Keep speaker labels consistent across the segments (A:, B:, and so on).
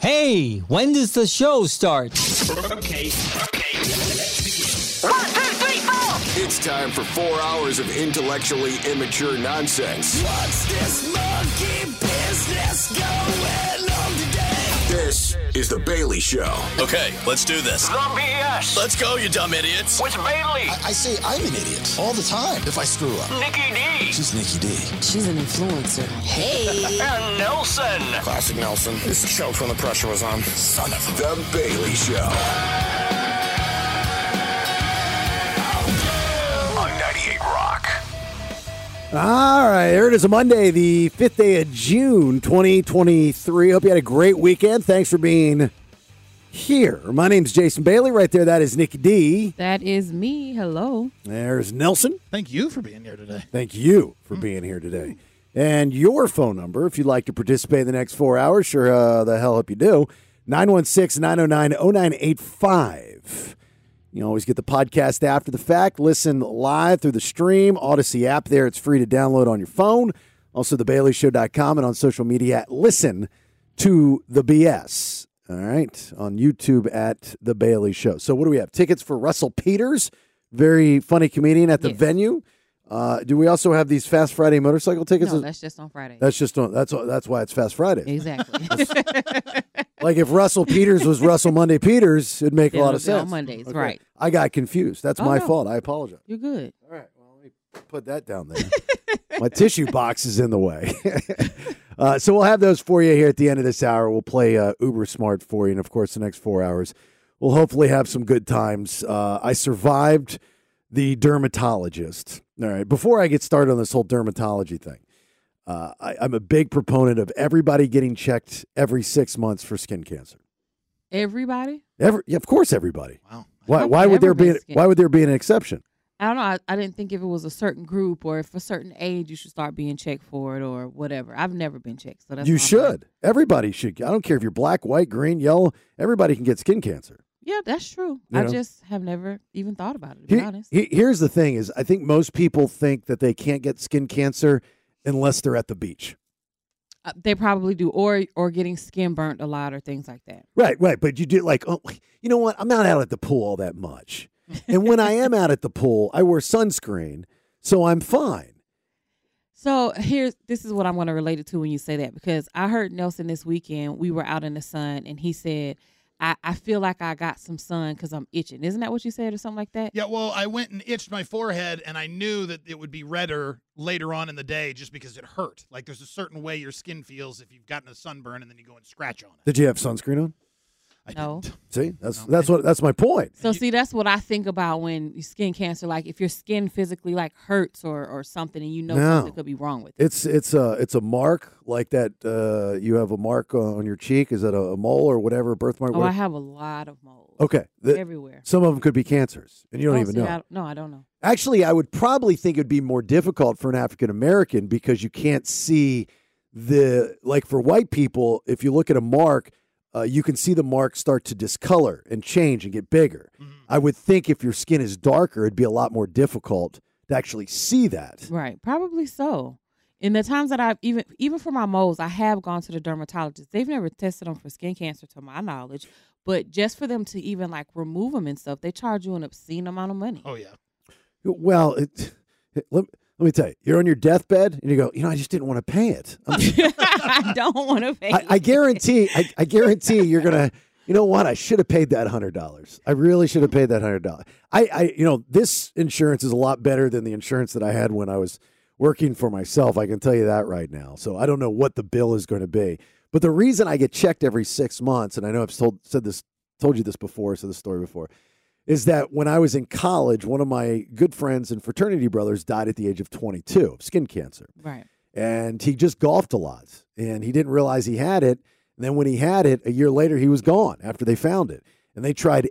A: Hey, when does the show start?
B: Okay, okay, let's begin.
C: One, two, three, four.
D: It's time for four hours of intellectually immature nonsense.
B: What's this monkey business going on today?
D: This is The Bailey Show.
E: Okay, let's do this.
C: The BS
E: Let's go, you dumb idiots.
C: with Bailey,
F: I say I'm an idiot all the time if I screw up.
C: Nikki D,
F: She's Nikki D.
G: She's an influencer. Hey.
C: and Nelson.
F: Classic Nelson. This choked when the pressure was on. Son of a.
D: The Bailey Show.
C: On 98 Rock.
H: All right, here it is a Monday, the fifth day of June, 2023. Hope you had a great weekend. Thanks for being here. My name's Jason Bailey. Right there, that is Nikki D.
G: That is me. Hello.
H: There's Nelson.
I: Thank you for being here today.
H: Thank you for being here today. And your phone number, if you'd like to participate in the next four hours, sure uh, the hell hope you do. 916 909 0985. You always get the podcast after the fact. Listen live through the stream, Odyssey app there. It's free to download on your phone. Also, thebaileyshow.com and on social media at listen to the BS. All right. On YouTube at The Bailey Show. So, what do we have? Tickets for Russell Peters, very funny comedian at the
G: Yes.
H: venue. Uh, do we also have these Fast Friday motorcycle tickets?
G: No, that's just on Friday.
H: that's just on, that's uh, that's why it's Fast Friday.
G: exactly.
H: like if Russell Peters was Russell Monday Peters, it'd make a
G: It
H: lot
G: would
H: of
G: be on
H: sense.
G: Mondays, right.
H: I got confused. That's
G: Oh,
H: my
G: no.
H: fault. I apologize.
G: You're good.
H: All right. Well, let me put that down there. My tissue box is in the way. uh, so we'll have those for you here at the end of this hour. We'll play uh, Uber Smart for you. And of course, the next four hours, we'll hopefully have some good times. Uh, I survived the dermatologist. All right. Before I get started on this whole dermatology thing, uh, I, I'm a big proponent of everybody getting checked every six months for skin cancer.
G: Everybody?
H: Every, yeah, of course, everybody.
I: Wow.
H: Why,
G: I've
H: why would there
G: never
H: be?
G: been
H: An,
G: skin-
H: why would there be an exception?
G: I don't know. I, I didn't think if it was a certain group or if a certain age you should start being checked for it or whatever. I've never been checked. So that's
H: you
G: why I'm like,
H: should. Everybody should. I don't care if you're black, white, green, yellow. Everybody can get skin cancer.
G: Yeah, that's true.
H: You
G: I
H: know?
G: just have never even thought about it, to be
H: He-
G: honest.
H: he- here's the thing: is I think most people think that they can't get skin cancer unless they're at the beach.
G: Uh, they probably do or or getting skin burnt a lot or things like that.
H: Right, right. But you do like, oh, you know what? I'm not out at the pool all that much, and when I am out at the pool, I wear sunscreen, so I'm fine.
G: So here's this is what I'm going to relate it to when you say that because I heard Nelson this weekend. We were out in the sun and he said, "I, I feel like I got some sun because I'm itching." Isn't that what you said or something like that?
I: Yeah, well, I went and itched my forehead, and I knew that it would be redder later on in the day just because it hurt. Like there's a certain way your skin feels if you've gotten a sunburn, and then you go and scratch on it.
H: Did you have sunscreen on?
I: I
G: No.
I: didn't.
H: See, that's
I: No.
H: that's what that's my point.
G: So see, that's what I think about when skin cancer. Like if your skin physically like hurts or or something, and you know
H: No.
G: something could be wrong with it.
H: It's it's a it's a mark like that. Uh, you have a mark on on your cheek. Is that a, a mole or whatever a birthmark?
G: Oh,
H: What-
G: I have a lot of moles.
H: Okay. The-
G: everywhere.
H: some of them could be cancers, and you don't
G: Oh,
H: even
G: see,
H: know.
G: I, no, I don't know.
H: Actually, I would probably think it'd be more difficult for an African American because you can't see the like for white people. If you look at a mark, uh, you can see the mark start to discolor and change and get bigger. I would think if your skin is darker, it'd be a lot more difficult to actually see that.
G: Right, probably so. In the times that I've even even for my moles, I have gone to the dermatologist. They've never tested them for skin cancer, to my knowledge. But just for them to even like remove them and stuff, they charge you an obscene amount of money.
I: Oh yeah.
H: Well, it, it- let, let me tell you, you're on your deathbed, and you go, you know, I just didn't want to pay it. I'm
G: I don't want to pay.
H: I, I guarantee, I, I guarantee you're gonna. You know what? I should have paid that hundred dollars. I really should have paid that hundred dollars. I, I, you know, this insurance is a lot better than the insurance that I had when I was working for myself. I can tell you that right now. So I don't know what the bill is going to be. But the reason I get checked every six months, and I know I've told said this, told you this before, said this story before, is that when I was in college, one of my good friends and fraternity brothers died at the age of 22 of skin cancer
G: right.
H: and he just golfed a lot and he didn't realize he had it and then when he had it a year later he was gone after they found it and they tried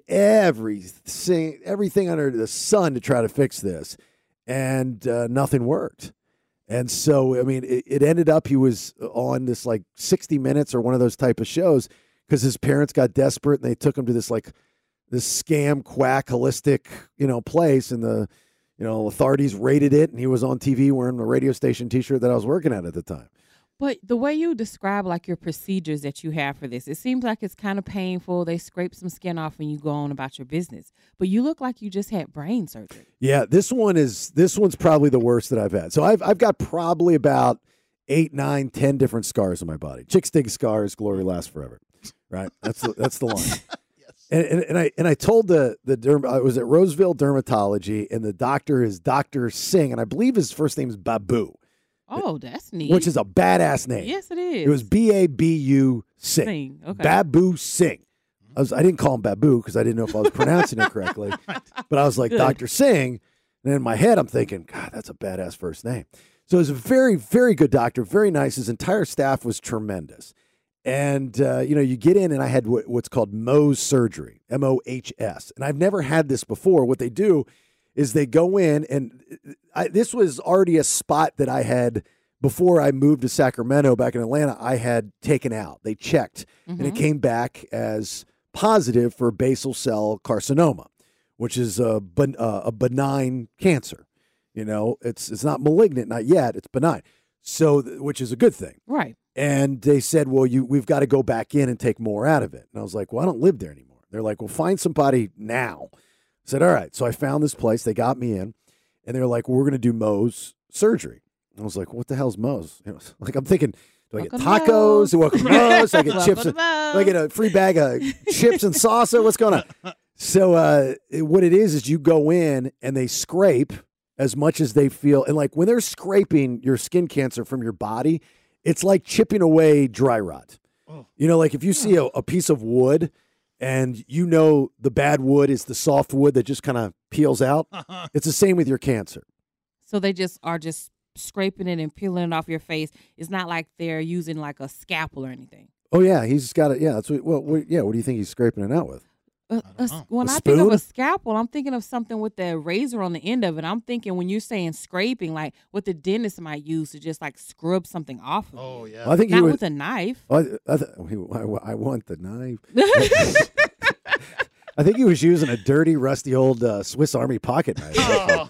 H: everything everything under the sun to try to fix this and uh, nothing worked and so i mean it, it ended up he was on this like 60 minutes or one of those type of shows because his parents got desperate and they took him to this like this scam quack holistic you know place and the you know authorities raided it and he was on tv wearing the radio station t-shirt that i was working at at the time
G: But the way you describe like your procedures that you have for this, it seems like it's kind of painful. They scrape some skin off and you go on about your business. But you look like you just had brain surgery.
H: Yeah, this one is this one's probably the worst that I've had. So I've I've got probably about eight, nine, ten different scars on my body. Chicks dig scars, glory lasts forever. Right? That's the that's the line. And, and, and I and I told the the derm I was at Roseville Dermatology and the doctor is Doctor Singh and I believe his first name is Babu,
G: Oh, that's neat.
H: which is a badass name.
G: yes, it is.
H: It was B A B U Singh.
G: Singh, okay.
H: Babu Singh. I, was, I didn't call him Babu because I didn't know if I was pronouncing it correctly. But I was like,
G: Good.
H: Dr. Singh. And in my head, I'm thinking, God, that's a badass first name. So he's a very, very good doctor, very nice. His entire staff was tremendous. And, uh, you know, you get in, and I had what, what's called Mohs surgery, M O H S. And I've never had this before. What they do is they go in, and uh, I, this was already a spot that I had before I moved to Sacramento back in Atlanta, I had taken out. They checked and
G: Mm-hmm.
H: it came back as positive for basal cell carcinoma, which is a, ben, uh, a benign cancer. You know, it's it's not malignant, not yet. It's benign, so th- which is a good thing.
G: right.
H: And they said, "Well, you we've got to go back in and take more out of it." And I was like, "Well, I don't live there anymore." They're like, "Well, find somebody now." I said, "All right." So I found this place. They got me in, and they're like, well, "We're going to do Moe's surgery." And I was like, "What the hell's Moe's?" You know, like I'm thinking, do I get
G: Welcome to
H: tacos? Do I get Moe's? Do I get
G: Welcome
H: chips?
G: to
H: and- Do I get
G: Moe's.
H: a free bag of chips and salsa? What's going on? So uh, it- what it is is you go in and they scrape as much as they feel, and like when they're scraping your skin cancer from your body, it's like chipping away dry rot. You know, like if you see a, a piece of wood and you know the bad wood is the soft wood that just kind of peels out, it's the same with your cancer.
G: So they just are just scraping it and peeling it off your face. It's not like they're using like a scalpel or anything.
H: Oh yeah, he's got it. Yeah, that's what. Well, what, yeah. What do you think he's scraping it out with?
G: A- a Uh, s- when
H: A
G: I think of
H: spoon?
G: a scalpel, I'm thinking of something with the razor on the end of it. I'm thinking when you're saying scraping, like what the dentist might use to just like scrub something off of
I: Oh
G: you.
I: yeah.
H: Well, I think he
G: Not
H: would.
G: with a knife.
H: I, I, th- I, I want the knife. I think he was using a dirty, rusty old uh, Swiss Army pocket knife.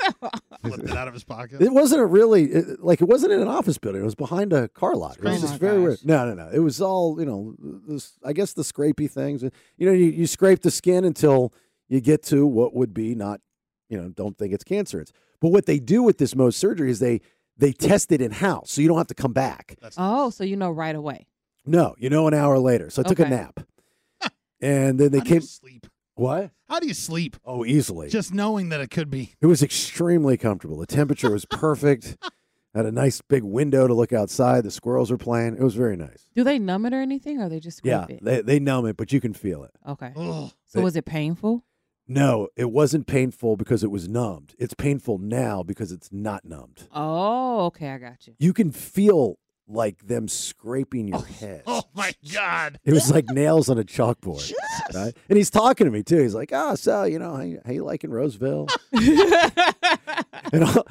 I: Oh. Flipped it out of his pocket.
H: It wasn't a really it, like it wasn't in an office building. It was behind a car lot. It was
G: Oh
H: just
G: my
H: very
G: gosh.
H: weird. No, no, no. It was all you know. This, I guess the scrapey things. Uh, You know, you, you scrape the skin until you get to what would be not. You know, don't think it's cancerous. But what they do with this Mohs surgery is they they test it in house, so you don't have to come back.
G: Oh, so you know right away.
H: No, you know, an hour later. So I took a
G: Okay.
H: nap, and then they
I: How do you
H: came.
I: sleep?
H: What?
I: How do you sleep?
H: Oh, easily.
I: Just knowing that it could be.
H: It was extremely comfortable. The temperature was perfect. Had a nice big window to look outside. The squirrels were playing. It was very nice.
G: Do they numb it or anything, or they just scrape
H: Yeah,
G: it?
H: they, they numb it, but you can feel it.
G: okay.
I: Ugh.
G: So
H: they-
G: was it painful?
H: No, it wasn't painful because it was numbed. It's painful now because it's not numbed.
G: Oh, okay, I got you.
H: You can feel like them scraping your head.
I: Oh my God.
H: It was like nails on a chalkboard. Right? And he's talking to me too. He's like, "Ah, so you know, how you, how you liking Roseville?" and all,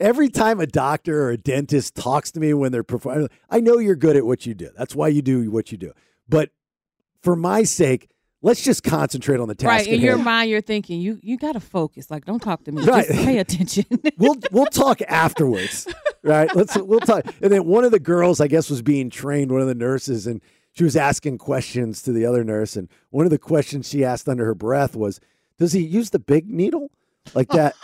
H: every time a doctor or a dentist talks to me when they're performing, I know you're good at what you do. That's why you do what you do. But for my sake, let's just concentrate on the task.
G: Right
H: at
G: in your
H: hand.
G: mind, you're thinking you you gotta focus. Like, don't talk to me.
H: Right.
G: Just pay attention.
H: we'll we'll talk afterwards, right? Let's we'll talk. And then one of the girls, I guess, was being trained, one of the nurses, and she was asking questions to the other nurse. And one of the questions she asked under her breath was, "Does he use the big needle like that?"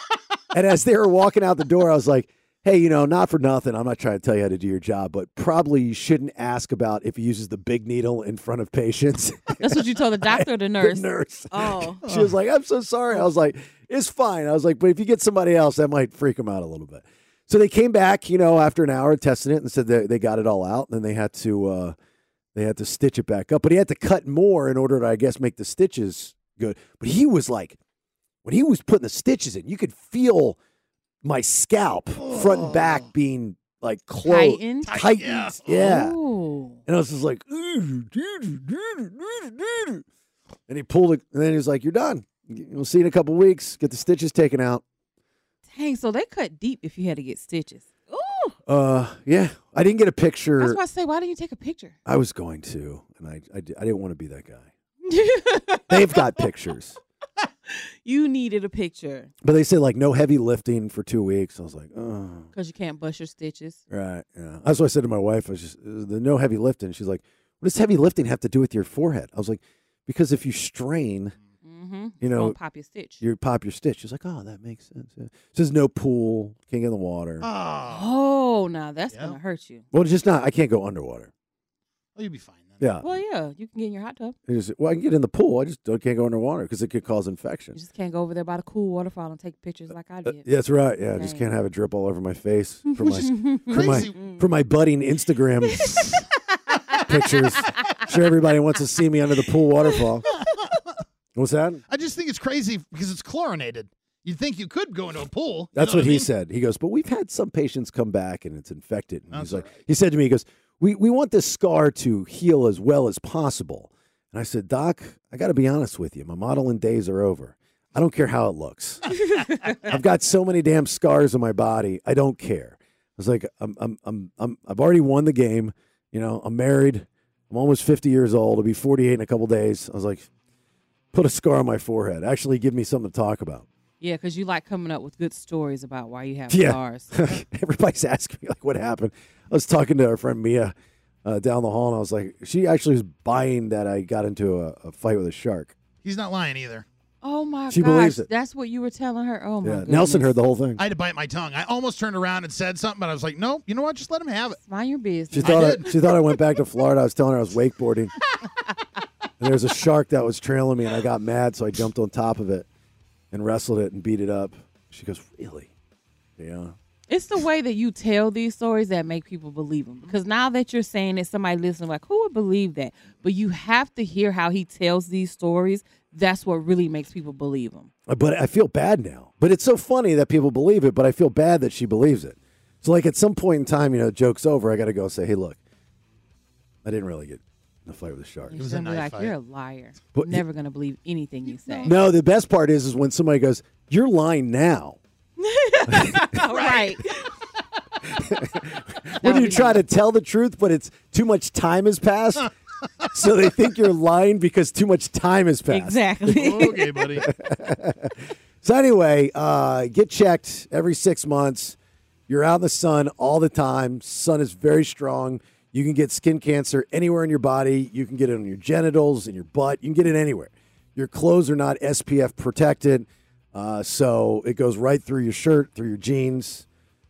H: and as they were walking out the door, I was like. Hey, you know, not for nothing. I'm not trying to tell you how to do your job, but probably you shouldn't ask about if he uses the big needle in front of patients.
G: That's what you told the doctor or the
H: The
G: nurse.
H: nurse.
G: Oh.
H: She was like, I'm so sorry. I was like, it's fine. I was like, but if you get somebody else, that might freak them out a little bit. So they came back, you know, after an hour of testing it and said they, they got it all out. And then they had to uh, they had to stitch it back up. But he had to cut more in order to, I guess, make the stitches good. But he was like, when he was putting the stitches in, you could feel my scalp front and back being like closed.
G: Tightened? Oh. Tight-
H: Tightened. Yeah.
G: Ooh.
H: And I was just like, and he pulled it, and then he was like, "You're done. We'll see you in a couple weeks. Get the stitches taken out."
G: Dang, so they cut deep if you had to get stitches. Ooh.
H: Uh, yeah, I didn't get a
G: That's
H: picture.
G: why I say, why didn't you take a picture?
H: I was going to, and I, I, di- I didn't want to be that guy. They've got pictures.
G: you needed a picture
H: But they said like no heavy lifting for two weeks. I was like, oh,
G: because you can't bust your stitches.
H: right. Yeah. That's what I said to my wife. I was just the no heavy lifting. She's like, what does heavy lifting have to do with your forehead? I was like, because if you strain,
G: Mm-hmm.
H: You know,
G: Don't pop your stitch.
H: you pop your stitch. She's like, oh, that makes sense. Yeah. Says no pool, can't get in the water.
I: Oh,
G: Oh, now that's
I: Yeah.
G: gonna hurt you.
H: well, just not. I can't go underwater.
I: oh, you'll be fine then.
H: Yeah.
G: Well, yeah, you can get in your hot tub.
H: It is- well, I can get in the pool. I just I can't go underwater because it could cause
G: You
H: infection.
G: just can't go over there by the cool waterfall and take pictures like I
H: Uh,
G: did.
H: yeah, that's right. Yeah, I just
G: Dang.
H: can't have it drip all over my face for my for
I: Crazy.
H: my for my budding Instagram pictures. Sure, everybody wants to see me under the pool waterfall. What's that?
I: I just think it's crazy because it's chlorinated. You'd think you could go into a pool. you
H: That's
I: know
H: what he
I: I mean?
H: said. He goes, but we've had some patients come back and it's infected. And he's
I: That's
H: like, he said to me, he goes, we we want this scar to heal as well as possible. And I said, Doc, I got to be honest with you. My modeling days are over. I don't care how it looks. I've got so many damn scars on my body. I don't care. I was like, I'm, I'm, I'm, I'm, I've already won the game. You know, I'm married. I'm almost 50 years old. I'll be 48 in a couple days. I was like, put a scar on my forehead. Actually, give me something to talk about.
G: Yeah, because you like coming up with good stories about why you have
H: Yeah.
G: scars.
H: Everybody's asking me like, what happened? I was talking to our friend Mia uh, down the hall, and I was like, she actually was buying that I got into a, a fight with a shark.
I: He's not lying either.
G: Oh my
H: She
G: gosh,
H: believes it.
G: that's what you were telling her. Oh my
H: Yeah,
G: goodness.
H: Nelson heard the whole thing.
I: I had to bite my tongue. I almost turned around and said something, but I was like, no, you know what? Just let him have it.
G: Mind your
H: she
G: business.
H: thought I, she thought I went back to Florida. I was telling her I was wakeboarding, and there was a shark that was trailing me, and I got mad, so I jumped on top of it and wrestled it and beat it up. She goes, really? Yeah.
G: It's the way that you tell these stories that make people believe them. Because now that you're saying it, somebody listening, like, who would believe that? But you have to hear how he tells these stories. That's what really makes people believe them.
H: But I feel bad now. But it's so funny that people believe it, but I feel bad that she believes it. So like at some point in time, you know, joke's over, I gotta go say, Hey, look, I didn't really get in a fight with a shark.
G: You
I: was a
G: shouldn't be like,
I: knife fight.
G: you're a liar.
H: But-
G: Never going to believe anything you say.
H: No, the best part is is when somebody goes, You're lying now.
G: All right.
H: When you try to tell the truth, but it's too much time has passed. so they think you're lying because too much time has passed.
G: Exactly.
I: okay, buddy.
H: So anyway, uh, get checked every six months. You're out in the sun all the time. Sun is very strong. You can get skin cancer anywhere in your body. You can get it on your genitals, in your butt. You can get it anywhere. Your clothes are not SPF protected, uh, so it goes right through your shirt, through your jeans,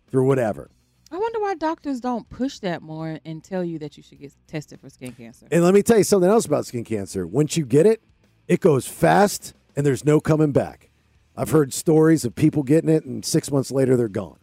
H: through whatever.
G: I wonder why doctors don't push that more and tell you that you should get tested for skin cancer.
H: And let me tell you something else about skin cancer. Once you get it, it goes fast, and there's no coming back. I've heard stories of people getting it, and six months later they're gone.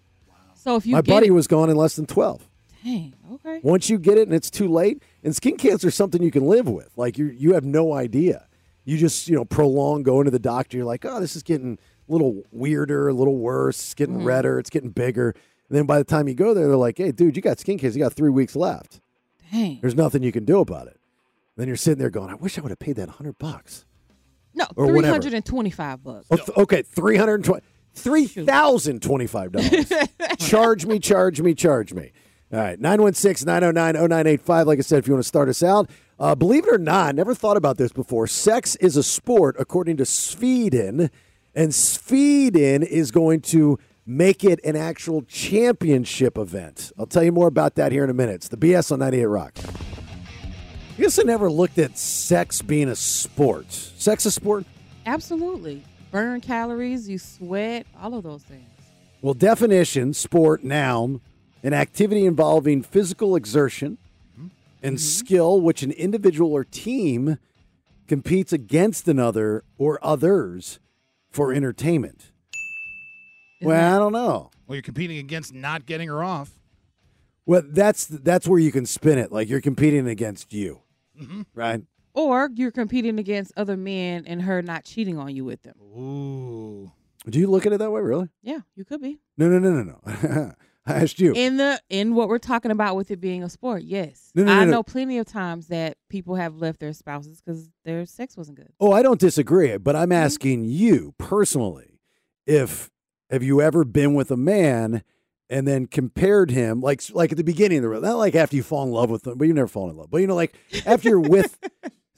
G: So if you
H: My
G: get
H: buddy
G: it,
H: was gone in less than 12.
G: dang, okay.
H: Once you get it and it's too late, and skin cancer is something you can live with. Like you you have no idea. You just, you know, prolong going to the doctor, you're like, "Oh, this is getting a little weirder, a little worse, it's getting
G: Mm-hmm.
H: redder, it's getting bigger." And then by the time you go there, they're like, "Hey, dude, you got skin cancer. You got 3 weeks left.
G: Dang.
H: There's nothing you can do about it." Then you're sitting there going, "I wish I would have paid that 100 bucks."
G: No,
H: or whatever.
G: 325 bucks.
H: Oh, th- okay, 320 $3,025. charge me, charge me, charge me. All right, 916-909-0985. Like I said, if you want to start us out. Uh, believe it or not, never thought about this before. Sex is a sport, according to Sweden, and Sweden is going to make it an actual championship event. I'll tell you more about that here in a minute. It's the BS on 98 Rock. I guess I never looked at sex being a sport. Sex a sport?
G: Absolutely. Burn calories, you sweat, all of those things.
H: Well, definition, sport, noun, an activity involving physical exertion and skill which an individual or team competes against another or others for entertainment. well, I don't know.
I: Well, you're competing against not getting her off.
H: Well, that's that's where you can spin it. Like you're competing against you, right?
G: Or you're competing against other men and her not cheating on you with them.
I: Ooh.
H: Do you look at it that way, really?
G: Yeah, you could be.
H: No, no, no, no, no. I asked you.
G: In the in what we're talking about with it being a sport, yes.
H: No, no, no,
G: I
H: no.
G: know plenty of times that people have left their spouses because their sex wasn't good.
H: Oh, I don't disagree, but
G: Mm-hmm.
H: I'm asking you personally if have you ever been with a man and then compared him like like at the beginning of the relationship, not like after you fall in love with them, but you never fall in love. But you know, like after you're with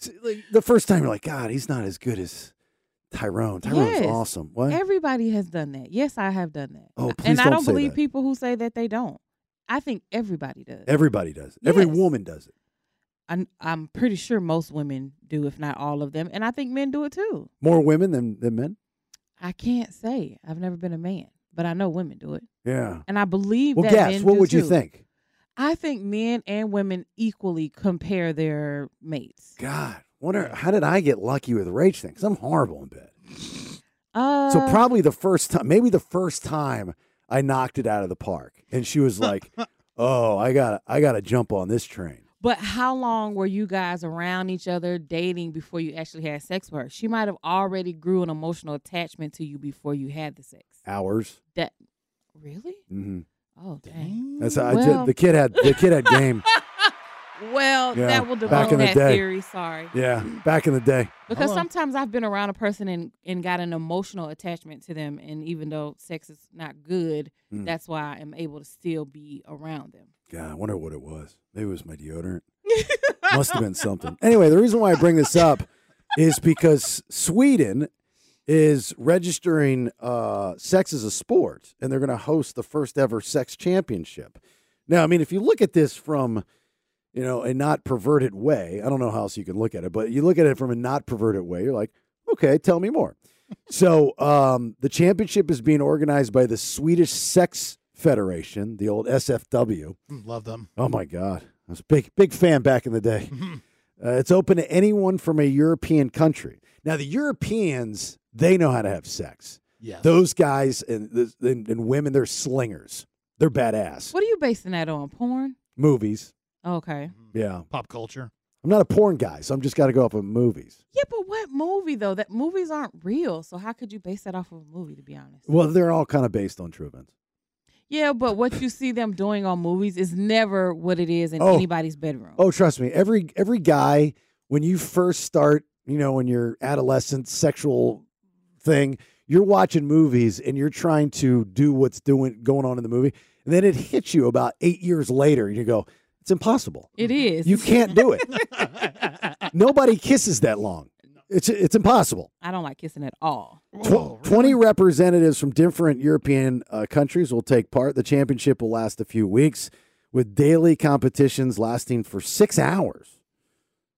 H: s- like the first time, you're like, God, he's not as good as Tyrone. Tyrone's
G: Yes.
H: awesome. What?
G: Everybody has done that. Yes, I have done that.
H: Oh, please
G: and I
H: don't
G: don't
H: say
G: believe
H: that.
G: people who say that they don't. I think everybody does.
H: Everybody does. it. Every
G: Yes.
H: woman does it.
G: I'm, I'm pretty sure most women do, if not all of them. And I think men do it too.
H: More women than, than men.
G: I can't say I've never been a man, but I know women do it.
H: Yeah.
G: And I believe
H: Well,
G: that
H: guess
G: men
H: what
G: do
H: would you
G: too.
H: think?
G: I think men and women equally compare their mates.
H: God, wonder how did I get lucky with the rage thing? Because I'm horrible in bed.
G: Uh,
H: So probably the first time, maybe the first time I knocked it out of the park, and she was like, "Oh, I got, to I got to jump on this train."
G: But how long were you guys around each other dating before you actually had sex with her? She might have already grew an emotional attachment to you before you had the sex.
H: Hours.
G: That really?
H: Mm-hmm.
G: Oh dang.
H: That's how I
G: Well-
H: did. The kid had, the kid had game.
G: Well,
H: Yeah,
G: that will
H: back
G: debunk
H: in the
G: that
H: day.
G: theory. Sorry,
H: yeah, back in the day.
G: because
I: Hello.
G: sometimes I've been around a person and and got an emotional attachment to them, and even though sex is not good,
H: Mm.
G: that's why I'm able to still be around them.
H: God, I wonder what it was. Maybe it was my deodorant. Must have been something. Anyway, the reason why I bring this up is because Sweden is registering uh, sex as a sport, and they're going to host the first ever sex championship. Now, I mean, if you look at this from you know a not perverted way, I don't know how else you can look at it, but you look at it from a not perverted way, you're like, okay, tell me more. so um, the championship is being organized by the Swedish Sex Federation, the old SFW.
I: Mm, Love them.
H: Oh my God, I was a big big fan back in the day. Uh, it's open to anyone from a European country. Now the Europeans they know how to have sex.
I: Yes.
H: Those guys and, th- and and women they're slingers. They're badass.
G: What are you basing that on? Porn?
H: Movies,
G: Okay.
H: yeah.
I: Pop culture.
H: I'm not a porn guy, so I'm just got to go off of movies.
G: Yeah, but what movie though? That movies aren't real, so how could you base that off of a movie? To be honest.
H: Well, they're all kind of based on true events.
G: Yeah, but what you see them doing on movies is never what it is in
H: Oh.
G: anybody's bedroom.
H: Oh, trust me. Every every guy when you first start, you know, when you're adolescent sexual thing, you're watching movies and you're trying to do what's doing going on in the movie, and then it hits you about 8 years later and you go, it's impossible.
G: It is.
H: You can't do it. Nobody kisses that long. It's it's impossible.
G: I don't like kissing at all.
H: Tw- 20 representatives from different European uh, countries will take part. The championship will last a few weeks with daily competitions lasting for six hours.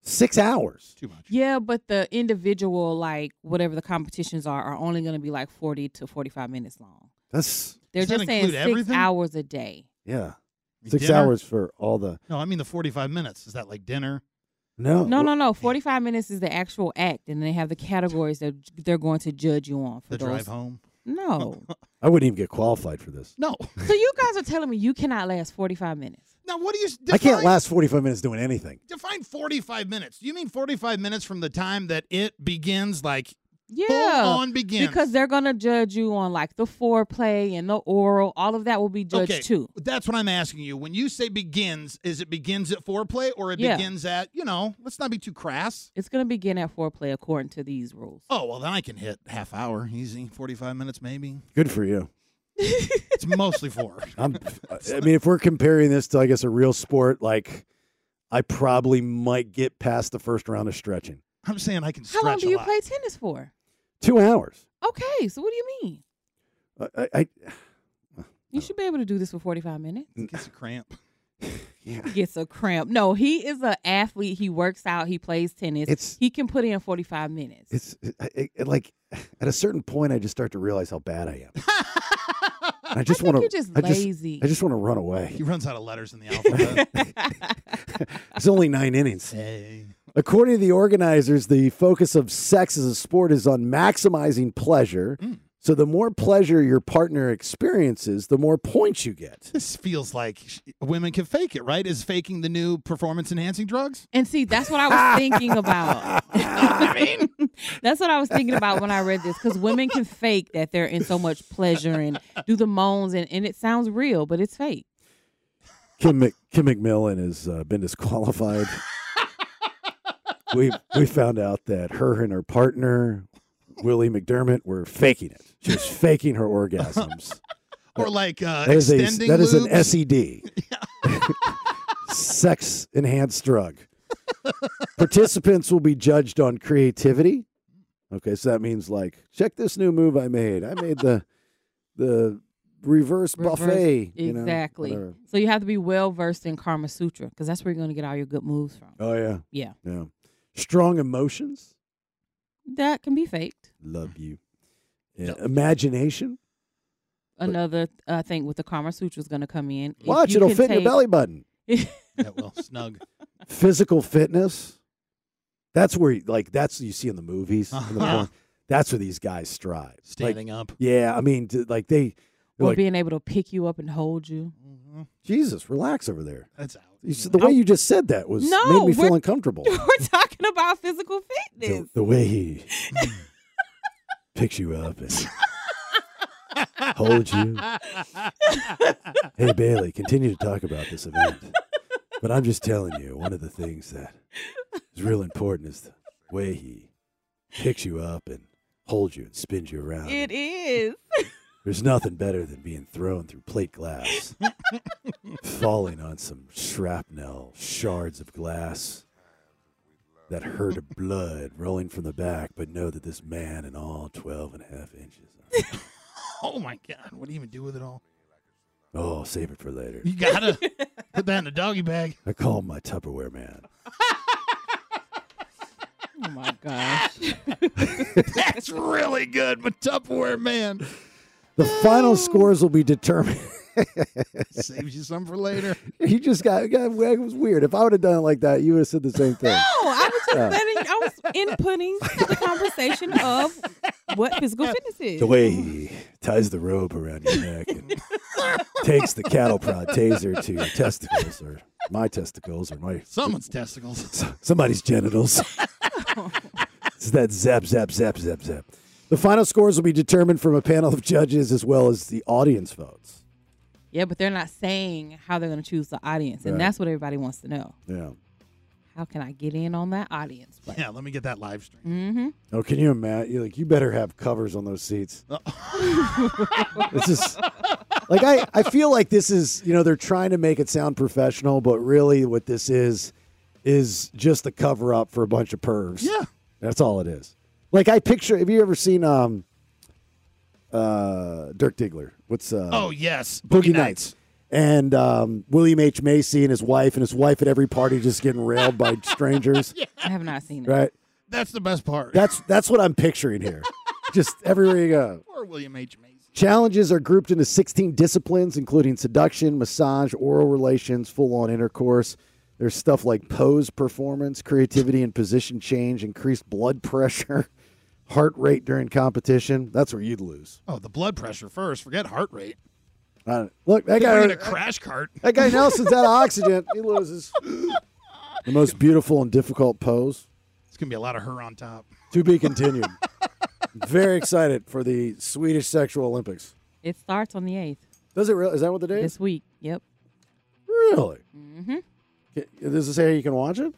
H: Six hours.
I: Too much.
G: Yeah, but the individual, like whatever the competitions are, are only going to be like forty to forty-five minutes long.
H: That's,
G: They're
I: Does that
G: just saying
I: include
G: six
I: everything?
G: hours a day.
H: yeah. Six
I: Dinner?
H: hours for all the.
I: No, I mean the 45 minutes. Is that like dinner? Oh,
H: No.
G: No, no, no. Forty-five minutes is the actual act, and they have the categories that they're going to judge you on for
I: The
G: those.
I: drive home?
G: No.
H: I wouldn't even get qualified for this.
I: No.
G: so you guys are telling me you cannot last forty-five minutes?
I: Now, what do you define,
H: I can't last 45 minutes doing anything.
I: define 45 minutes? Do you mean 45 minutes from the time that it begins, like
G: Yeah.
I: full on begins?
G: Because they're gonna judge you on like the foreplay and the oral, all of that will be judged
I: okay,
G: too.
I: That's what I'm asking you. When you say begins, is it begins at foreplay or it
G: Yeah.
I: begins at, you know, let's not be too crass.
G: It's gonna begin at foreplay according to these rules.
I: Oh, well, then I can hit half hour, easy, 45 minutes maybe.
H: Good for you.
I: It's mostly four.
H: I'm, I mean, if we're comparing this to, I guess, a real sport, like, I probably might get past the first round of stretching.
I: I'm saying I can
G: How
I: stretch
G: long do
I: a
G: you
I: lot.
G: play tennis for?
H: Two hours.
G: Okay, so what do you mean?
H: I, I, I
I: Oh.
G: You should be able to do this for forty five minutes.
I: Gets a cramp.
G: He gets a cramp. No, he is an athlete. He works out. He plays tennis.
H: It's-
G: he can put in forty five minutes.
H: it's it, it- it, like at a certain point I just start to realize how bad I am. I just
G: think
H: want to.
G: you're just
H: I just,
G: lazy.
H: I just want to run
I: He
H: away.
I: runs out of letters in the alphabet.
H: It's only nine innings.
I: hey.
H: According to the organizers, the focus of sex as a sport is on maximizing pleasure.
G: Mm.
H: So the more pleasure your partner experiences, the more points you get.
I: This feels like sh- women can fake it, right? Is faking the new performance enhancing drugs?
G: And see, that's what I was thinking about. that's what I was thinking about when I read this because women can fake that they're in so much pleasure and do the moans, and, and it sounds real, but it's fake.
H: Kim, Mc, Kim McMillan has uh, been disqualified. we we found out that her and her partner Willie McDermott were faking it. She was faking her orgasms.
I: Or like uh,
H: Oh, That is a
I: extending
H: that is
I: lubes?
H: an e- SED, sex enhanced drug. Participants will be judged on creativity, Okay, so that means like, check this new move I made. I made the the reverse,
G: Reverse-
H: buffet. you know,
G: Exactly.
H: whatever.
G: so you have to be well versed in Karma Sutra because that's where you're going to get all your good moves from.
H: oh yeah,
G: Yeah,
H: yeah. Strong emotions.
G: that can be faked.
H: Love you. Yeah. Imagination.
G: Another uh, thing with the Karma Sutra is going to come in. If
H: Watch,
G: you
H: it'll
G: can
H: fit in your
G: take-
H: belly button.
I: Yeah, well, snug.
H: Physical fitness. That's where, you- like, that's what you see in the movies. in the
I: Uh-huh.
H: porn. That's where these guys strive. Like,
I: Standing up.
H: yeah, I mean, d- like they,
G: Or
H: they're like,
G: being able to pick you up and hold you.
H: Jesus, relax over there.
I: That's out.
H: You s- The way you just said that was
G: No,
H: made me feel
G: we're-
H: uncomfortable.
G: We're talking about physical fitness.
H: the, the way he picks you up and holds you. Hey, Bailey, continue to talk about this event. But I'm just telling you, one of the things that is real important is the way he picks you up and holds you and spins you around.
G: It is.
H: There's nothing better than being thrown through plate glass, falling on some shrapnel, shards of glass that hurt of blood rolling from the back, but know that this man and all 12 and a half inches. Are,
I: Oh my God! What do you even do with it all?
H: oh, save it for later.
I: You gotta put that in a doggy bag.
H: I call my Tupperware man.
G: Oh my gosh.
I: That's really good, but Tupperware man
H: The final scores will be determined.
I: saves you some for later.
H: you just got, got, it was weird. If I would have done it like that, you would have said the same thing.
G: No, I was just letting, I was inputting the conversation of what physical fitness is.
H: The way he ties the rope around your neck and takes the cattle prod taser to your testicles or my testicles or my
I: Someone's testicles.
H: somebody's genitals. it's that zap, zap, zap, zap, zap. The final scores will be determined from a panel of judges as well as the audience votes.
G: Yeah, but they're not saying how they're going to choose the audience, and
H: Right.
G: that's what everybody wants to know.
H: Yeah.
G: How can I get in on that audience? But
I: Yeah, let me get that live stream.
H: Oh, can you imagine? You're like, you better have covers on those seats. this is like I, I feel like this is you know they're trying to make it sound professional, but really what this is is just a cover up for a bunch of pervs.
I: Yeah.
H: that's all it is. Like I picture. Have you ever seen um, uh, Dirk Diggler? What's uh,
I: Oh yes,
H: Boogie Nights. And um, William H. Macy and his wife, and his wife at every party just getting railed by strangers,
G: I have not seen it.
H: right?
I: That's the best part.
H: That's that's what I'm picturing here. Just everywhere you go.
I: Poor William H Macy.
H: Challenges are grouped into 16 disciplines, including seduction, massage, oral relations, full on intercourse. There's stuff like pose performance, creativity and position change, increased blood pressure, heart rate during competition. That's where you'd lose.
I: Oh, the blood pressure first. Forget heart rate.
H: I don't- look, that
I: We're in a
H: guy,
I: crash cart.
H: that guy Nelson's out of oxygen. He loses. The most beautiful and difficult pose.
I: It's gonna be a lot of her on top.
H: To be continued. Very excited for the Swedish Sexual Olympics.
G: It starts on the 8th
H: Does it really? Is that what the day is?
G: this week. Yep.
H: Really? Mm-hmm. Does it say how you can watch it?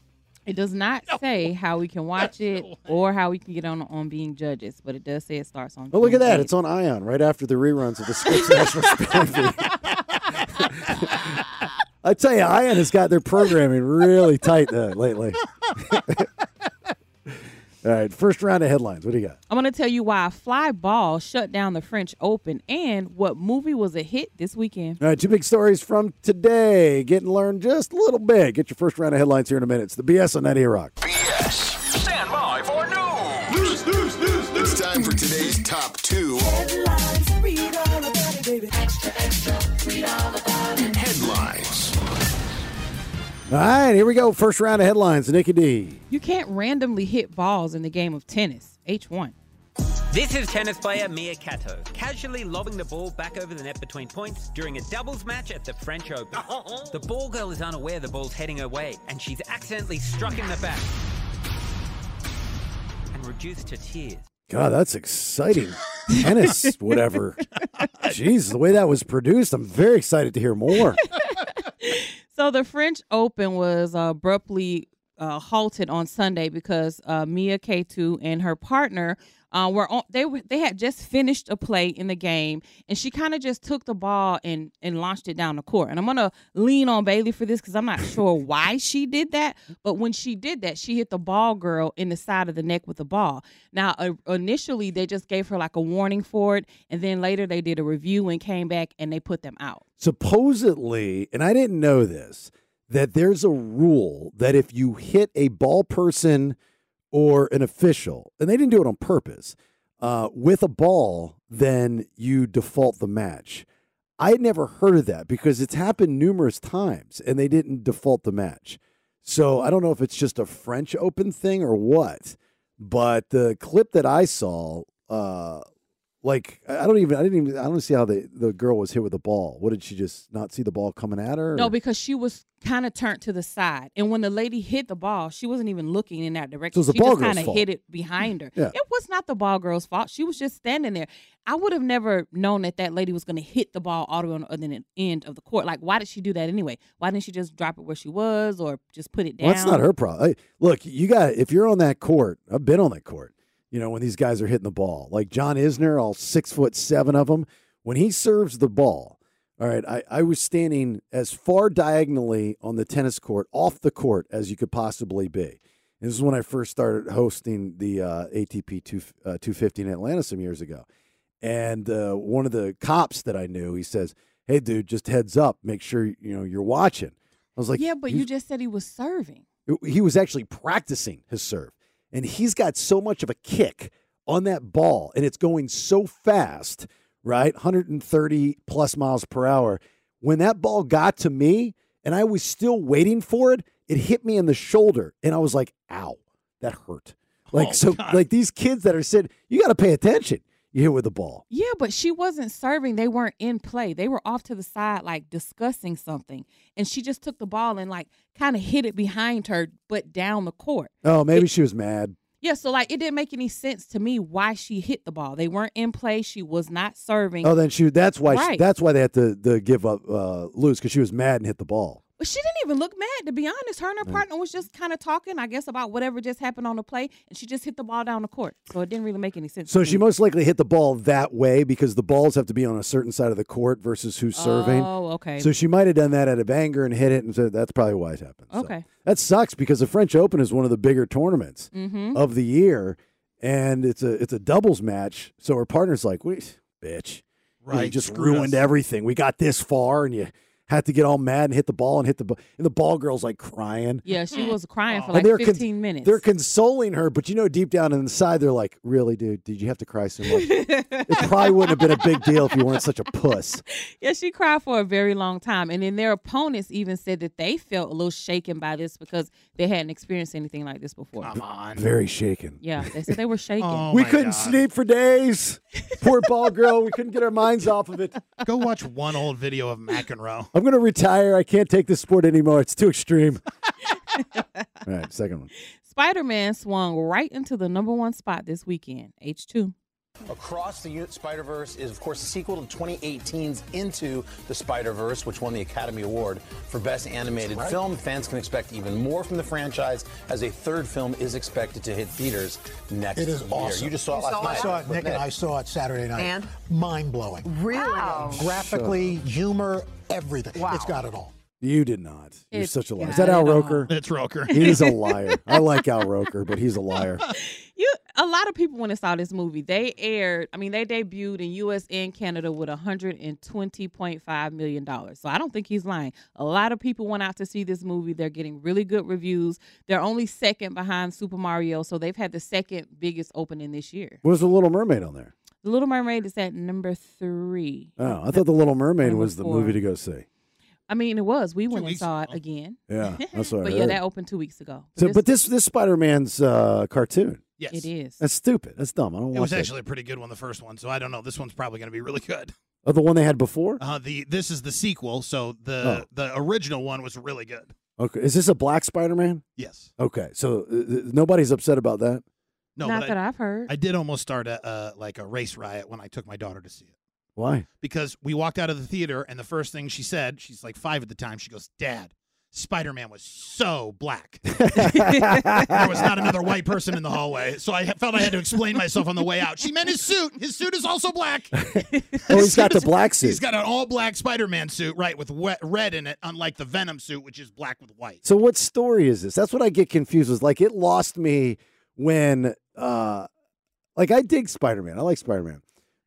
G: It does not say how we can watch it or how we can get on on being judges, but it does say it starts on.
H: Oh, look at that.
G: 28th.
H: It's on Ion right after the reruns of the Scripps National Spelling Bee. I tell you, Ion has got their programming really tight uh, lately. All right, first round of headlines. What do you got?
G: I'm going to tell you why a fly ball shut down the French Open and what movie was a hit this weekend.
H: All right, two big stories from today. Getting learned just a little bit. Get your first round of headlines here in a minute. It's the BS on 98 Rock.
C: BS. Stand by for news.
D: News, news, news, news. It's time for today's top two. Headlines.
H: All right, here we go. First round of headlines. Nikki D.
G: You can't randomly hit balls in the game of tennis. H1.
J: This is tennis player Mia Kato, casually lobbing the ball back over the net between points during a doubles match at the French Open. The ball girl is unaware the ball's heading her way, and she's accidentally struck in the back and reduced to tears.
H: God, that's exciting. Tennis, whatever. Jeez, the way that was produced, I'm very excited to hear more.
G: So the French Open was abruptly uh, halted on Sunday because uh, Mia K2 and her partner uh, were on, they were they had just finished a play in the game, and she kind of just took the ball and and launched it down the court. And I'm gonna lean on Bailey for this because I'm not sure why she did that, but when she did that, she hit the ball girl in the side of the neck with the ball. Now uh, initially they just gave her like a warning for it, and then later they did a review and came back and they put them out.
H: supposedly, and I didn't know this, that there's a rule that if you hit a ball person or an official, and they didn't do it on purpose, uh, with a ball, then you default the match. I had never heard of that because it's happened numerous times and they didn't default the match. So I don't know if it's just a French Open thing or what, but the clip that I saw, uh, like I I don't even I didn't even I don't see how the the girl was hit with the ball. What did she just not see the ball coming at her?
G: No,
H: or-
G: because she was kind of turned to the side, and when the lady hit the ball, she wasn't even looking in that direction.
H: was the
G: she
H: ball
G: just
H: girl's
G: kind of
H: fault.
G: hit it behind her.
H: Yeah.
G: It was not the ball girl's fault. She was just standing there. I would have never known that that lady was going to hit the ball all the way on the other end of the court. Like, why did she do that anyway? Why didn't she just drop it where she was, or just put it down?
H: Well, that's not her problem. Hey, look, you got if you're on that court, I've been on that court. You know when these guys are hitting the ball, like John Isner, all six foot seven of them, when he serves the ball. All right, I, I was standing as far diagonally on the tennis court, off the court, as you could possibly be. And this is when I first started hosting the uh, ATP two, uh, 250 in Atlanta some years ago. And uh, one of the cops that I knew, he says, "Hey, dude, just heads up, make sure you know you're watching." I was like,
G: yeah, but
H: "You-
G: you just said he was serving.
H: he was actually practicing his serve and he's got so much of a kick on that ball and it's going so fast right 130 plus miles per hour when that ball got to me and i was still waiting for it it hit me in the shoulder and i was like ow that hurt like
I: Oh,
H: so
I: God.
H: like these kids that are sitting you got to pay attention you hit with the ball
G: Yeah, but she wasn't serving. They weren't in play. They were off to the side, like discussing something. And she just took the ball and, like, kind of hit it behind her, but down the court.
H: oh maybe she was mad
G: Yeah, so, like, it didn't make any sense to me why she hit the ball. They weren't in play. She was not serving.
H: oh then she that's why she,
G: Right.
H: that's why they had to, to give up uh lose because she was mad and hit the ball
G: But she didn't even look mad, to be honest. Her and her partner was just kind of talking, I guess, about whatever just happened on the play. And she just hit the ball down the court. So, it didn't really make any sense.
H: So
G: to
H: she
G: me.
H: most likely hit the ball that way because the balls have to be on a certain side of the court versus who's serving.
G: Oh, okay.
H: So she might have done that out of anger and hit it, and so that's probably why it happened. So
G: Okay.
H: that sucks because the French Open is one of the bigger tournaments
G: Mm-hmm.
H: of the year, and it's a it's a doubles match. So her partner's like, "Wait, bitch, you
I: Right,
H: just
I: screwed
H: ruined
I: us."
H: everything. We got this far, and you had to get all mad and hit the ball and hit the ball, and the ball girl's like crying."
G: yeah, she was crying for
H: And
G: like
H: they're
G: 15
H: con-
G: minutes.
H: They're consoling her, but you know, deep down inside, they're like, "Really, dude? Did you have to cry so much? it probably wouldn't have been a big deal if you weren't such a puss."
G: Yeah, she cried for a very long time. And then their opponents even said that they felt a little shaken by this because they hadn't experienced anything like this before.
I: Come on.
H: Very shaken.
G: Yeah, they said they were shaken.
I: Oh
H: we
I: my
H: couldn't
I: God.
H: sleep for days. Poor ball girl. We couldn't get our minds off of it.
I: Go watch one old video of McEnroe.
H: I'm gonna retire. I can't take this sport anymore. It's too extreme. all right, second one.
G: Spider Man swung right into the number one spot this weekend, H2.
K: Across the U- Spider-Verse is, of course, the sequel to 2018's Into the Spider-Verse, which won the Academy Award for Best Animated Film. Fans can expect even more from the franchise as a third film is expected to hit theaters next year.
F: It is awesome.
K: You just saw it last night.
F: I saw it, Nick, and I saw it Saturday night.
B: And?
F: Mind blowing. Really? Graphically, humor, everything. It's got it all.
H: You did not. You're
G: It
H: such a liar. Is
G: got
H: that Al
G: it all.
H: Roker?
I: It's Roker.
H: He's a liar. I like Al Roker, but he's a liar.
G: You, a lot of people when they saw this movie, they aired. I mean, they debuted in U.S. and Canada with 120.5 million dollars. So I don't think he's lying. A lot of people went out to see this movie. They're getting really good reviews. They're only second behind Super Mario, so they've had the second biggest opening this year.
H: What was the Little Mermaid on there?
G: The Little Mermaid is at number three.
H: Oh, I thought the Little Mermaid
G: Number
H: was the
G: four.
H: movie to go see.
G: I mean, it was. We went and
I: weeks
G: saw
I: ago.
G: it again.
H: Yeah, that's what I
G: But
H: heard.
G: yeah, that opened two weeks ago.
H: so, but this this Spider Man's uh, cartoon.
I: Yes.
G: it is.
H: That's stupid. That's dumb. I don't
I: It
H: want
I: was
H: that.
I: actually a pretty good one, the first one. So I don't know. This one's probably going to be really good.
H: oh, the one they had before.
I: Uh, the this is the sequel, so the
H: Oh.
I: the original one was really good.
H: Okay, is this a black Spider Man?
I: Yes.
H: Okay, so uh, uh, nobody's upset about that.
I: No,
G: Not
I: but
G: that
I: I,
G: I, have heard.
I: I did almost start a uh, like a race riot when I took my daughter to see it
H: Why?
I: because we walked out of the theater and the first thing she said, she's like five at the time, she goes, "Dad, Spider Man was so black. there was not another white person in the hallway, so I felt I had to explain myself on the way out. She meant his suit. His suit is also black.
H: Oh, he's got the black suit.
I: He's got an all black Spider Man suit, right, with wet, red in it, unlike the Venom suit, which is black with white.
H: So what story is this? That's what I get confused with. Like it lost me when uh like I dig Spider Man. I like Spider Man.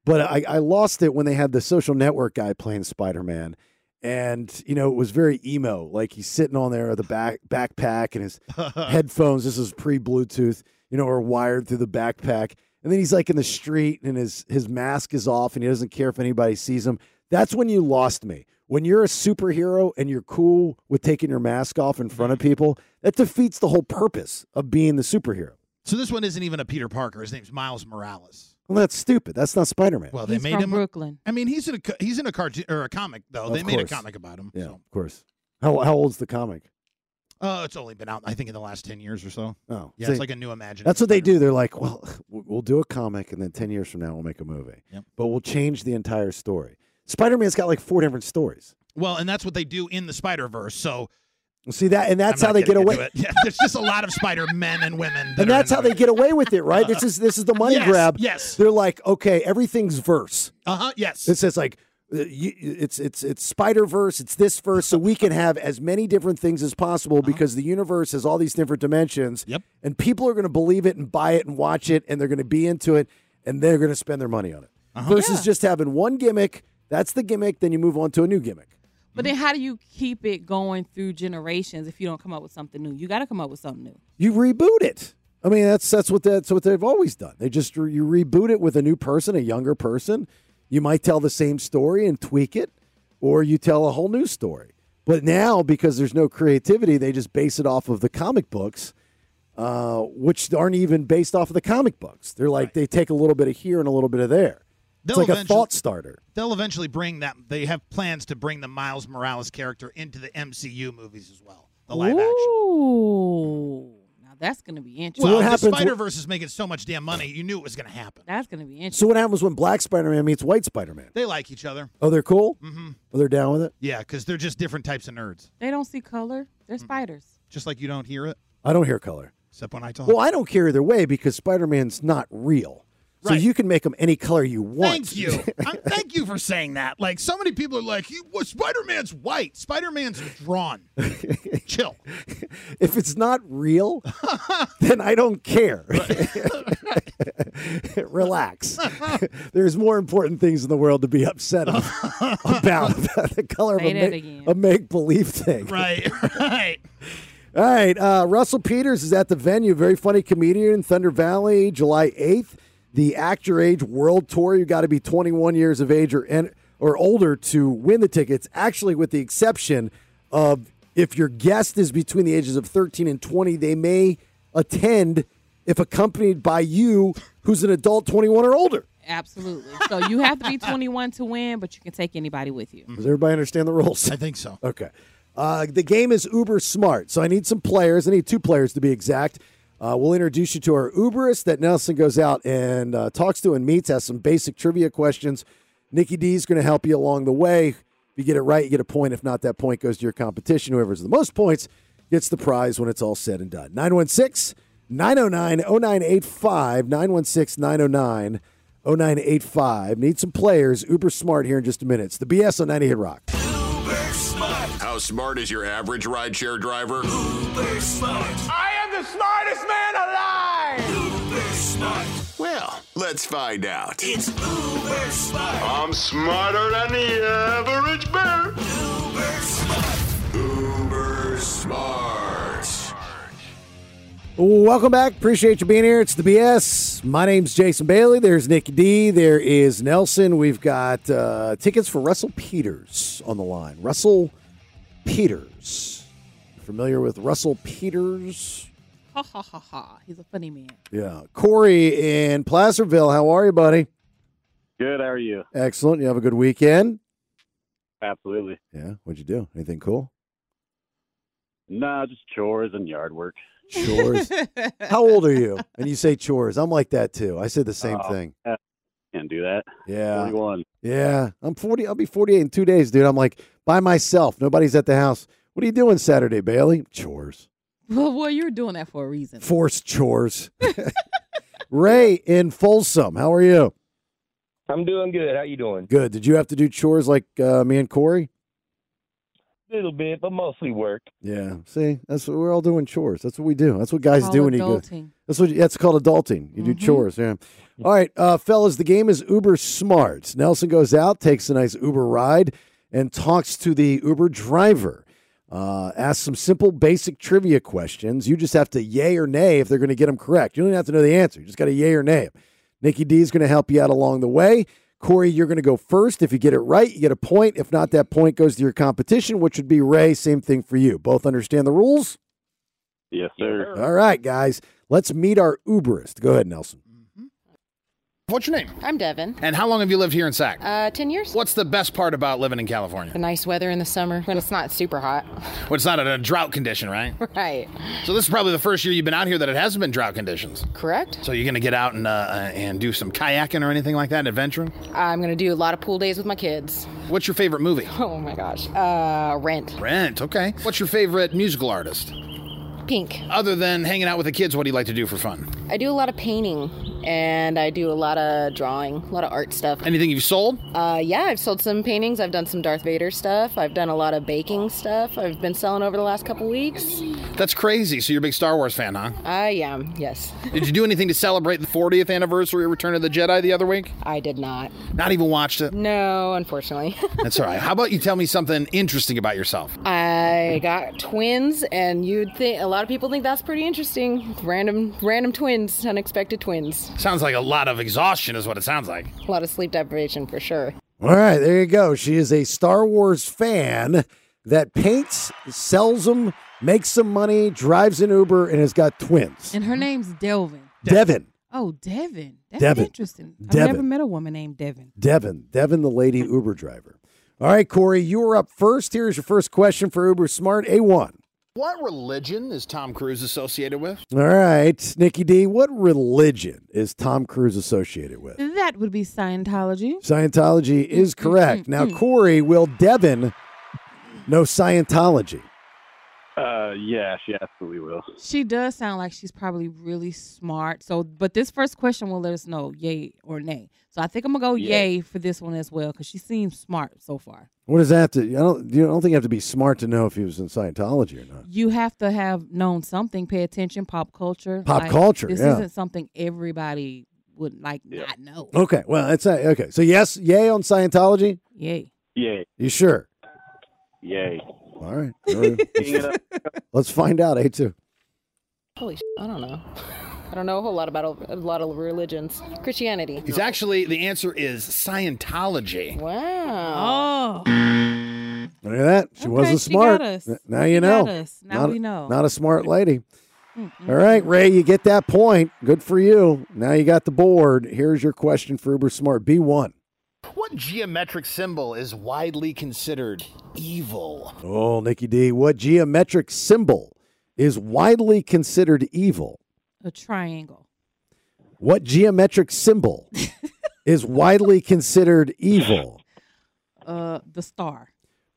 H: But I, I lost it when they had the social network guy playing Spider Man. And, you know, it was very emo. Like he's sitting on there with a back backpack and his headphones. This is pre Bluetooth, you know, are wired through the backpack. And then he's like in the street and his his mask is off and he doesn't care if anybody sees him. That's when you lost me. When you're a superhero and you're cool with taking your mask off in front of
I: Mm-hmm.
H: people, that defeats the whole purpose of being the superhero.
I: So this one isn't even a Peter Parker. His name's Miles Morales.
H: Well, that's stupid. That's not Spider Man.
I: Well, they
G: He's
I: made
G: from
I: him.
G: Brooklyn.
I: I mean, he's in a co- he's in a cartoon or a comic though.
H: Of
I: they made a
H: course.
I: comic about him.
H: yeah,
I: So.
H: of course. How how old's the comic?
I: Uh, it's only been out, I think, in the last ten years or so.
H: Oh,
I: Yeah,
H: so
I: it's like a new imagination.
H: that's what they do. They're like, well, we'll we'll do a comic, and then ten years from now we'll make a movie,
I: Yep.
H: but we'll change the entire story. Spider Man's got like four different stories.
I: Well, and that's what they do in the Spider Verse. So
H: Well, See that, and that's
I: I'm
H: how
I: not
H: they get
I: getting
H: away.
I: into it. Yeah, there's just a lot of Spider men and women. That
H: And
I: are
H: that's
I: in
H: how
I: there.
H: they get away with it, right? This is this is the money
I: Yes,
H: grab.
I: yes.
H: They're like, okay, everything's verse.
I: Uh huh. Yes.
H: It says like uh, you- it's it's it's Spider Verse, it's this verse, so we can have as many different things as possible because the universe has all these different dimensions.
I: Yep.
H: And people are going to believe it and buy it and watch it, and they're going to be into it, and they're going to spend their money on it. Versus just having one gimmick. That's the gimmick. Then you move on to a new gimmick.
G: But
I: Mhm.
G: then how do you keep it going through generations if you don't come up with something new? You got to come up with something new.
H: You reboot it. I mean, that's that's what that's what they've always done. They just you reboot it with a new person, a younger person. You might tell the same story and tweak it, or you tell a whole new story. But now, because there's no creativity, they just base it off of the comic books, uh, which aren't even based off of the comic books. They're like they take a little bit of here and a little bit of there.
I: They'll
H: it's like a
I: eventually-
H: thought starter.
I: They'll eventually bring that. They have plans to bring the Miles Morales character into the MCU movies as well. The live action.
G: Ooh, now that's gonna be interesting.
I: Well,
H: what
I: the
H: happens wh-
I: Spider Verse is making so much damn money. You knew it was going to happen.
G: that's gonna be interesting.
H: So what happens when Black Spider-Man meets White Spider-Man?
I: They like each other.
H: Oh, they're cool. Mm-hmm. Oh, they're down with it.
I: Yeah, because they're just different types of nerds.
G: They don't see color. They're
I: Mm.
G: spiders.
I: Just like you don't hear it,
H: I don't hear color.
I: except when I talk.
H: Well, I don't care either way because Spider Man's not real. So
I: Right.
H: you can make him any color you want.
I: Thank you. I'm, thank you for saying that. Like so many people are like, "You- well, Spider-Man's white. Spider-Man's drawn. Chill.
H: if it's not real, then I don't care. Relax. There's more important things in the world to be upset about, about the color
G: Say that
H: of
G: again.
H: a make believe thing.
I: Right. Right.
H: All right. Uh, Russell Peters is at the venue. Very funny comedian in Thunder Valley, July 8th. The Actor Age World Tour. You got to be 21 years of age or, en- or older to win the tickets, actually, with the exception of if your guest is between the ages of 13 and 20, they may attend if accompanied by you, who's an adult 21 or older.
G: Absolutely. so you have to be 21 to win, but you can take anybody with you.
I: Mm.
H: Does everybody understand the rules?
I: I think so.
H: Okay. Uh, the game is uber smart. So I need some players. I need two players to be exact. Uh, we'll introduce you to our Uberist that Nelson goes out and uh, talks to and meets, has some basic trivia questions. Nikki D is going to help you along the way. If you get it right, you get a point. If not, that point goes to your competition. Whoever's the most points gets the prize when it's all said and done. 916 909 0985. 916 909 0985. Need some players. Uber smart here in just a minute. It's the BS on 90 Hit Rock.
C: Uber smart.
D: How smart is your average rideshare driver?
C: Uber smart. I am the smartest man alive. Uber smart.
D: Well, let's find out.
C: It's uber smart.
L: I'm smarter than the average bear.
C: Uber smart.
D: Uber smart.
H: Welcome back. Appreciate you being here. It's the BS. My name's Jason Bailey. There's Nick D. There is Nelson. We've got uh, tickets for Russell Peters on the line. Russell Peters. Familiar with Russell Peters?
G: Ha ha ha ha. He's a funny man.
H: Yeah. Corey in Placerville. How are you, buddy?
L: Good, how are you?
H: Excellent. You have a good weekend.
L: Absolutely.
H: Yeah. What'd you do? Anything cool?
L: Nah, just chores and yard work.
H: Chores. How old are you? And you say chores. I'm like that too. I said the same
L: Oh,
H: thing.
L: Can't do that.
H: Yeah.
L: 41.
H: Yeah, I'm 40. I'll be 48 in two days, dude. I'm like by myself. Nobody's at the house. What are you doing Saturday, Bailey? Chores.
G: Well, well, you're doing that for a reason.
H: Forced chores. Ray in Folsom, how are you?
M: I'm doing good. How you doing?
H: Good. Did you have to do chores like uh, me and Corey?
M: A little bit, but mostly work.
H: Yeah. See, that's what we're all doing chores. That's what we do. That's what guys do when you go.
M: adulting.
H: That's what that's called adulting. You do chores. Yeah. All right, uh, fellas. The game is Uber Smart. Nelson goes out, takes a nice Uber ride, and talks to the Uber driver. Uh, asks some simple, basic trivia questions. You just have to yay or nay if they're going to get them correct. You don't even have to know the answer. You just got to yay or nay. 'em. Nikki D is going to help you out along the way. Corey, you're going to go first. If you get it right, you get a point. If not, that point goes to your competition, which would be Ray. Same thing for you. Both understand the rules.
L: Yes, sir.
H: All right, guys. Let's meet our Uberist. Go ahead, Nelson.
N: What's your name?
O: I'm Devin.
N: And how long have you lived here in Sac?
O: Uh, 10 years?
N: What's the best part about living in California?
O: The nice weather in the summer when it's not super hot.
N: Well, it's not a drought condition, right?
O: Right.
N: So this is probably the first year you've been out here that it hasn't been drought conditions.
O: Correct.
N: So you're gonna get out and uh, uh, and do some kayaking or anything like that, adventuring.
O: I'm going to do a lot of pool days with my kids.
N: What's your favorite movie?
O: Oh my gosh. Uh, Rent.
N: Rent. Okay. What's your favorite musical artist?
O: Pink.
N: Other than hanging out with the kids, what do you like to do for fun?
O: I do a lot of painting and I do a lot of drawing, a lot of art stuff.
N: Anything you've sold?
O: Uh, yeah, I've sold some paintings. I've done some Darth Vader stuff. I've done a lot of baking stuff. I've been selling over the last couple weeks.
N: That's crazy. So you're a big Star Wars fan, huh?
O: I am, yes.
N: Did you do anything to celebrate the 40th anniversary of Return of the Jedi the other week?
O: I did not.
N: Not even watched it.
O: No, unfortunately.
N: That's all right. How about you tell me something interesting about yourself?
O: I got twins, and you'd think a lot of people think that's pretty interesting. Random, random twins, unexpected twins.
N: Sounds like a lot of exhaustion, is what it sounds like.
O: A lot of sleep deprivation for sure.
H: All right, there you go. She is a Star Wars fan that paints, sells them, makes some money, drives an Uber, and has got twins.
G: And her name's Delvin.
H: Devin.
G: Oh, Devin. That's
H: Devin.
G: interesting. I've never
H: Devin.
G: met a woman named Devin.
H: Devin. Devin, the lady Uber driver. All right, Corey, you were up first. Here's your first question for Uber Smart A1.
N: What religion is Tom Cruise associated with?
H: All right, Nikki D, what religion is Tom Cruise associated with?
G: That would be Scientology.
H: Scientology is correct. Now, Corey, will Devin know Scientology?
L: Uh, yeah, she absolutely will.
G: She does sound like she's probably really smart. So, but this first question will let us know yay or nay. So I think I'm gonna go
H: Yeah.
G: yay for this one as well because she seems smart so far.
H: What does that have to? I don't. You don't think you have to be smart to know if he was in Scientology or not.
G: You have to have known something. Pay attention, pop culture.
H: Pop culture,
G: This
H: yeah.
G: isn't something everybody would like not know.
H: Okay. Well, it's not, okay. So yes, yay on Scientology.
G: Yay.
L: Yay.
H: You sure?
L: Yay.
H: All right. All right. Let's find out. A two.
O: Holy, sh- I don't know. I don't know a whole lot about a lot of religions. Christianity.
N: It's actually, the answer is Scientology.
G: Oh.
O: Wow.
H: Look at that. She wasn't
O: she
H: smart.
O: got us.
H: N- Now
O: She
H: you know.
O: got us. Now
H: Not-
O: we know.
H: Not a smart lady. All right, Ray, you get that point. Good for you. Now you got the board. Here's your question for Uber Smart B1.
N: What geometric symbol is widely considered evil?
H: Oh, Nikki D, what geometric symbol is widely considered evil?
G: A triangle.
H: What geometric symbol is widely considered evil?
G: Uh, the star.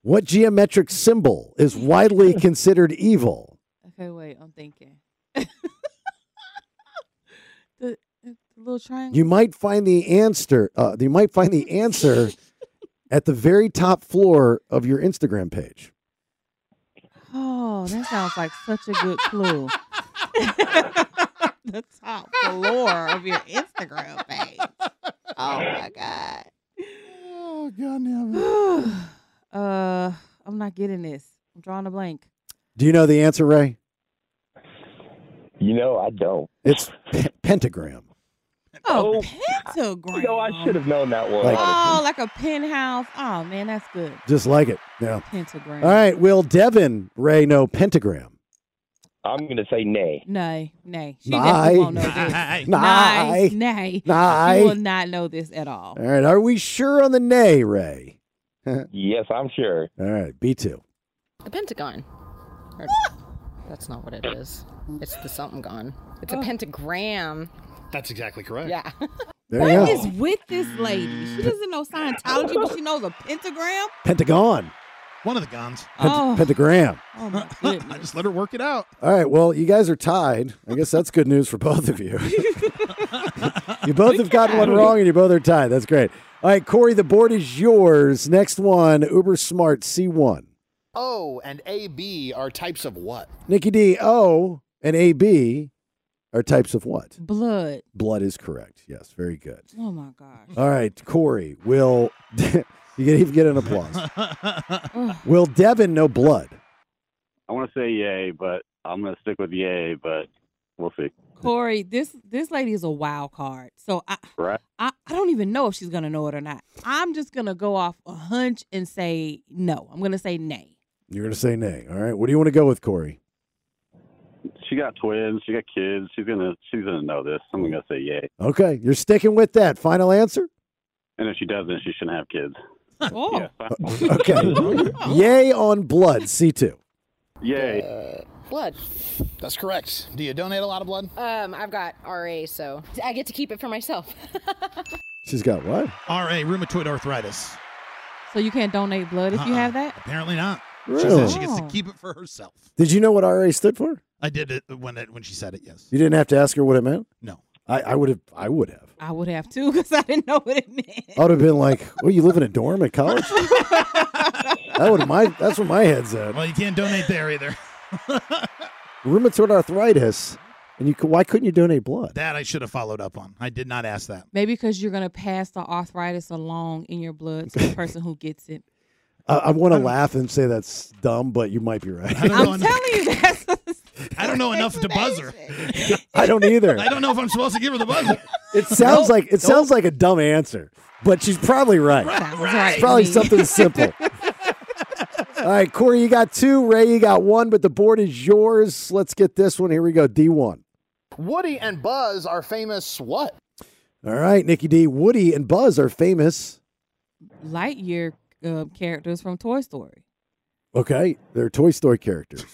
H: What geometric symbol is widely considered evil?
G: Okay, wait. I'm thinking. the, the little triangle.
H: You might find the answer. Uh, you might find the answer at the very top floor of your Instagram page.
G: Oh, that sounds like such a good clue. the top floor of your Instagram page. Oh my god.
H: Oh god damn
G: Uh I'm not getting this. I'm drawing a blank.
H: Do you know the answer, Ray?
M: You know, I don't.
H: It's pe- pentagram.
G: Oh, pentagram.
M: No, I should have known that one.
H: Like-
G: Oh, like a penthouse. Oh man, that's good.
H: Just like it. Yeah.
G: Pentagram.
H: All right. Will Devin Ray know pentagram?
M: I'm gonna say nay.
G: Nay, nay. She
H: Nay.
G: definitely won't know this.
H: Nay.
G: Nay,
H: Nay.
G: nay.
H: Nay.
G: She will not know this at all.
H: All right. Are we sure on the nay, Ray?
M: Yes, I'm sure.
H: All right. B two.
O: The Pentagon. Or- that's not what it is. It's the something gone. It's a pentagram.
N: Oh. That's exactly correct.
O: Yeah.
H: There you
G: What
H: go.
G: is with this lady? She doesn't know Scientology, but she knows a pentagram.
H: Pentagon.
I: One of the guns.
H: Pent- Pentagram.
G: Oh my
I: I just let her work it out.
H: All right. Well, you guys are tied. I guess that's good news for both of you. you both have gotten one wrong and you both are tied. That's great. All right, Corey, the board is yours. Next one Uber Smart C1.
N: O and AB are types of what?
H: Nikki D, O and AB are types of what?
G: Blood.
H: Blood is correct. Yes. Very good.
G: Oh my gosh.
H: All right, Corey, will. you can even get an applause. Will Devin know blood?
L: I want to say yay, but I'm going to stick with yay, but we'll see.
G: Corey, this this lady is a wild card. So I,
L: Right?
G: I I don't even know if she's gonna know it or not. I'm just gonna go off a hunch and say no. I'm gonna say nay.
H: You're going to say nay. All right. What do you want to go with, Corey?
L: She got twins. She got kids. She's gonna. She's gonna know this. I'm gonna say yay.
H: Okay. You're sticking with that. Final answer?
L: And if she doesn't, she shouldn't have kids.
G: Oh.
H: Okay. Yay on blood, C2.
L: Yay.
N: Uh,
O: Blood.
N: That's correct. Do you donate a lot of blood?
O: Um, I've got RA, so I get to keep it for myself.
H: She's got what?
I: RA, rheumatoid arthritis.
G: So you can't donate blood if you
I: Uh-uh.
G: have that?
I: Apparently not. She
H: Really?
I: says she gets to keep it for herself.
H: Did you know what RA stood for?
I: I did it when it, when she said it. Yes.
H: You didn't have to ask her what it meant?
I: No.
H: I, I would have. I would have.
G: I would have too, because I didn't know what it meant.
H: I would have been like, "Oh, you live in a dorm at college?" that would my. That's what my head's at.
I: Well, you can't donate there either.
H: Rheumatoid arthritis, and you. c- Why couldn't you donate blood?
I: That I should have followed up on. I did not ask that.
G: Maybe because you're gonna pass the arthritis along in your blood to the person who gets it.
H: I, I want to laugh and say that's dumb, but you might be right.
G: I'm telling you that's
I: I don't know enough to buzz her.
H: I don't either.
I: I don't know if I'm supposed to give her the buzzer.
H: It sounds like it sounds like a dumb answer, but she's probably right.
I: Sounds right
H: It's
I: to
H: probably
I: me.
H: something simple. All right, Corey, you got two. Ray, you got one, but the board is yours. Let's get this one. Here we go. D one.
N: Woody and Buzz are famous what?
H: All right, Nikki D. Woody and Buzz are famous.
G: Lightyear uh, characters from Toy Story.
H: Okay, they're Toy Story characters.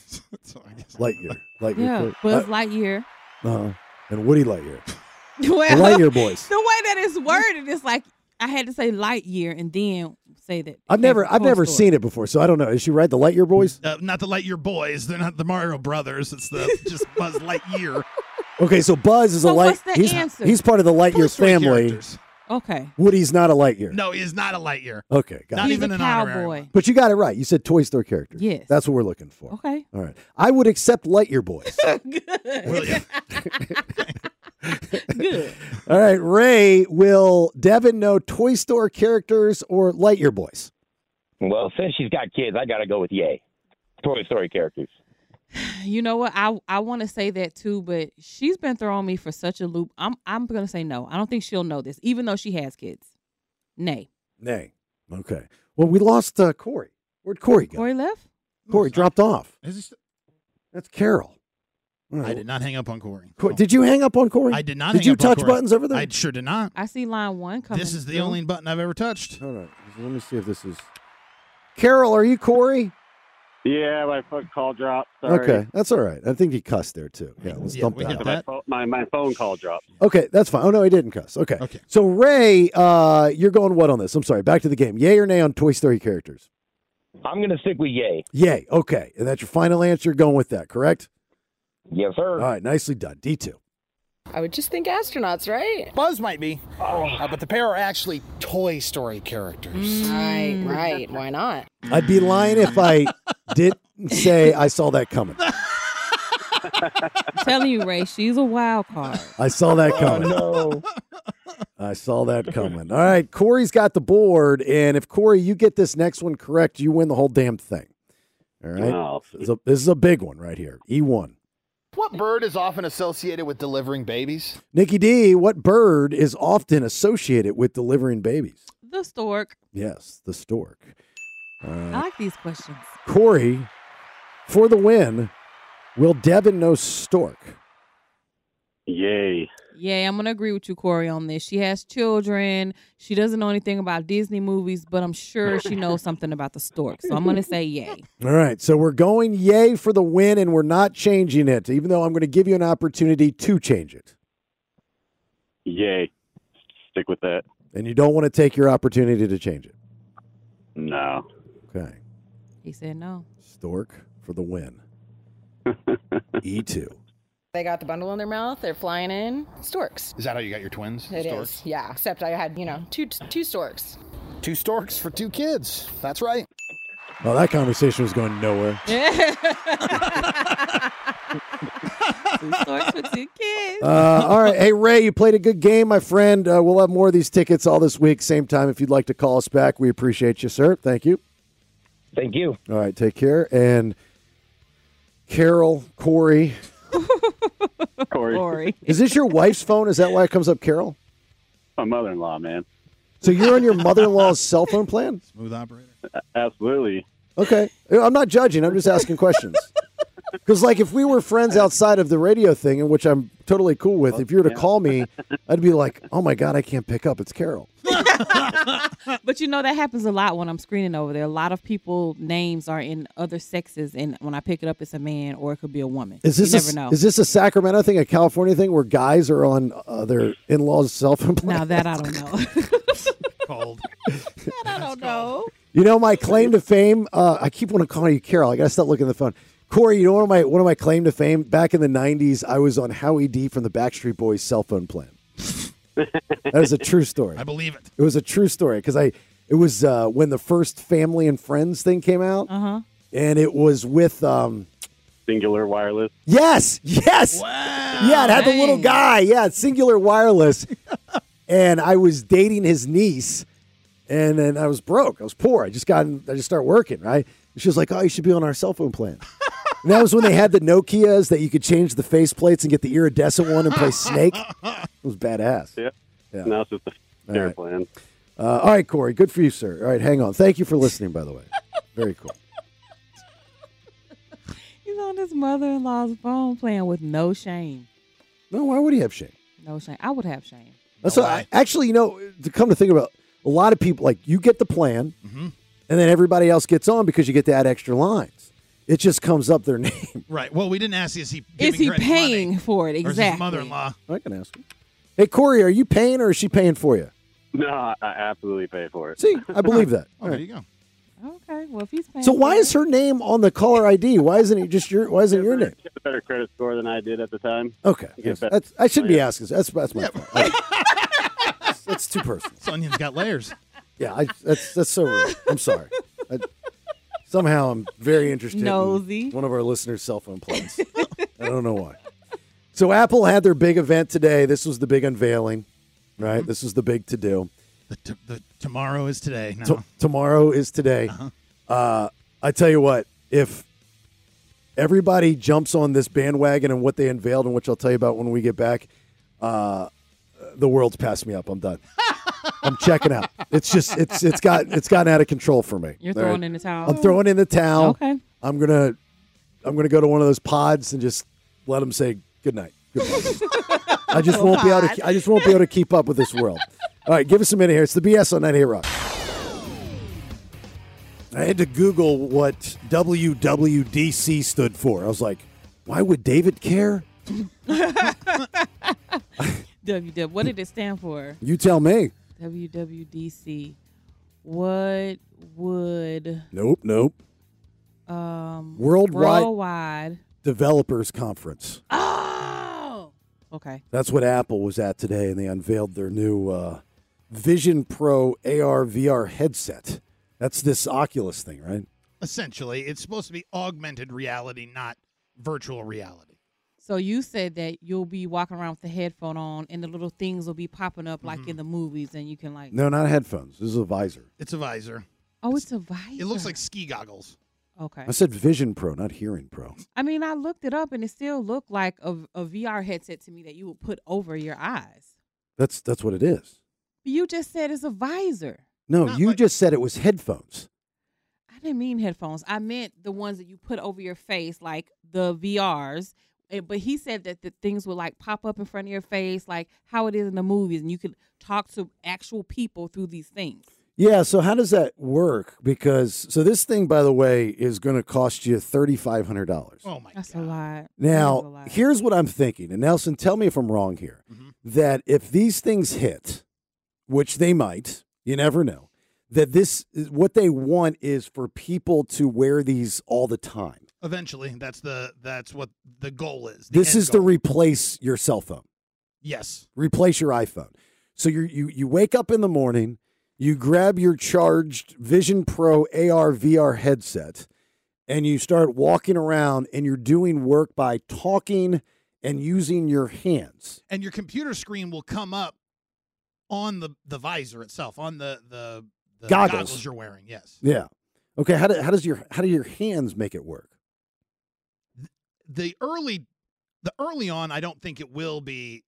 H: Lightyear, Lightyear,
G: Yeah,
H: Cor-
G: Buzz Lightyear.
H: uh-huh. and Woody Lightyear.
G: Well,
H: Lightyear boys.
G: The way that it's worded, it's like I had to say Lightyear and then say that.
H: I've never, I've never seen it before, so I don't know. Is she right? The Lightyear boys.
I: Uh, not the Lightyear boys. They're not the Mario Brothers. It's the just Buzz Lightyear.
H: Okay, so Buzz is a
I: So
H: light.
I: what's the
H: he's,
I: answer?
H: he's part of the
I: Toy
H: Lightyear
I: Story
H: family.
I: characters.
G: Okay.
H: Woody's not a Lightyear.
I: No, he is not a Lightyear.
H: Okay, got
I: Not
H: it.
I: even an honorary. one.
H: But you got it right. You said Toy Story characters.
I: Yes.
H: that's what we're looking for.
G: Okay.
H: All right, I would accept Lightyear boys.
G: Good.
H: All right, Ray. Will Devin know Toy Story characters or Lightyear boys?
M: Well, since she's got kids, I gotta go with yay. Toy Story characters.
G: You know what? I I want to say that too, but she's been throwing me for such a loop. I'm I'm gonna say no. I don't think she'll know this, even though she has kids. Nay.
H: Nay. Okay. Well, we lost uh, Corey. Where'd Corey go?
G: Corey left.
H: Corey dropped off.
I: Is he still-
H: That's Carol. All right.
I: I did not hang up on Corey.
H: Cor- Did you hang up on Corey?
I: I did not.
H: Did
I: hang
H: you
I: up on
H: touch
I: Corey.
H: buttons over there?
I: I sure did not.
G: I see line one coming.
I: This is the
G: through.
I: only button I've ever touched.
H: Hold on. Let me see if this is. Carol, are you Corey?
L: Yeah, my phone call dropped. Sorry.
H: Okay, that's all right. I think he cussed there too. Yeah, let's dump that.
L: Yeah,
H: out.
L: my, phone, my my phone call dropped.
H: Okay, that's fine. Oh no, he didn't cuss. Okay. Okay. So Ray, uh, you're going what on this? I'm sorry. Back to the game. Yay or nay on Toy Story characters?
M: I'm gonna stick with yay.
H: Yay. Okay, and that's your final answer. You're Going with that, correct?
M: Yes, sir.
H: All right, nicely done. D two.
O: I would just think astronauts, right?
N: Buzz might be,
P: Oh.
N: uh, but the pair are actually Toy Story characters.
O: Right,
G: Mm.
O: right. Why not?
H: I'd be lying if I didn't say I saw that coming.
G: I'm telling you, Ray, she's a wild card.
H: I saw that coming. I saw that coming. All right, Corey's got the board, and if Corey, you get this next one correct, you win the whole damn thing. All right,
N: Wow.
H: this, is a, this is a big one right here. E one.
N: What bird is often associated with delivering babies?
H: Nikki D, what bird is often associated with delivering babies?
G: The stork.
H: Yes, the stork. All
G: I
H: right.
G: like these questions.
H: Corey, for the win, will Devin know stork?
L: Yay.
G: Yeah, I'm gonna agree with you, Corey, on this. She has children. She doesn't know anything about Disney movies, but I'm sure she knows something about the stork. So I'm gonna say yay.
H: All right, so we're going yay for the win, and we're not changing it, even though I'm going to give you an opportunity to change it.
L: Yay. Stick with that.
H: And you don't want to take your opportunity to change it.
L: No.
H: Okay.
G: He said no.
H: Stork for the win. E E2.
O: They got the bundle in their mouth. They're flying in. Storks.
N: Is that how you got your twins?
O: It is. Yeah. Except I had, you know, two two storks.
N: Two storks for two kids. That's right.
H: Well, that conversation was going nowhere.
G: storks with two kids.
H: Uh, all right. Hey, Ray, you played a good game, my friend. Uh, we'll have more of these tickets all this week, same time. If you'd like to call us back, we appreciate you, sir. Thank you.
M: Thank you.
H: All right. Take care. And Carol, Corey.
L: Corey.
H: Is this your wife's phone? Is that why it comes up, Carol?
L: My mother-in-law, man.
H: So you're on your mother in law's cell phone plan?
I: Smooth operator.
L: A- Absolutely.
H: Okay. I'm not judging. I'm just asking questions. Because, like, if we were friends outside of the radio thing, in which I'm totally cool with, if you were to call me, I'd be like, oh my God, I can't pick up. It's Carol.
G: but you know that happens a lot when I'm screening over there. A lot of people names are in other sexes, and when I pick it up, it's a man or it could be a woman.
H: Is this
G: you
H: a,
G: never know?
H: is this a Sacramento thing, a California thing, where guys are on uh, their in law's cell phone plan?
G: now that I don't know.
I: Cold.
G: I don't know.
H: You know my claim to fame. Uh, I keep wanting to call you Carol. I gotta stop looking at the phone. Corey, you know one of my one of my claim to fame. Back in the '90s, I was on Howie D from the Backstreet Boys cell phone plan. that is a true story.
I: I believe it.
H: It was a true story because I it was uh, when the first Family and Friends thing came out,
G: Uh huh.
H: and it was with um,
L: Singular wireless.
H: Yes, yes. Yeah, it had the little guy. Yeah, it's singular wireless. and I was dating his niece, and then I was broke. I was poor. I just got. in- I just started working. Right. And she was like, "Oh, you should be on our cell phone plan." and that was when they had the Nokia's that you could change the faceplates and get the iridescent one and play Snake. It was badass.
L: Yeah. Now it's just a
H: All
L: fair
H: right.
L: plan.
H: Uh, all right, Corey. Good for you, sir. All right, hang on. Thank you for listening. By the way, very cool.
G: He's on his mother-in-law's phone playing with no shame.
H: No, why would he have shame?
G: No shame. I would have shame.
H: That's what I, actually, you know, to come to think about, a lot of people like you get the plan,
I: Mhm.
H: and then everybody else gets on because you get to add extra lines. It just comes up their name.
I: Right. Well, we didn't ask is he
G: Is
I: giving
G: he
I: her any
G: paying
I: money,
G: for it?
I: or is his
G: Exactly.
I: mother-in-law. Oh,
H: I can ask. Him. Hey, Corey, are you paying or is she paying for you?
L: No, I I absolutely pay for it.
H: See, I believe that.
I: Oh, there you go.
G: Okay. Well, if he's paying.
H: So why is her name on the caller ID? Why isn't it just your? Why isn't it your name?
L: She had a better credit score than I did at the time.
H: Okay,
L: Get
H: yes.
L: better.
H: that's, I shouldn't be asking. That's that's my fault. I- that's too personal.
I: This onion's got layers.
H: Yeah, I, that's that's so rude. I'm sorry. I, somehow I'm very interested. in
G: Nosy.
H: one of our listeners' cell phone plans. I don't know why. So Apple had their big event today. This was the big unveiling, right? This was the big to do.
I: T- the, tomorrow is today. No.
H: T- tomorrow is today. Uh, I tell you what, if everybody jumps on this bandwagon and what they unveiled, and which I'll tell you about when we get back, uh, the world's passed me up. I'm done. I'm checking out. It's just it's it's got it's gotten out of control for me.
G: You're
H: All
G: throwing in the towel.
H: I'm throwing in the towel.
G: Okay.
H: I'm gonna I'm gonna go to one of those pods and just let them say good night. I just won't be able to. I just won't be able to keep up with this world. All right, give us a minute here. It's the BS on 98 Rock. I had to Google what WWDC stood for. I was like, why would David care?
G: WW. What did it stand for?
H: You tell me.
G: WWDC. What would
H: Nope, nope.
G: um
H: Worldwide-
G: worldwide
H: Developers Conference.
G: okay
H: That's what Apple was at today, and they unveiled their new uh, Vision Pro AR VR headset. That's this Oculus thing, right?
I: Essentially, it's supposed to be augmented reality, not virtual reality.
G: So you said that you'll be walking around with the headphone on, and the little things will be popping up like
I: Mm-hmm.
G: in the movies, and you can like.
H: No, not headphones. This is a visor.
I: It's a visor.
G: Oh, it's a visor.
I: It looks like ski goggles.
G: Okay.
H: I said Vision Pro, not Hearing Pro.
G: I mean, I looked it up, and it still looked like a, a VR headset to me that you would put over your eyes.
H: That's that's what it is.
G: But you just said it's a visor.
H: No, you just said it was headphones.
G: I didn't mean headphones. I meant the ones that you put over your face, like the VRs. Eh, But he said that the things would like pop up in front of your face, like how it is in the movies, and you could talk to actual people through these things.
H: Yeah, so how does that work? Because so this thing, by the way, is going to cost you thirty five hundred dollars.
G: Oh my That's a lot. That is a
H: Now,
G: lot.
H: here's what I'm thinking, and Nelson, tell me if I'm wrong here. That if these things hit, which they might, you never know, that this is- what they want is for people to wear these all the time.
I: Eventually, that's the that's what the goal is. the
H: This
I: end
H: is to
I: goal.
H: replace your cell phone.
I: yes.
H: replace your iPhone. So you you you wake up in the morning, you grab your charged Vision Pro AR VR headset, and you start walking around and you're doing work by talking and using your hands.
I: and your computer screen will come up on the the visor itself on the the, the
H: Goggles.
I: you're wearing yes
H: Yeah. Okay, how do, how does your how do your hands make it work?
I: the early the early on i don't think it will be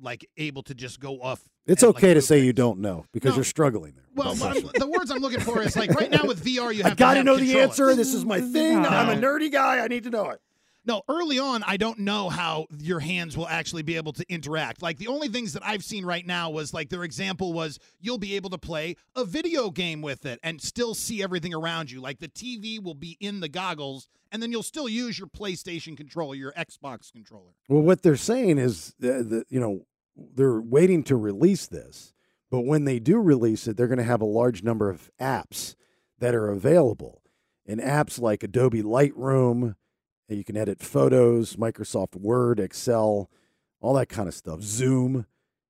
I: like able to just go off
H: It's
I: and, like,
H: okay to
I: move
H: say you
I: things.
H: don't know because
I: No.
H: you're struggling there.
I: well
H: That's
I: what
H: not
I: I'm-
H: true.
I: the words i'm looking for is like right now with vr you have
H: I got to
I: have
H: know the
I: controller.
H: answer. This is my thing. I'm a
I: No.
H: nerdy guy. I need to know it.
I: No, early on, I don't know how your hands will actually be able to interact. Like the only things that I've seen right now was like their example was you'll be able to play a video game with it and still see everything around you. Like the TV will be in the goggles, and then you'll still use your PlayStation controller, your Xbox controller.
H: Well, what they're saying is, uh, the, you know, they're waiting to release this, but when they do release it, they're going to have a large number of apps that are available, and apps like Adobe Lightroom, uh, you can edit photos, Microsoft Word, Excel, all that kind of stuff, Zoom,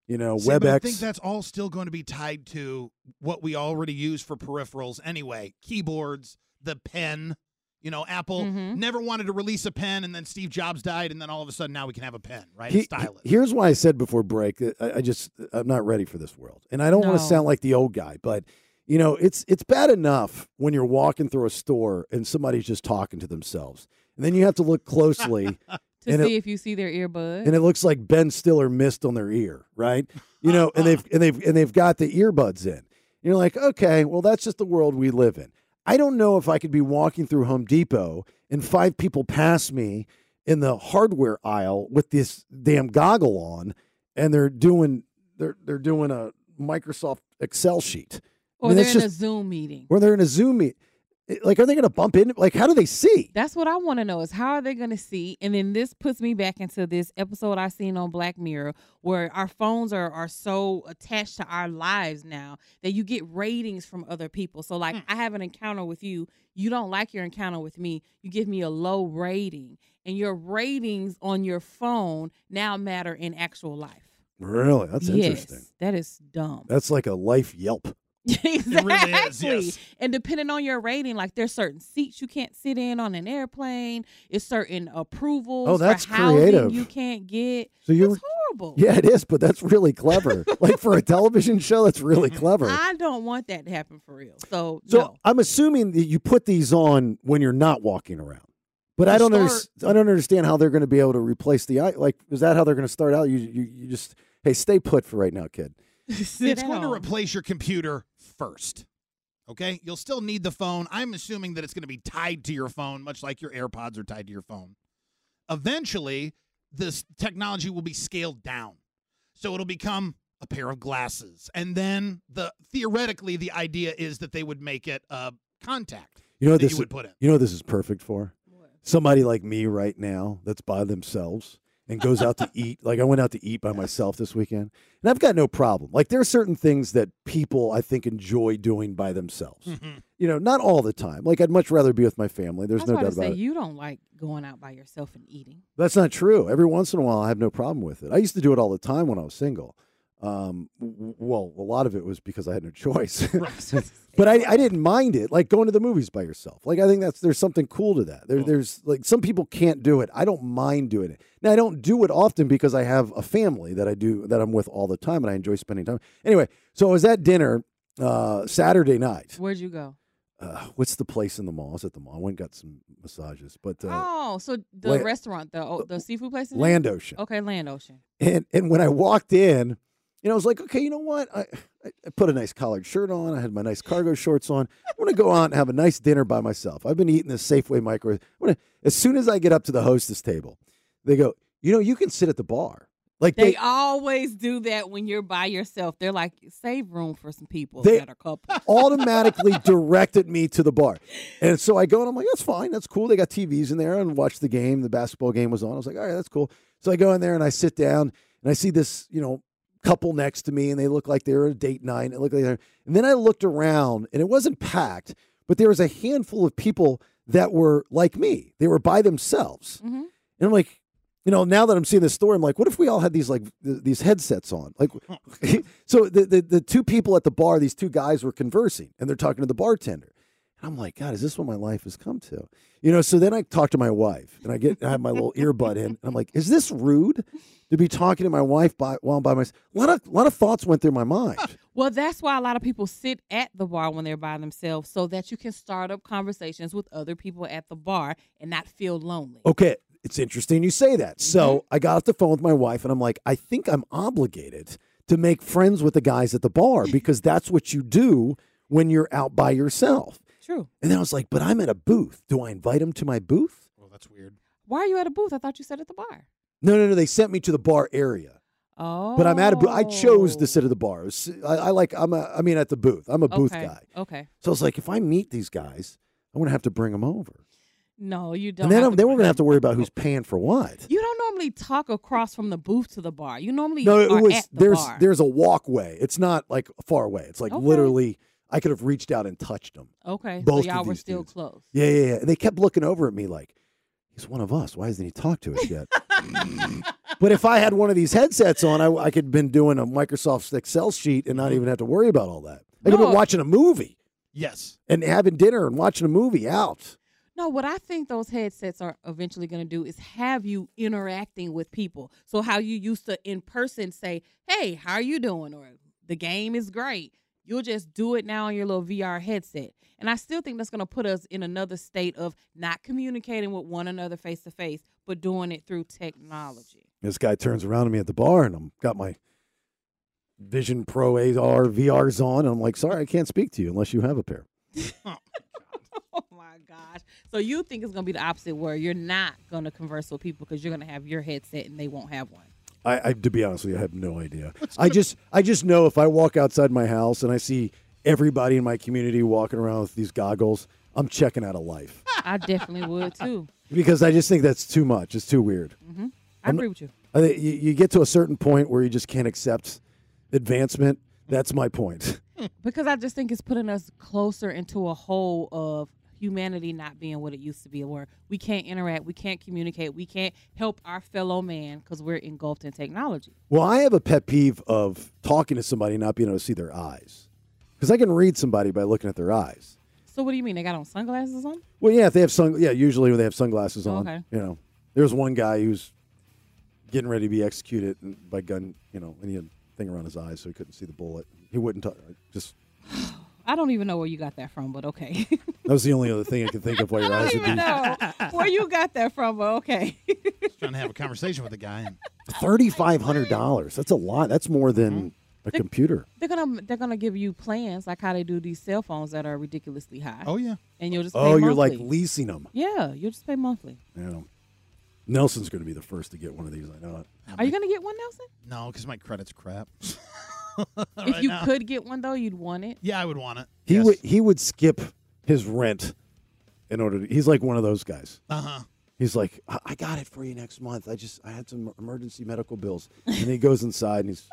H: you know,
I: See, but I
H: WebEx.
I: think that's all still going to be tied to what we already use for peripherals anyway keyboards, the pen. You know, Apple
H: Mhm.
I: never wanted to release a pen, and then Steve Jobs died, and then all of a sudden now we can have a pen, right?
H: He-
I: It's stylus.
H: he- Here's why I said before break. that I, I just I'm not ready for this world, and I don't want to
I: No.
H: sound like the old guy, but you know it's it's bad enough when you're walking through a store and somebody's just talking to themselves, and then you have to look closely,
G: to
H: and
G: see
H: it,
G: if you see their earbud.
H: and it looks like Ben Stiller missed on their ear, right? You know, and they've and they've and they've got the earbuds in. And you're like, okay, well that's just the world we live in. I don't know if I could be walking through Home Depot and five people pass me in the hardware aisle with this damn goggle on, and they're doing they're they're doing a Microsoft Excel sheet, I
G: or
H: mean,
G: they're
H: that's
G: in a
H: just-
G: Zoom meeting.
H: or they're in a Zoom meet. Like, are they going to bump in? Like, how do they see?
G: That's what I want to know is how are they going to see? And then this puts me back into this episode I seen on Black Mirror where our phones are, are so attached to our lives now that you get ratings from other people. So,
H: Hmm.
G: like, I have an encounter with you. You don't like your encounter with me. You give me a low rating. And your ratings on your phone now matter in actual life.
H: Really, that's
G: Yes,
H: interesting.
G: That is dumb.
H: That's like a life Yelp.
G: exactly.
H: yes.
G: And depending on your rating, like there's certain seats you can't sit in on an airplane. It's certain approvals.
H: Oh, that's
G: for housing
H: creative.
G: You can't get.
H: So you're
G: horrible.
H: Yeah, it is, but that's really clever. like for a television show, that's really clever.
G: Mm-hmm. I don't want that to happen for real. So,
H: so
G: no.
H: I'm assuming that you put these on when you're not walking around. But I
G: To
H: don't under-
G: start-
H: I don't understand how they're going to be able to replace the eye. Like, is that how they're going to start out? You, you you just hey, stay put for right now, kid.
I: it's going to replace your computer first. Okay? You'll still need the phone. I'm assuming that it's going to be tied to your phone, much like your AirPods are tied to your phone. Eventually, this technology will be scaled down. So it'll become a pair of glasses. And then the theoretically the idea is that they would make it a contact.
H: You know what
I: that
H: this
I: you
H: is-
I: would put in.
H: you know what this is perfect for somebody like me right now that's by themselves and goes out to eat. Like I went out to eat by myself this weekend, and I've got no problem. Like there are certain things that people I think enjoy doing by themselves. You know, not all the time. Like I'd much rather be with my family. There's
G: I was
H: no
G: about
H: doubt
G: to say
H: about it.
G: you don't like going out by yourself and eating.
H: That's not true. Every once in a while, I have no problem with it. I used to do it all the time when I was single. Um, w- well, a lot of it was because I had no choice, but I, I didn't mind it. Like going to the movies by yourself. Like I think that's there's something cool to that. There, There's like some people can't do it. I don't mind doing it. Now I don't do it often because I have a family that I do that I'm with all the time, and I enjoy spending time. Anyway, so I was at dinner uh, Saturday night.
G: Where'd you go?
H: Uh, what's the place in the mall? I was at the mall. I went and got some massages, but uh,
G: oh, so the
H: Lan-
G: restaurant, the oh, the seafood place. in there?
H: Land Ocean.
G: Okay, Land Ocean.
H: And and when I walked in, you know, I was like, okay, you know what? I, I I put a nice collared shirt on. I had my nice cargo shorts on. I'm gonna go out and have a nice dinner by myself. I've been eating this Safeway micro. I'm gonna- as soon as I get up to the hostess table, they go, you know, you can sit at the bar. Like
G: They
H: they,
G: always do that when you're by yourself. They're like, save room for some people
H: They-
G: that are couples.
H: automatically directed me to the bar. And so I go and I'm like, that's fine. That's cool. They got TVs in there and watch the game. The basketball game was on. I was like, all right, that's cool. So I go in there and I sit down and I see this, you know, couple next to me, and they looked like they were at a date night. And it looked like, they're- and then I looked around, and it wasn't packed, but there was a handful of people that were like me. They were by themselves, and I'm like, you know, now that I'm seeing this story, I'm like, what if we all had these like th- these headsets on? Like, so the, the the two people at the bar, these two guys were conversing, and they're talking to the bartender. And I'm like, God, is this what my life has come to? You know, so then I talk to my wife and I get, I have my little earbud in and I'm like, is this rude to be talking to my wife by, while I'm by myself? A lot of, lot of thoughts went through my mind.
G: Well, that's why a lot of people sit at the bar when they're by themselves so that you can start up conversations with other people at the bar and not feel lonely.
H: Okay. It's interesting you say that. So
G: Mm-hmm.
H: I got off the phone with my wife and I'm like, I think I'm obligated to make friends with the guys at the bar because that's what you do when you're out by yourself.
G: True.
H: And then I was like, but I'm at a booth. Do I invite them to my booth?
G: Why are you at a booth? I thought you said at the bar.
H: No, no, no. They sent me to the bar area.
G: Oh.
H: But I'm at a booth. I chose to sit at the bar. It was- I, I like. I'm a. I mean, at the booth. I'm a booth
G: Okay,
H: guy.
G: Okay.
H: So I was like, if I meet these guys, I'm gonna have to bring them over,
G: No, you don't.
H: and then
G: have
H: I'm,
G: to
H: then we're
G: bring-
H: gonna have to worry about who's paying for what.
G: You don't normally talk across from the booth to the bar. You normally
H: No,
G: are
H: it
G: at
H: was
G: the
H: there's
G: bar.
H: there's a walkway. It's not like far away. It's like literally, I could have reached out and touched them.
G: Okay,
H: both
G: so
H: of
G: y'all were
H: these
G: still close.
H: Yeah, yeah, yeah. And they kept looking over at me like, he's one of us. Why hasn't he talked to us yet? but if I had one of these headsets on, I, I could have been doing a Microsoft Excel sheet and not even have to worry about all that. I could have
G: Mm-hmm. No.
H: been watching a movie
I: Yes.
H: and having dinner and watching a movie out.
G: No, what I think those headsets are eventually going to do is have you interacting with people. So how you used to in person say, "Hey, how are you doing?" or "The game is great." You'll just do it now on your little VR headset. And I still think that's going to put us in another state of not communicating with one another face to face, but doing it through technology.
H: This guy turns around to me at the bar and I'm got my Vision Pro AR VRs on. And I'm like, sorry, I can't speak to you unless you have a pair.
G: Oh So you think it's going to be the opposite where you're not going to converse with people because you're going to have your headset and they won't have one.
H: I, I to be honest with you, I have no idea. I just I just know if I walk outside my house and I see everybody in my community walking around with these goggles, I'm checking out of life
G: I definitely would too.
H: because I just think that's too much. It's too weird.
G: hmm I
H: I'm-
G: agree with you.
H: I think you, you get to a certain point where you just can't accept advancement. That's my point.
G: Because I just think it's putting us closer into a hole of humanity not being what it used to be, where we can't interact, we can't communicate, we can't help our fellow man because we're engulfed in technology.
H: Well, I have a pet peeve of talking to somebody and not being able to see their eyes because I can read somebody by looking at their eyes.
G: So what do you mean? They got on sunglasses on?
H: Well, yeah, if they have sun, yeah, usually when they have sunglasses on,
G: Okay.
H: you know, there's one guy who's getting ready to be executed and- by gun, you know, and he had a thing around his eyes, so he couldn't see the bullet. He wouldn't talk. Just
G: I don't even know where you got that from, but okay.
H: that was the only other thing I could think of why your eyes would be
G: no, where you got that from, but okay.
I: Trying to have a conversation with a guy. And
H: thirty five hundred dollars. That's a lot. That's more than a computer.
G: They're gonna they're gonna give you plans like how they do these cell phones that are ridiculously high.
H: Oh, yeah.
G: and you'll just pay
H: Oh, you're like
G: monthly.
H: leasing them.
G: yeah, you'll just pay monthly.
H: Yeah. Nelson's going to be the first to get one of these. I know it.
G: Are you gonna get one, Nelson?
I: No, because my credit's crap.
G: if
I: Right
G: you
I: now.
G: could get one though, you'd want it.
I: Yeah, I would want it.
H: He would he would skip his rent in order to. He's like one of those guys.
I: Uh huh.
H: He's like, I, I got it for you next month. I just I had some emergency medical bills, and he goes inside and he's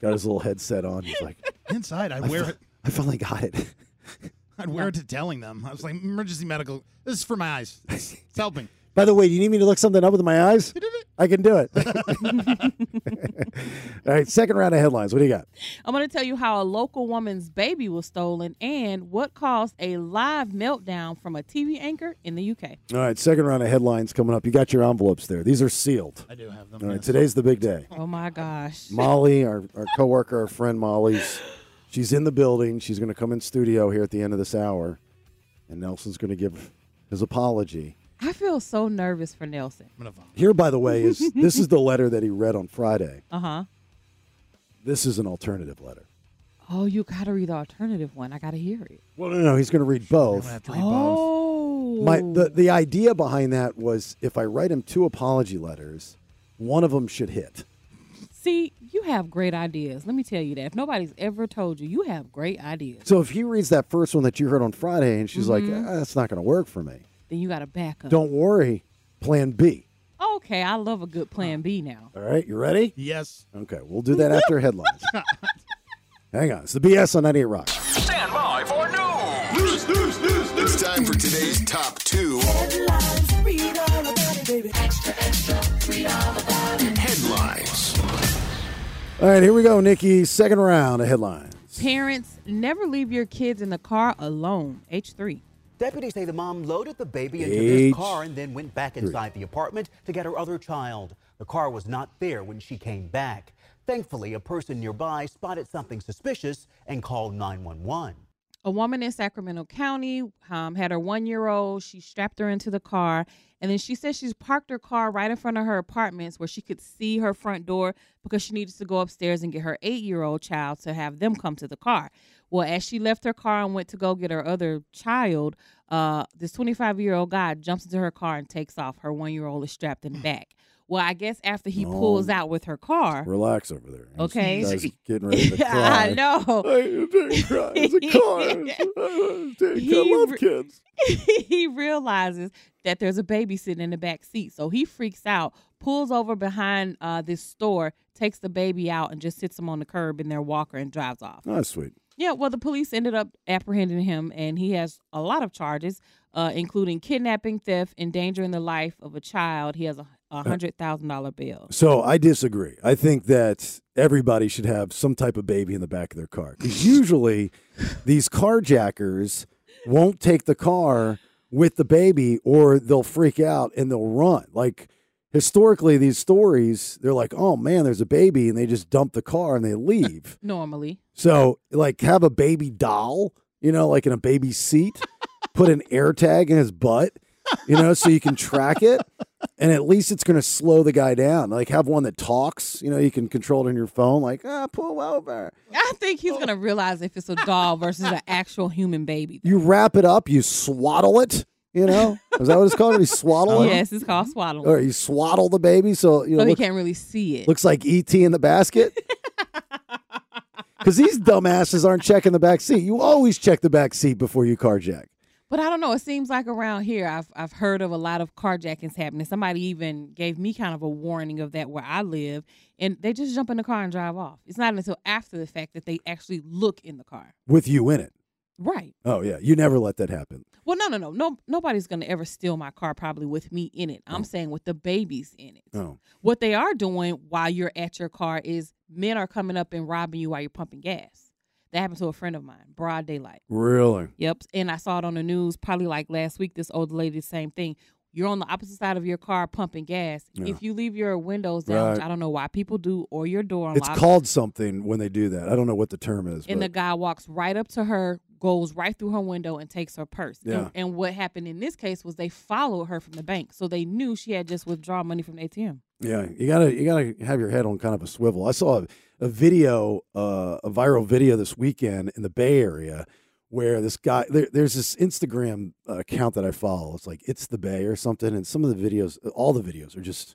H: got his little headset on. He's like,
I: Inside, I
H: I
I: wear
H: fi-
I: it.
H: I finally got it.
I: I'd wear it to telling them. I was like, emergency medical. This is for my eyes. It's it's helping.
H: By the way, do you need me to look something up with my eyes? I can do it. All right, second round of headlines. What do you got?
G: I'm going to tell you how a local woman's baby was stolen and what caused a live meltdown from a TV anchor in the UK.
H: All right, second round of headlines coming up. You got your envelopes there. These are sealed.
I: I do have them.
H: All right, today's the big day.
G: Oh my gosh.
H: Molly, our, our coworker, our friend Molly's, she's in the building. She's going to come in studio here at the end of this hour, and Nelson's going to give his apology.
G: I feel so nervous for Nelson.
H: Here, by the way, is this is the letter that he read on Friday.
G: Uh huh.
H: This is an alternative letter.
G: Oh, you got to read the alternative one. I got to hear it.
H: Well, no, no, he's going to read both.
G: Oh.
H: My the, the idea behind that was if I write him two apology letters, one of them should hit.
G: See, you have great ideas. Let me tell you that. If nobody's ever told you, you have great ideas.
H: So if he reads that first one that you heard on Friday, and she's
G: Mhm.
H: like, "Ah, "That's not going to work for me,"
G: Then you got to back up.
H: don't worry, Plan B.
G: Okay, I love a good plan B now.
H: All right, you ready?
I: Yes.
H: Okay, we'll do that after headlines. Hang on, it's the BS on 98 Rock.
B: Stand by for news. News, news, news, news.
D: It's time for today's top two.
B: Read all about it, baby. Extra, extra. Read all about it.
D: Headlines.
H: All right, here we go, Nikki. Second round of headlines.
G: Parents, never leave your kids in the car alone. H3.
Q: Deputies say the mom loaded the baby into
H: Age
Q: this car and then went back
H: three.
Q: inside the apartment to get her other child. The car was not there when she came back. Thankfully, a person nearby spotted something suspicious and called 911.
G: A woman in Sacramento County um, had her one year old. She strapped her into the car, and then she says she's parked her car right in front of her apartments where she could see her front door because she needed to go upstairs and get her eight year old child to have them come to the car. Well, as she left her car and went to go get her other child, uh, this 25 year old guy jumps into her car and takes off. Her one year old is strapped in the back. Well, I guess after he
H: Oh.
G: pulls out with her car,
H: Relax over there. This
G: Okay.
H: guy's getting ready to cry.
G: I know.
H: It's a car. I love kids.
G: he realizes that there's a baby sitting in the back seat. So he freaks out, pulls over behind uh, this store, takes the baby out, and just sits him on the curb in their walker and drives off.
H: Oh, that's sweet.
G: Yeah, well, the police ended up apprehending him, and he has a lot of charges, uh, including kidnapping, theft, endangering the life of a child. He has a a $100,000 bill.
H: So I disagree. I think that everybody should have some type of baby in the back of their car because usually these carjackers won't take the car with the baby or they'll freak out and they'll run. Like historically, these stories, they're like, "Oh man, there's a baby," and they just dump the car and they leave.
G: Normally.
H: So, like, have a baby doll, you know, like in a baby seat, put an air tag in his butt, you know, so you can track it. And at least it's going to slow the guy down. Like, have one that talks, you know, you can control it on your phone. Like, ah, pull over.
G: I think he's going to realize if it's a doll versus an actual human baby.
H: you wrap it up, you swaddle it, you know? Is that what it's called? You swaddle it?
G: Uh-huh. yes, it's called swaddling.
H: Or you swaddle the baby so, you know,
G: so he
H: look-
G: can't really see it.
H: looks like ET in the basket. Because these dumbasses aren't checking the back seat. You always check the back seat before you carjack.
G: But I don't know. It seems like around here, I've I've heard of a lot of carjackings happening. Somebody even gave me kind of a warning of that where I live, and they just jump in the car and drive off. It's not until after the fact that they actually look in the car.
H: with you in it.
G: Right.
H: Oh yeah, you never let that happen.
G: Well, no, no, no, no. Nobody's gonna ever steal my car, probably with me in it. I'm saying with the babies in it.
H: Oh,
G: What they are doing while you're at your car is men are coming up and robbing you while you're pumping gas. That happened to a friend of mine, broad daylight.
H: really?
G: Yep. And I saw it on the news probably like last week. This old lady, same thing. You're on the opposite side of your car pumping gas.
H: Yeah.
G: If you leave your windows down, which
H: Right.
G: I don't know why people do, or your door
H: It's
G: unlocked,
H: called something when they do that. I don't know what the term is.
G: and the
H: but-
G: guy walks right up to her, goes right through her window, and takes her purse. And-
H: Yeah.
G: And, what happened in this case was they followed her from the bank, so they knew she had just withdrawn money from the ATM.
H: yeah, you gotta you gotta have your head on kind of a swivel. I saw a, a video, uh, a viral video this weekend in the Bay Area where this guy there, there's this Instagram uh, account that I follow. It's like it's the Bay or something, and some of the videos, all the videos are just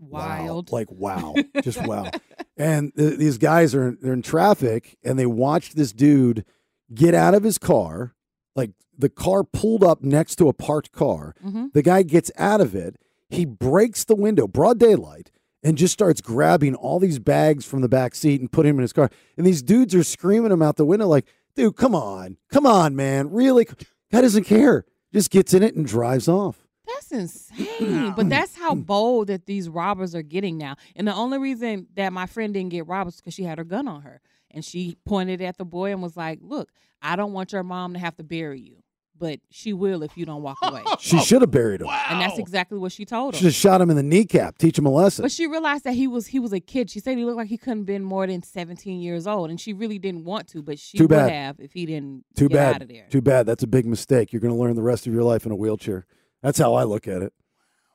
G: Wild.
H: Wow. Like wow, just wow. And th- these guys are they're in traffic and they watched this dude get out of his car. Like the car pulled up next to a parked car.
B: Mhm.
H: The guy gets out of it. He breaks the window, broad daylight, and just starts grabbing all these bags from the back seat and putting them in his car. And these dudes are screaming him out the window, like, dude, come on. Come on, man. Really? Guy doesn't care. Just gets in it and drives off.
G: That's
H: Mm-hmm.
G: insane. but that's how bold that these robbers are getting now. And the only reason that my friend didn't get robbed was because she had her gun on her. And she pointed at the boy and was like, Look, I don't want your mom to have to bury you, but she will if you don't walk away.
H: She should have buried him.
G: And that's exactly what she told
H: Should
G: him.
H: have shot him in the kneecap. Teach him a lesson.
G: But she realized that he was he was a kid. She said he looked like he couldn't been more than seventeen years old, and she really didn't want to, but she
H: Too
G: would
H: bad.
G: have if he didn't
H: Too
G: get
H: bad.
G: out of there.
H: Too bad. That's a big mistake. You're going to learn the rest of your life in a wheelchair. That's how I look at it.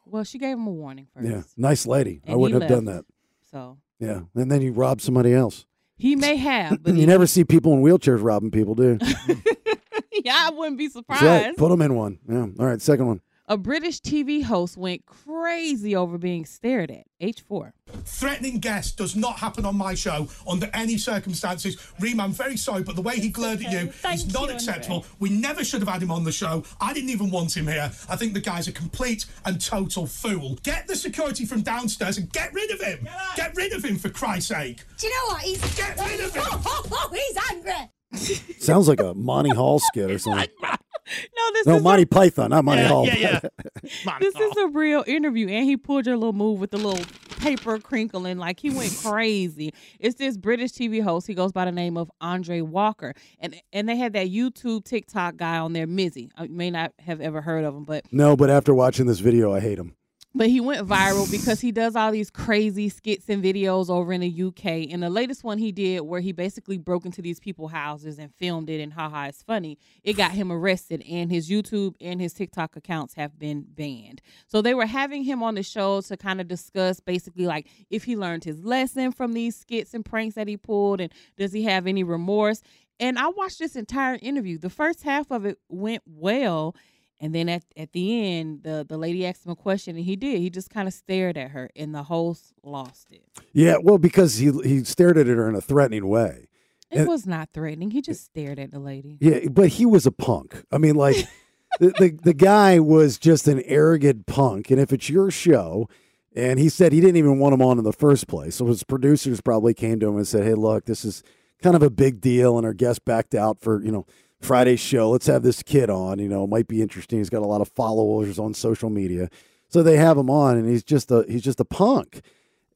G: Well, she gave him a warning first.
H: Yeah. Nice lady. I
G: And
H: wouldn't
G: he
H: have done that.
G: left. So
H: Yeah. And then you rob somebody else.
G: he may have, but
H: you never see people in wheelchairs robbing people, do you?
G: yeah, I wouldn't be surprised.
H: That's it. Put them in one. Yeah. All right. Second one.
G: A British TV host went crazy over being stared at. H4.
P: Threatening guests does not happen on my show under any circumstances. Reem, I'm very sorry, but the way he glared at you is not acceptable. We never should have had him on the show. I didn't even want him here. I think the guy's a complete and total fool. Get the security from downstairs and get rid of him. Get, rid of him, for Christ's sake.
R: Do you know what? He's
P: get rid of him.
R: Oh, oh, oh, he's angry.
H: Sounds like a Monty Hall skit or something.
G: No, this
H: No,
G: is
H: Monty Python, not Monty Hall.
G: this
I: Oh.
G: is a real interview, and he pulled your little move with the little paper crinkling, like he went crazy. It's this British TV host. He goes by the name of Andre Walker, and and they had that YouTube TikTok guy on there, Mizzy. Uh, You may not have ever heard of him, but
H: No, but after watching this video, I hate him.
G: but he went viral because he does all these crazy skits and videos over in the UK. And the latest one he did, where he basically broke into these people houses and filmed it, and haha, it's funny. It got him arrested, and his YouTube and his TikTok accounts have been banned. So they were having him on the show to kind of discuss basically like if he learned his lesson from these skits and pranks that he pulled, and does he have any remorse? And I watched this entire interview. The first half of it went well. And then at, at the end, the, the lady asked him a question, and he did. He just kind of stared at her, and the host lost it.
H: Yeah, well, because he he stared at her in a threatening way.
G: It
H: And-
G: was not threatening. He just stared at the lady.
H: Yeah, but he was a punk. I mean, like the, the the guy was just an arrogant punk. And if it's your show, and he said he didn't even want him on in the first place, so his producers probably came to him and said, "Hey, look, this is kind of a big deal, and our guest backed out for you know Friday's show. Let's have this kid on. You know, it might be interesting. He's got a lot of followers on social media, so they have him on, and he's just a he's just a punk."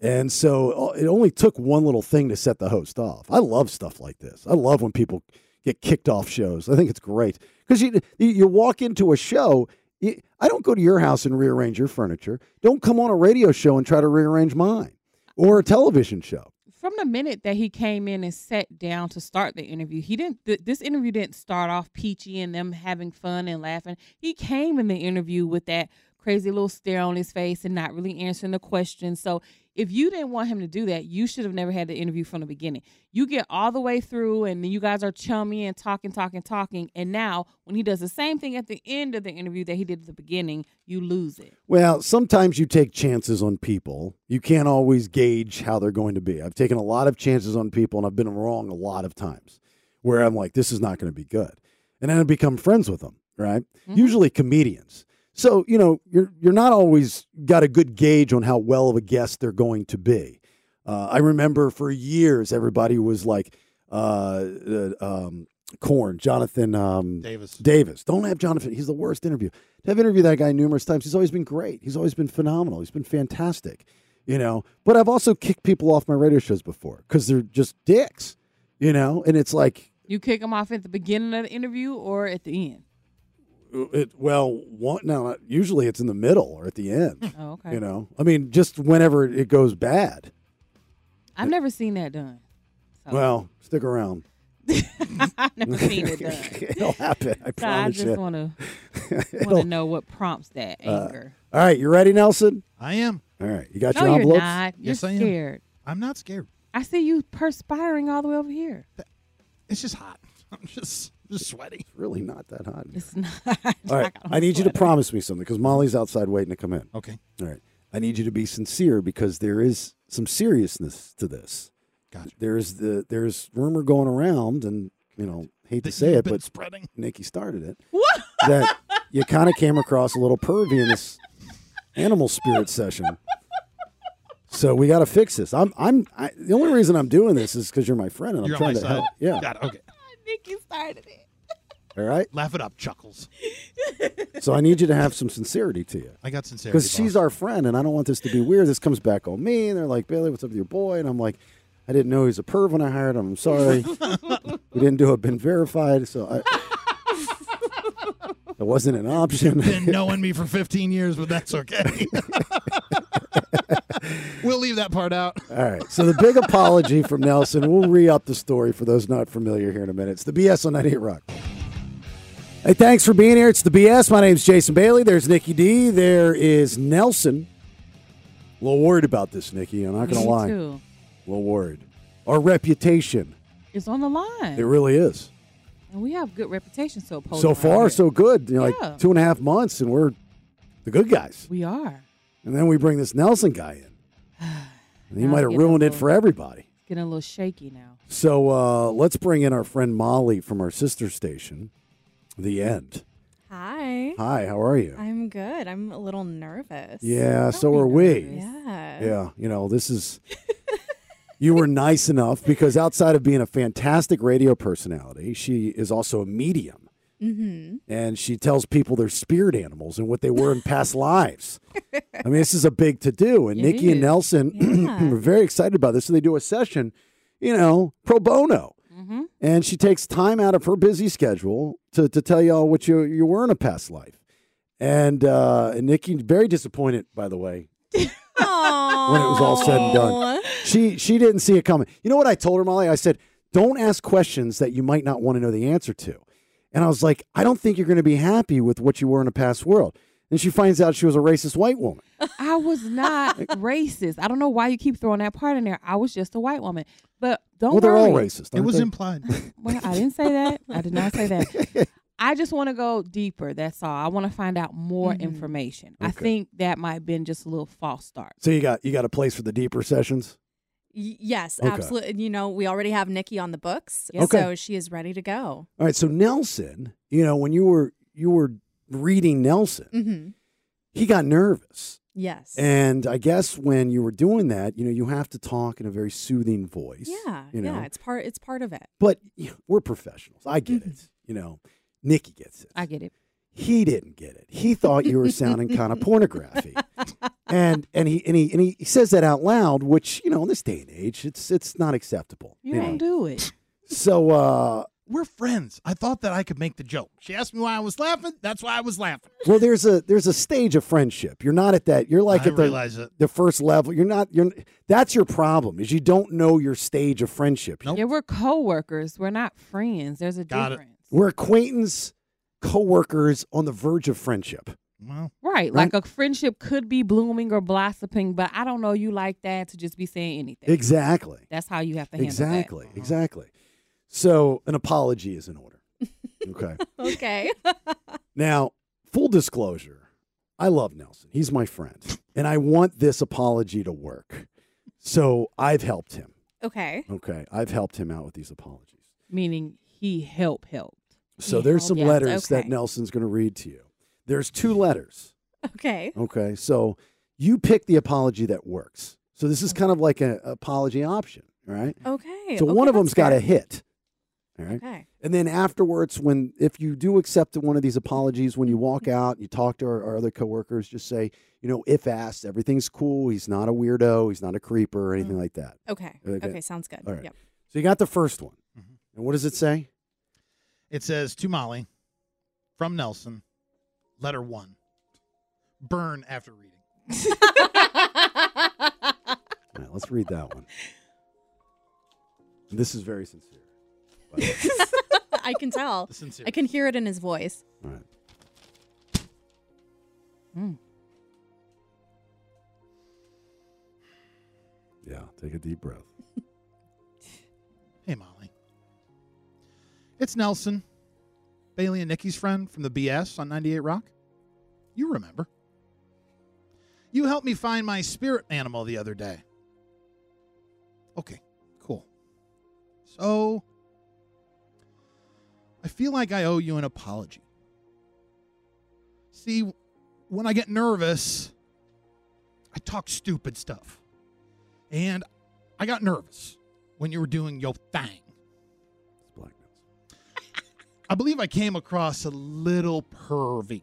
H: And so uh, it only took one little thing to set the host off. I love stuff like this. I love when people get kicked off shows. I think it's great because you you- you walk into a show. you- I don't go to your house and rearrange your furniture. Don't come on a radio show and try to rearrange mine or a television show.
G: From the minute that he came in and sat down to start the interview, he didn't. Th- this interview didn't start off peachy and them having fun and laughing. He came in the interview with that crazy little stare on his face and not really answering the question. So if you didn't want him to do that, you should have never had the interview from the beginning. You get all the way through, and then you guys are chummy and talking, talking, talking. And now, when he does the same thing at the end of the interview that he did at the beginning, you lose it.
H: Well, sometimes you take chances on people. You can't always gauge how they're going to be. I've taken a lot of chances on people and I've been wrong a lot of times where I'm like, this is not going to be good. And then I become friends with them, right? Usually comedians. So, you know, you're, you're not always got a good gauge on how well of a guest they're going to be. Uh, I remember for years, everybody was like, uh, uh, um, Corn, Jonathan um, Davis. Davis. Don't have Jonathan. He's the worst interview. To have interviewed that guy numerous times, he's always been great. He's always been phenomenal. He's been fantastic, you know. But I've also kicked people off my radio shows before because they're just dicks, you know. And it's like,
G: You kick him off at the beginning of the interview or at the end.
H: uh, it, well, one, no, not- usually it's in the middle or at the end,
G: Oh, okay.
H: you know. I mean, just whenever it goes bad.
G: I've never seen that done.
H: Well, stick around.
G: I've never seen it done.
H: It'll happen. I
G: so I
H: promise
G: just
H: you.
G: want to want
H: It'll-
G: to know what prompts that
H: Uh,
G: anger.
H: all right, you ready, Nelson?
I: I am.
H: All right, you got
G: no,
H: your
G: you're
H: envelopes.
G: not. You're
I: Yes, I am.
G: scared.
I: I'm not scared.
G: I see you perspiring all the way over here.
I: It's just hot. I'm just just sweaty.
H: Really not that hot.
G: It's not.
H: All right, I need you to promise me something because Molly's outside waiting to come in.
I: Okay.
H: All right, I need you to be sincere because there is some seriousness to this.
I: Gotcha.
H: There's the there's rumor going around, and you know, hate to say
I: you've
H: it,
I: been
H: but
I: spreading.
H: Nikki started it. that you kind of came across a little pervy in this animal spirit session. So we got to fix this. I'm I'm I, the only reason I'm doing this is because you're my friend and
I: You're
H: I'm
I: on my
H: trying to
I: side.
H: help. Yeah.
I: Got it. Okay.
G: Nikki started it.
H: All right.
I: Laugh it up, chuckles.
H: So I need you to have some sincerity to you.
I: I got sincerity.
H: Because she's our friend, and I don't want this to be weird. This comes back on me, and they're like, Bailey, what's up with your boy? And I'm like, I didn't know he was a perv when I hired him. I'm sorry. we didn't do a been verified, so I, it wasn't an option.
I: been knowing me for 15 years, but that's okay. we'll leave that part out.
H: All right. So the big apology from Nelson. We'll re up the story for those not familiar here in a minute. It's the BS on 98 Rock. Hey, thanks for being here. It's the BS. My name's Jason Bailey. There's Nikki D. There is Nelson. A little worried about this, Nikki. I'm not going
G: Me
H: to lie.
G: too.
H: A little worried. Our reputation.
G: It's on the line.
H: It really is.
G: and we have good reputation so
H: so far, so good. You know,
G: Yeah.
H: like two and a half months, and we're the good guys.
G: We are.
H: And then we bring this Nelson guy in. And he
G: Now
H: might
G: I'm
H: have
G: getting a
H: ruined it
G: little-
H: for everybody.
G: It's getting a little shaky now.
H: So uh, let's bring in our friend Molly from our sister station, The End.
S: Hi.
H: Hi, how are you?
S: I'm good. I'm a little nervous.
H: Yeah, so are we.
S: Yeah.
H: Yeah, you know, this is. you were nice enough because outside of being a fantastic radio personality, she is also a medium
S: Mm-hmm.
H: and she tells people their spirit animals and what they were in past lives. I mean, this is a big to do. And
S: It
H: Nikki and
S: is.
H: Nelson
S: Yeah.
H: were very excited about this. So they do a session, you know, pro bono.
S: Mm-hmm.
H: And she takes time out of her busy schedule to, to tell y'all what you, you were in a past life. And, uh, and Nikki, very disappointed, by the way, when it was all said and done. She she didn't see it coming. You know what I told her, Molly? I said, "Don't ask questions that you might not want to know the answer to." And I was like, "I don't think you're going to be happy with what you were in a past world." And she finds out she was a racist white woman.
G: I was not racist. I don't know why you keep throwing that part in there. I was just a white woman. But don't
H: well, they're all
G: worry.
H: racist. aren't they?
I: implied.
G: Well, I didn't say that. I did not say that. I just want to go deeper. That's all. I want to find out more information. I
H: Mm-hmm. Okay.
G: think that might have been just a little false start.
H: so you got you got a place for the deeper sessions.
S: Y- yes,
H: Okay.
S: absolutely. And, You know, we already have Nikki on the books,
H: Yes. Okay.
S: so she is ready to go.
H: All right. So Nelson, you know, when you were you were reading Nelson,
S: Mm-hmm.
H: he got nervous.
S: Yes.
H: And I guess when you were doing that, you know, you have to talk in a very soothing voice.
S: yeah.
H: you know?
S: Yeah. It's part. It's part of it.
H: But you know, we're professionals. I get it. You know, Nikki gets it.
G: Mm-hmm. I get it.
H: He didn't get it. He thought you were sounding kind of pornography, and and he and he and he says that out loud, which you know, in this day and age, it's it's not acceptable.
G: You
H: know.
G: don't do it.
H: So uh,
I: We're friends. I thought that I could make the joke. She asked me why I was laughing. That's why I was laughing.
H: well, there's a there's a stage of friendship. You're not at that. You're like
I: I
H: at the
I: realize it.
H: the first level. You're not. You're that's your problem is you don't know your stage of friendship.
G: Yeah, we're coworkers. We're not friends. There's a difference.
H: We're acquaintance, coworkers on the verge of friendship.
G: Right. Like a friendship could be blooming or blossoming, but I don't know you like that to just be saying anything.
H: Exactly.
G: That's how you have to handle
H: Exactly. Exactly. So an apology is in order. Okay.
S: Okay.
H: now, full disclosure, I love Nelson. He's my friend. And I want this apology to work. So I've helped him.
S: okay.
H: Okay. I've helped him out with these apologies.
G: Meaning he help help.
H: So
G: He
H: there's
G: helped
H: some
G: out.
H: letters
G: Okay.
H: that Nelson's going to read to you. There's two letters.
S: Okay.
H: Okay. So you pick the apology that works. So this is kind of like an apology option, all right?
S: Okay.
H: So
S: okay,
H: one of
S: that's
H: them's got a
S: fair.
H: hit. All right.
S: Okay.
H: And then afterwards, when if you do accept one of these apologies, when you walk out, you talk to our, our other coworkers, just say, you know, if asked, everything's cool. He's not a weirdo. He's not a creeper or anything like that.
S: Okay.
H: Okay.
S: Okay. sounds good.
H: All right.
S: Yep.
H: So you got the first one. And what does it say?
I: It says to Molly from Nelson, letter one. Burn after reading.
H: All right, let's read that one. This is very sincere.
S: I can tell.
H: Sincere.
S: I can hear it in his voice.
H: All right. Yeah, take a deep breath.
I: Hey, Molly. It's Nelson, Bailey and Nikki's friend from the BS on 98 Rock. You remember. You helped me find my spirit animal the other day. Okay, cool. So, I feel like I owe you an apology. See, when I get nervous, I talk stupid stuff. And I got nervous when you were doing your thing. I believe I came across a little pervy.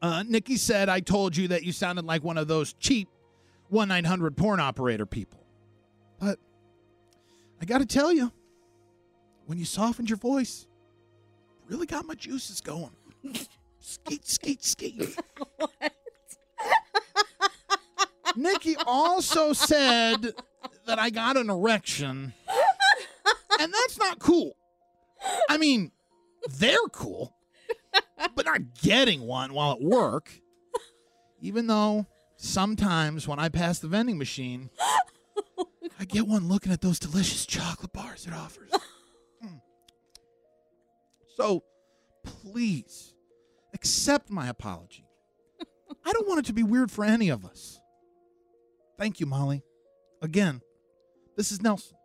I: Uh, Nikki said I told you that you sounded like one of those cheap 1 900 porn operator people. But I got to tell you, when you softened your voice, really got my juices going. Skeet, skeet, skeet. Nikki also said that I got an erection. And that's not cool. I mean, they're cool, but not getting one while at work. Even though sometimes when I pass the vending machine, I get one looking at those delicious chocolate bars it offers. Mm. So please accept my apology I don't want it to be weird for any of us. Thank you, Molly. Again, this is Nelson,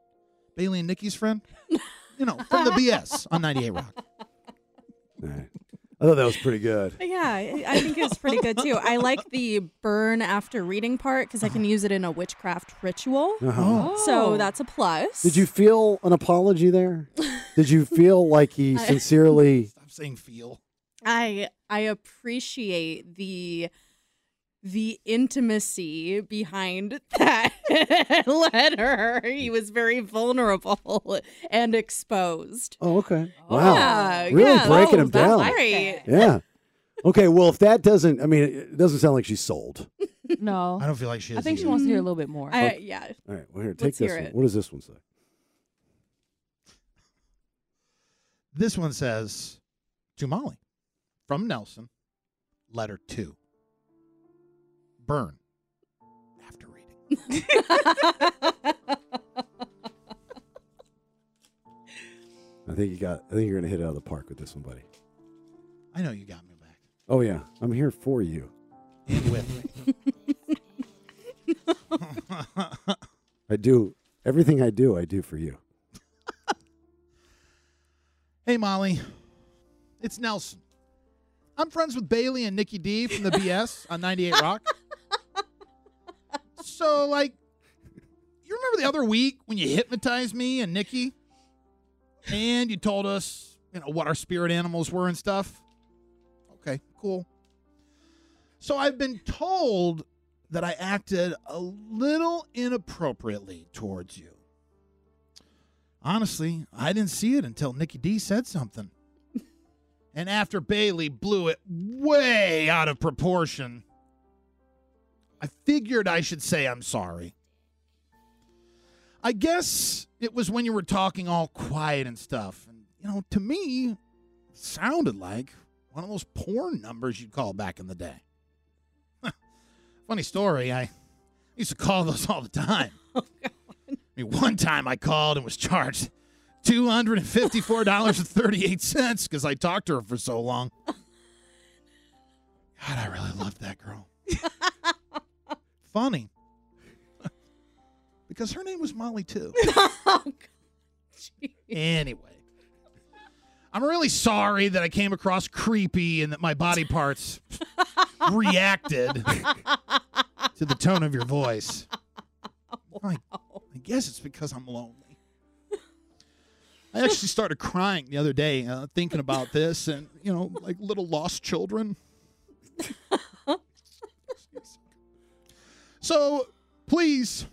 I: Bailey and Nikki's friend. You know, from the BS on 98 Rock.
H: I thought that was pretty good.
S: Yeah, I I think it's pretty good too. I like the burn after reading part because I can use it in a witchcraft ritual.
H: Uh-huh.
G: Oh.
S: So that's a plus.
H: Did you feel an apology there? Did you feel like he
S: I-
H: sincerely?
I: I'm saying feel.
S: I I appreciate the the intimacy behind that letter. He was very vulnerable and exposed.
H: Oh, okay. Wow.
S: Yeah,
H: really
S: yeah, Oh,
H: breaking
S: that
H: him
S: was- I
H: down.
S: like that.
H: yeah. Okay. Well, if that doesn't, I mean, it doesn't sound like she's sold.
G: No.
I: I don't feel like she
G: I
I: is
G: think she
I: either.
G: wants to hear a little bit more.
S: Mm-hmm. I, yeah.
H: All right. Well, here,
S: Let's
H: take this
S: hear
H: one.
S: it.
H: What does this one say?
I: This one says to Molly from Nelson, letter two. Burn.
H: I think you got. I think you're gonna hit it out of the park with this one, buddy.
I: I know you got me back.
H: Oh yeah, I'm here for you.
I: And with me.
H: I do everything I do. I do for you.
I: Hey, Molly. It's Nelson. I'm friends with Bailey and Nikki D from the BS on 98 Rock. So, like, you remember the other week when you hypnotized me and Nikki? And you told us, you know, what our spirit animals were and stuff? Okay, cool. So, I've been told that I acted a little inappropriately towards you. Honestly, I didn't see it until Nikki D said something. and after Bailey blew it way out of proportion, I figured I should say I'm sorry. I guess it was when you were talking all quiet and stuff. And, you know, to me, it sounded like one of those porn numbers you'd call back in the day. Funny story, I used to call those all the time. I mean, one time I called and was charged two hundred and fifty-four dollars and thirty-eight cents because I talked to her for so long. God, I really loved that girl. Funny, because her name was Molly too. anyway, I'm really sorry that I came across creepy and that my body parts reacted to the tone of your voice. I, I guess it's because I'm lonely. I actually started crying the other day uh, thinking about this and, you know, like little lost children. so please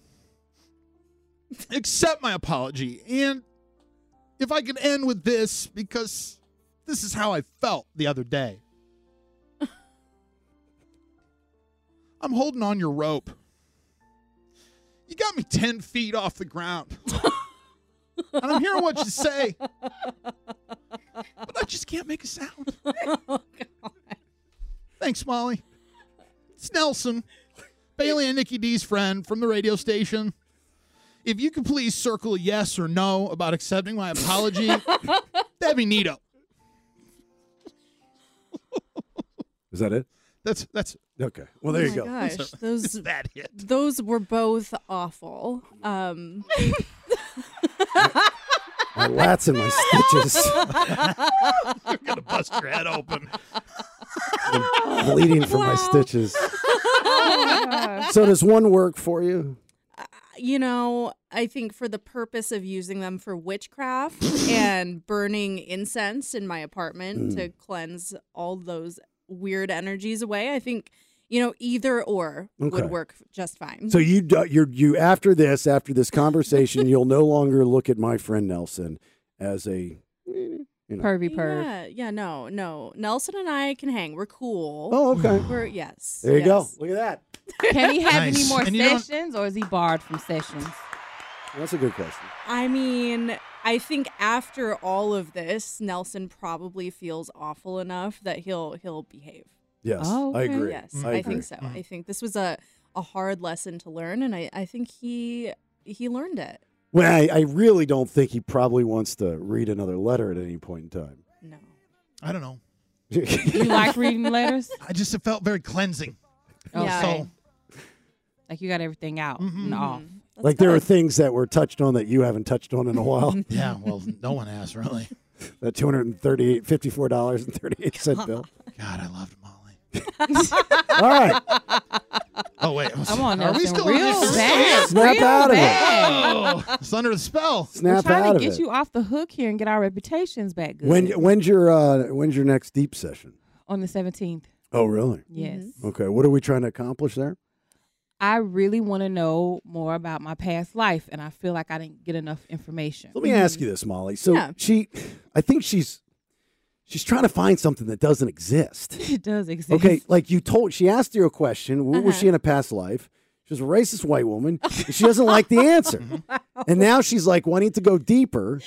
I: accept my apology. And if I can end with this, because this is how I felt the other day. I'm holding on your rope. You got me 10 feet off the ground. and I'm hearing what you say. But I just can't make a sound. Thanks, Molly. It's Nelson, Bailey and Nikki D's friend from the radio station. If you could please circle yes or no about accepting my apology, that'd be neato.
H: Is that it?
I: That's that's
H: okay. Well, there
S: oh
H: you
S: my
H: go.
S: Gosh, those
I: that
S: those were both awful. Um,
H: My lats and my stitches,
I: You're gonna bust your head open.
H: bleeding from my stitches.
S: Oh
H: So does one work for you?
S: you know, I think for the purpose of using them for witchcraft and burning incense in my apartment
H: Mm.
S: to cleanse all those weird energies away, I think you know either or
H: Okay.
S: would work just fine.
H: So you do, you're you after this after this conversation, you'll no longer look at my friend Nelson as a you know.
S: Yeah, yeah, no, no. Nelson and I can hang. We're cool.
H: Oh, okay.
S: We're yes.
H: There you go.
S: yes.
H: Look at that.
G: Can he have any
H: Nice.
G: more
H: And you don't-
G: sessions or is he barred from sessions?
H: That's a good question.
S: I mean, I think after all of this, Nelson probably feels awful enough that he'll he'll behave.
H: Yes, Oh, I okay. agree.
S: Yes,
H: Mm.
S: I,
H: I agree.
S: think so. I think this was a, a hard lesson to learn, and I, I think he he learned it.
H: Well, I, I really don't think he probably wants to read another letter at any point in time.
I: I don't know.
H: you
G: like reading letters?
I: I just it felt very cleansing.
G: Okay.
I: Oh, So-
G: Like you got everything out and off.
S: Mm-hmm.
H: like there are things that were touched on that you haven't touched on in a while.
I: yeah, well, no one has really.
H: that two hundred and thirty-eight, fifty-four dollars and thirty-eight cent bill.
I: God, I loved
H: All right,
I: Oh wait,
G: Come on,
I: are we
G: Nelson,
I: still
G: real
I: are we still
G: bad,
I: here?
H: Snap real out of it.
G: bad.
I: Oh, it's under the spell.
G: We're
H: snap
G: trying
H: out
G: to
H: of
G: get
H: it.
G: you off the hook here and get our reputations back good.
H: when when's your uh, when's your next deep session?
G: on the seventeenth,
H: Oh, really?
G: yes.
H: Okay. What are we trying to accomplish there?
G: I really want to know more about my past life, and I feel like I didn't get enough information.
H: Let me ask you this, Molly. So
G: Yeah.
H: she, I think she's, she's trying to find something that doesn't exist.
G: It does exist.
H: Okay, like you told, she asked you a question. What was she in a past life? She was a racist white woman. and she doesn't like the answer, and now she's like wanting to go deeper.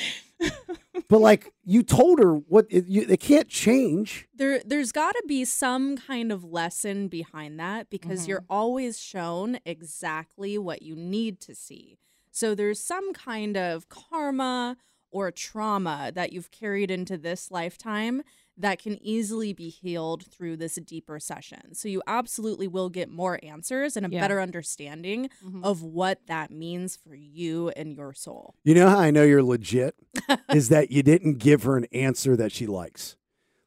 H: but like you told her, what it, you, it can't change.
S: there there's got to be some kind of lesson behind that because you're always shown exactly what you need to see so there's some kind of karma or trauma that you've carried into this lifetime that can easily be healed through this deeper session so you absolutely will get more answers and a
G: Yeah.
S: better understanding of what that means for you and your soul
H: You know how I know you're legit is that you didn't give her an answer that she likes.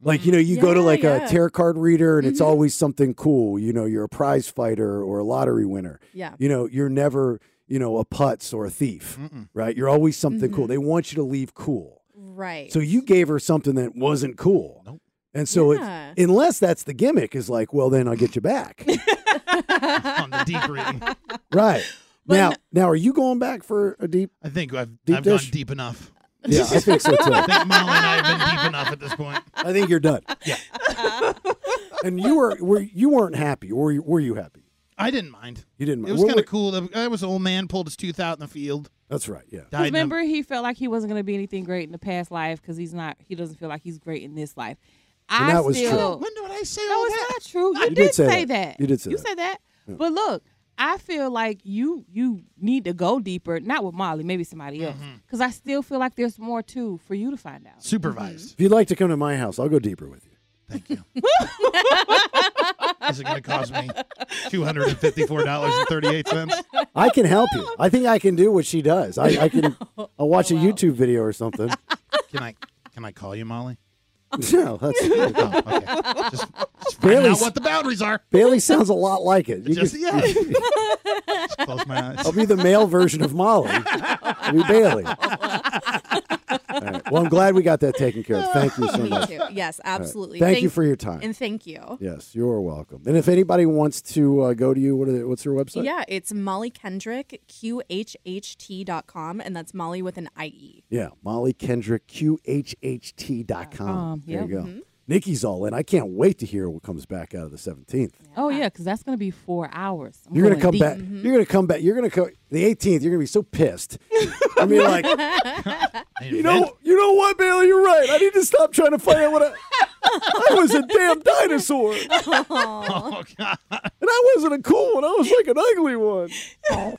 H: Like, you know, you go to
T: Mm, Yeah,
H: like
T: yeah. Mm-hmm.
H: a tarot card reader and it's always something cool. You know, you're a prize fighter or a lottery winner.
T: Yeah.
H: You know, you're never, you know, a putz or a thief, right? You're always something cool.
T: Mm-hmm.
H: They want you to leave cool.
S: right
H: So you gave her something that wasn't cool. And so
S: Yeah.
H: it's, unless that's the gimmick is like, well, then I'll get you back.
I: on the deep reading.
H: right. Now, now, are you going back for a deep?
I: I think I've,
H: Deep
I: I've
H: dish?
I: gone deep enough.
H: Yeah, I think so too.
I: I think Molly and I have been deep enough at this point.
H: I think you're done. Yeah. and you were were you weren't happy, or you- were you happy?
I: I didn't mind.
H: You didn't mind.
I: It was
H: What
I: kind of
H: were-
I: cool. That that was an old man pulled his tooth out in the field.
H: That's right. Yeah.
G: 'Cause
I: Died in a-
G: remember, he felt like he wasn't going to be anything great in the past life because he's not. He doesn't feel like he's great in this life.
H: And
G: I
H: that was true.
G: still.
I: Oh, When did I say
G: no,
I: all
G: it's
I: that?
G: not true. You,
H: You
G: did,
H: did
G: say,
H: say
G: that.
H: that. You did say
G: You
H: that.
G: said that.
H: Yeah.
G: But look, I feel like you you need to go deeper. Not with Molly, maybe somebody else.
H: Mm-hmm.
G: Because I still feel like there's more too for you to find out.
I: Supervised.
G: Mm-hmm.
H: If you'd like to come to my house, I'll go deeper with you.
I: Is it going to cost me two hundred and fifty-four dollars and thirty-eight cents?
H: I can help you. I think I can do what she does. I, I can. I'll watch a YouTube video or something.
I: Can I? Can I call you, Molly?
H: no, that's
I: Oh, okay. Just, just find out what the boundaries are.
H: Bailey sounds a lot like it. You Oh,
I: Just
H: could-
I: yeah. Just close my eyes.
H: I'll be the male version of Molly. I'll be Bailey. All right. Well, I'm glad we got that taken care of. Thank you so
S: Me
H: much.
S: too. Yes,
H: All right.
S: absolutely.
H: Thank, you for your time.
S: And thank you.
H: Yes, you're welcome. And if anybody wants to uh, go to you, what are they, what's their website?
S: Yeah, it's Molly Kendrick, QHHT.com, and that's Molly with an E. IE.
H: Yeah, Molly Kendrick, QHHT.com.
G: Um,
H: there
G: yep.
H: you go.
G: Mhm.
H: Nikki's all in. I can't wait to hear what comes back out of the 17th.
G: Oh yeah, because that's going to be four hours. I'm mm-hmm.
H: You're gonna
G: going
H: come
G: deep.
H: back. You're gonna come back. You're gonna come the 18th. You're gonna be so pissed. I mean, like you know, you know what, Bailey? You're right. I need to stop trying to find out what I. I was a damn dinosaur, and
I: Oh God.
H: I wasn't a cool one. I was like an ugly one.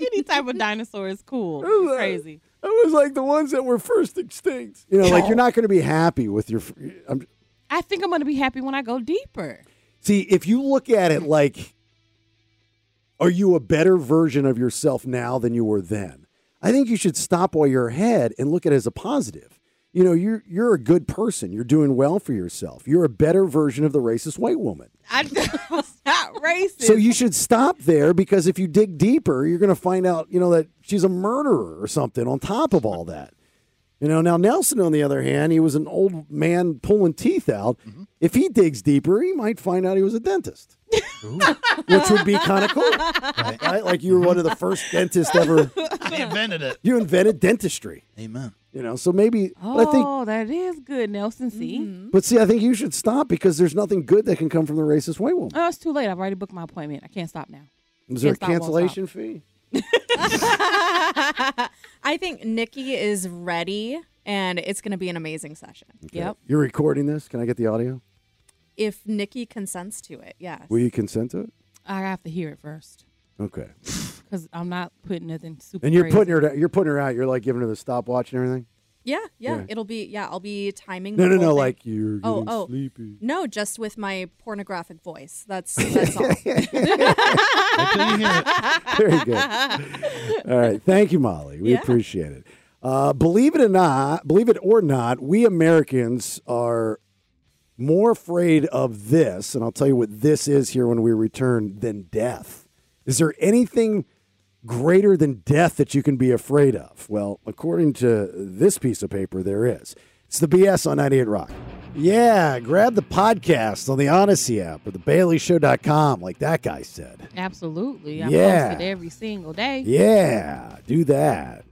G: Any type of dinosaur is cool. It's crazy.
H: uh, I was like the ones that were first extinct. You know, like you're not gonna be happy with your. fr- I'm,
G: I think I'm going to be happy when I go deeper.
H: See, if you look at it like, are you a better version of yourself now than you were then? I think you should stop while you're ahead and look at it as a positive. You know, you're you're a good person. You're doing well for yourself. You're a better version of the racist white woman.
G: I it's not racist.
H: So you should stop there because if you dig deeper, you're going to find out, you know, that she's a murderer or something on top of all that. You know, now Nelson, on the other hand, he was an old man pulling teeth out.
G: Mm-hmm.
H: If he digs deeper, he might find out he was a dentist, which would be kind of cool. Right. Like you were one of the first dentists ever.
I: They invented it.
H: You invented dentistry.
I: Amen.
H: You know, so maybe, but I think,
G: Oh, that is good, Nelson. See,
H: but see, I think you should stop because there's nothing good that can come from the racist white woman.
G: oh, it's too late. I've already booked my appointment. I can't stop now.
H: Is there a
G: Can't stop, won't
H: cancellation
G: stop.
H: fee?
S: I think Nikki is ready, and it's going to be an amazing session. Yep.
H: You're recording this. Can I get the audio?
S: If Nikki consents to it, yes.
H: Will you consent to it?
G: I have to hear it first
H: Okay.
G: because I'm not putting nothing super.
H: And you're
G: crazy.
H: putting her you're putting her out. You're like giving her the stopwatch and everything.
S: Yeah, yeah,
H: Yeah.
S: It'll be yeah. I'll be timing.
H: No,
S: the
H: no,
S: whole
H: no.
S: thing.
H: Like you're
S: oh,
H: getting
S: oh,
H: sleepy.
S: no, just with my pornographic voice. That's that's all.
H: Very good. All right. Thank you, Molly. We
S: Yeah.
H: appreciate it. Uh, believe it or not, believe it or not, we Americans are more afraid of this, and I'll tell you what this is here when we return than death. Is there anything greater than death that you can be afraid of? Well, according to this piece of paper, there is. It's the BS on 98 Rock. Yeah, grab the podcast on the Odyssey app or the BaileyShow.com, like that guy said.
G: Absolutely. I
H: Yeah.
G: post it every single day.
H: Yeah, do that.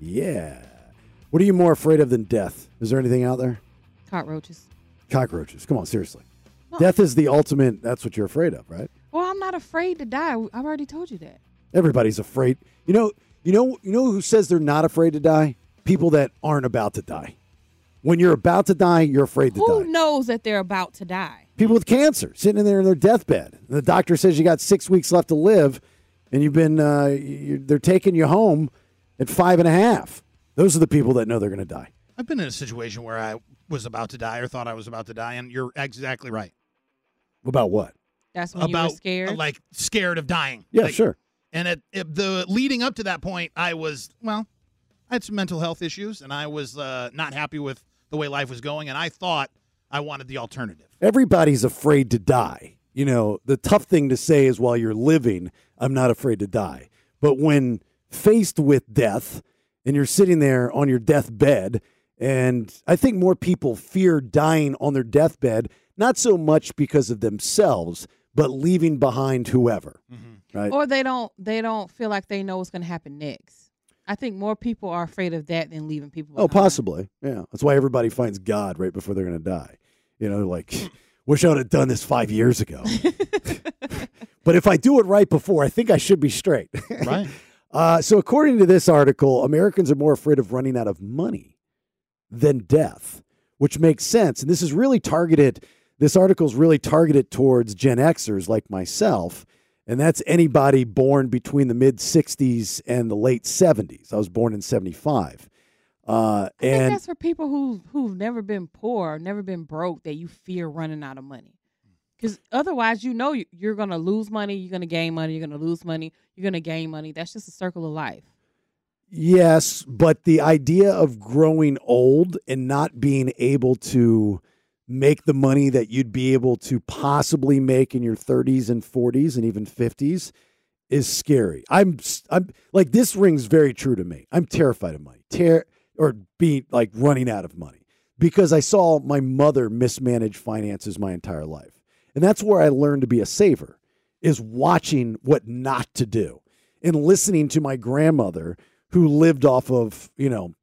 H: Yeah. What are you more afraid of than death? Is there anything out there?
G: Cockroaches.
H: Cockroaches. Come on, seriously. Death is the ultimate. That's what you're afraid of, right?
G: Well, I'm not afraid to die. I've already told you that.
H: Everybody's afraid. You know, you know, you know who says they're not afraid to die? People that aren't about to die. When you're about to die, you're afraid to die.
G: Who knows that they're about to die?
H: People with cancer sitting in there in their deathbed. And the doctor says you got six weeks left to live, and you've been uh, you they're taking you home at five and a half. Those are the people that know they're going to die.
I: I've been in a situation where I was about to die or thought I was about to die, and you're exactly right.
H: About what?
G: That's
I: when about, you were scared, like scared of dying.
H: Yeah,
I: Like,
H: sure.
I: And at, at the leading up to that point, I was well, I had some mental health issues, and I was uh, not happy with the way life was going, and I thought I wanted the alternative.
H: Everybody's afraid to die. You know, the tough thing to say is while you're living, I'm not afraid to die. But when faced with death and you're sitting there on your deathbed, and I think more people fear dying on their deathbed, not so much because of themselves, but leaving behind whoever. Right?
G: Or they don't they don't feel like they know what's gonna happen next. I think more people are afraid of that than leaving people.
H: Oh, possibly. Yeah. That's why everybody finds God right before they're going to die. You know, they're like, wish I would have done this five years ago. but if I do it right before, I think I should be straight.
I: Right.
H: uh, so, according to this article, Americans are more afraid of running out of money than death, which makes sense. And this is really targeted, this article is really targeted towards Gen Xers like myself. And that's anybody born between the mid 60s and the late 70s. I was born in 75. Uh,
G: I
H: and
G: think that's for people who who've never been poor, never been broke, that you fear running out of money. Because otherwise, you know you- you're gonna lose money, you're gonna gain money, you're gonna lose money, you're gonna gain money. That's just a circle of life.
H: Yes, but the idea of growing old and not being able to make the money that you'd be able to possibly make in your 30s and 40s and even 50s is scary. I'm I'm like this rings very true to me. I'm terrified of money. Ter- or being like running out of money because I saw my mother mismanage finances my entire life. And that's where I learned to be a saver is watching what not to do and listening to my grandmother who lived off of, you know,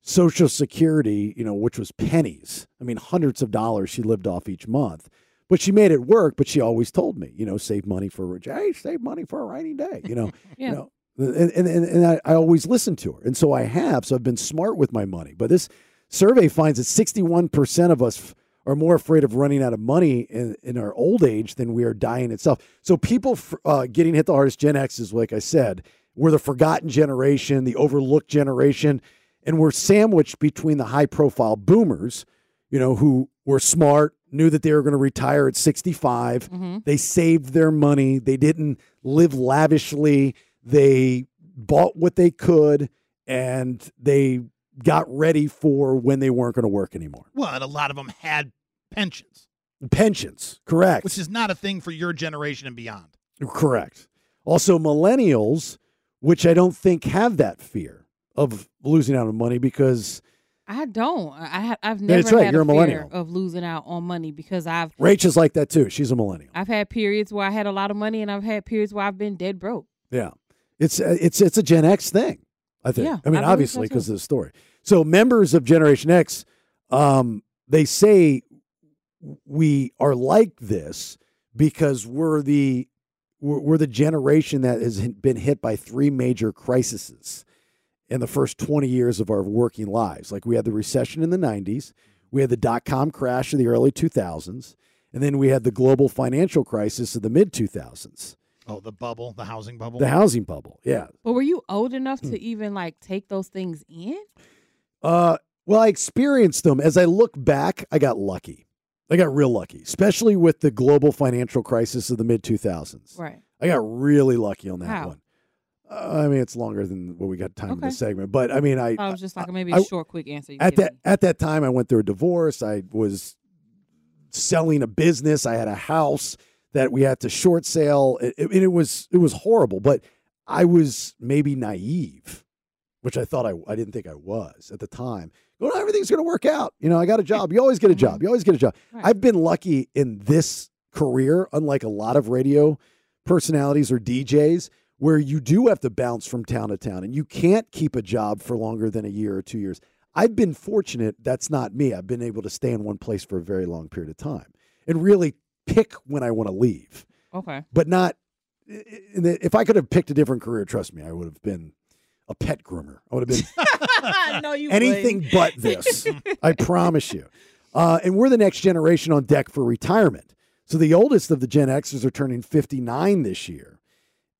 H: social security, you know, which was pennies. I mean, hundreds of dollars she lived off each month. But she made it work, but she always told me, you know, save money for a hey, save money for a rainy day, you know.
G: Yeah.
H: You know, and and, and, and I, I always listen to her. And so I have. So I've been smart with my money. But this survey finds that 61% of us f- are more afraid of running out of money in, in our old age than we are dying itself. So people f- uh, getting hit the hardest, Gen X is like I said, we're the forgotten generation, the overlooked generation, and we're sandwiched between the high profile boomers, you know, who were smart, knew that they were going to retire at
I: Mm-hmm.
H: 65.
B: Mhm.
H: They saved their money. They didn't live lavishly. They bought what they could and they got ready for when they weren't going to work anymore.
I: Well, and a lot of them had pensions,
H: Pensions, correct.
I: which is not a thing for your generation and beyond.
H: Correct. Also, millennials, which I don't think have that fear of losing out on money because
G: I don't. I ha- I've never
H: That's right,
G: had
H: you're a
G: fear
H: millennial.
G: of losing out on money because I've
H: Rach is like that too. She's a millennial.
G: I've had periods where I had a lot of money and I've had periods where I've been dead broke.
H: Yeah, it's uh, it's it's a Gen X thing. I think.
G: Yeah,
H: I mean,
G: I believe so,
H: obviously,
G: too.
H: because of the story. So members of Generation X, um, they say we are like this because we're the we're, we're the generation that has been hit by three major crises in the first 20 years of our working lives. Like we had the recession in the 90s, we had the dot com crash of the early 2000s, and then we had the global financial crisis of the mid 2000s.
I: Oh, the bubble, the housing bubble,
H: The housing bubble. Yeah. Hmm.
G: But were you old enough to even like take those things in?
H: Uh, well, I experienced them. As I look back, I got lucky. I got real lucky, especially with the global financial crisis of the mid 2000s.
G: Right.
H: I got really lucky on that
G: How?
H: one. Uh, I mean, it's longer than what we got time in this segment, but I mean, I,
G: I was just like maybe
H: I-
G: a short, quick answer. You
H: at
G: give
H: that at that time I went through a divorce. I was selling a business. I had a house that we had to short sale. It, it, and it was it was horrible, but I was maybe naive, which I thought I I didn't think I was at the time. Well, everything's going to work out. You know, I got a job. You always get a job. You always get a job. I've been lucky in this career, unlike a lot of radio personalities or DJs, where you do have to bounce from town to town and you can't keep a job for longer than a year or two years. I've been fortunate. That's not me. I've been able to stay in one place for a very long period of time and really pick when I want to leave,
G: Okay.
H: but not. and If I could have picked a different career, trust me, I would have been a pet groomer. I would have been
G: no, you
H: anything
G: wouldn't.
H: but this. I promise you. Uh, and we're the next generation on deck for retirement. So the oldest of the Gen Xers are turning 59 this year,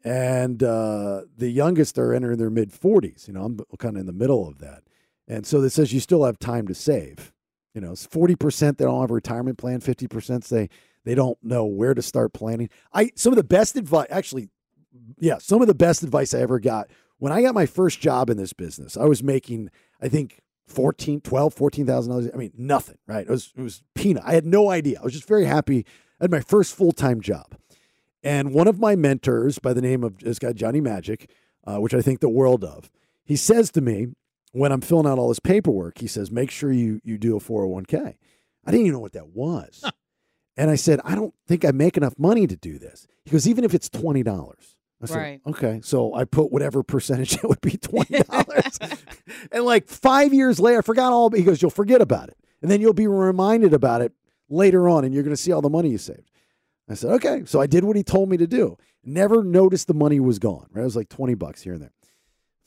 H: and uh, the youngest are entering their mid 40s. You know, I'm kind of in the middle of that. And so this says you still have time to save. You know, it's 40% that don't have a retirement plan, 50% say they don't know where to start planning. I some of the best advice actually yeah, some of the best advice I ever got when I got my first job in this business. I was making, I think, 14, 12, 14,000 dollars. I mean, nothing, right? It was, it was peanut. I had no idea. I was just very happy. I had my first full time job. And one of my mentors by the name of this guy, Johnny Magic, uh, which I think the world of, he says to me when I'm filling out all this paperwork, he says, make sure you, you do a 401k. I didn't even know what that was. And I said, I don't think I make enough money to do this. He goes, even if it's twenty dollars. I said,
N: Right.
H: okay. So I put whatever percentage it would be twenty dollars. and like five years later, I forgot all he goes, You'll forget about it. And then you'll be reminded about it later on and you're gonna see all the money you saved. I said, okay. So I did what he told me to do. Never noticed the money was gone. Right? It was like 20 bucks here and there.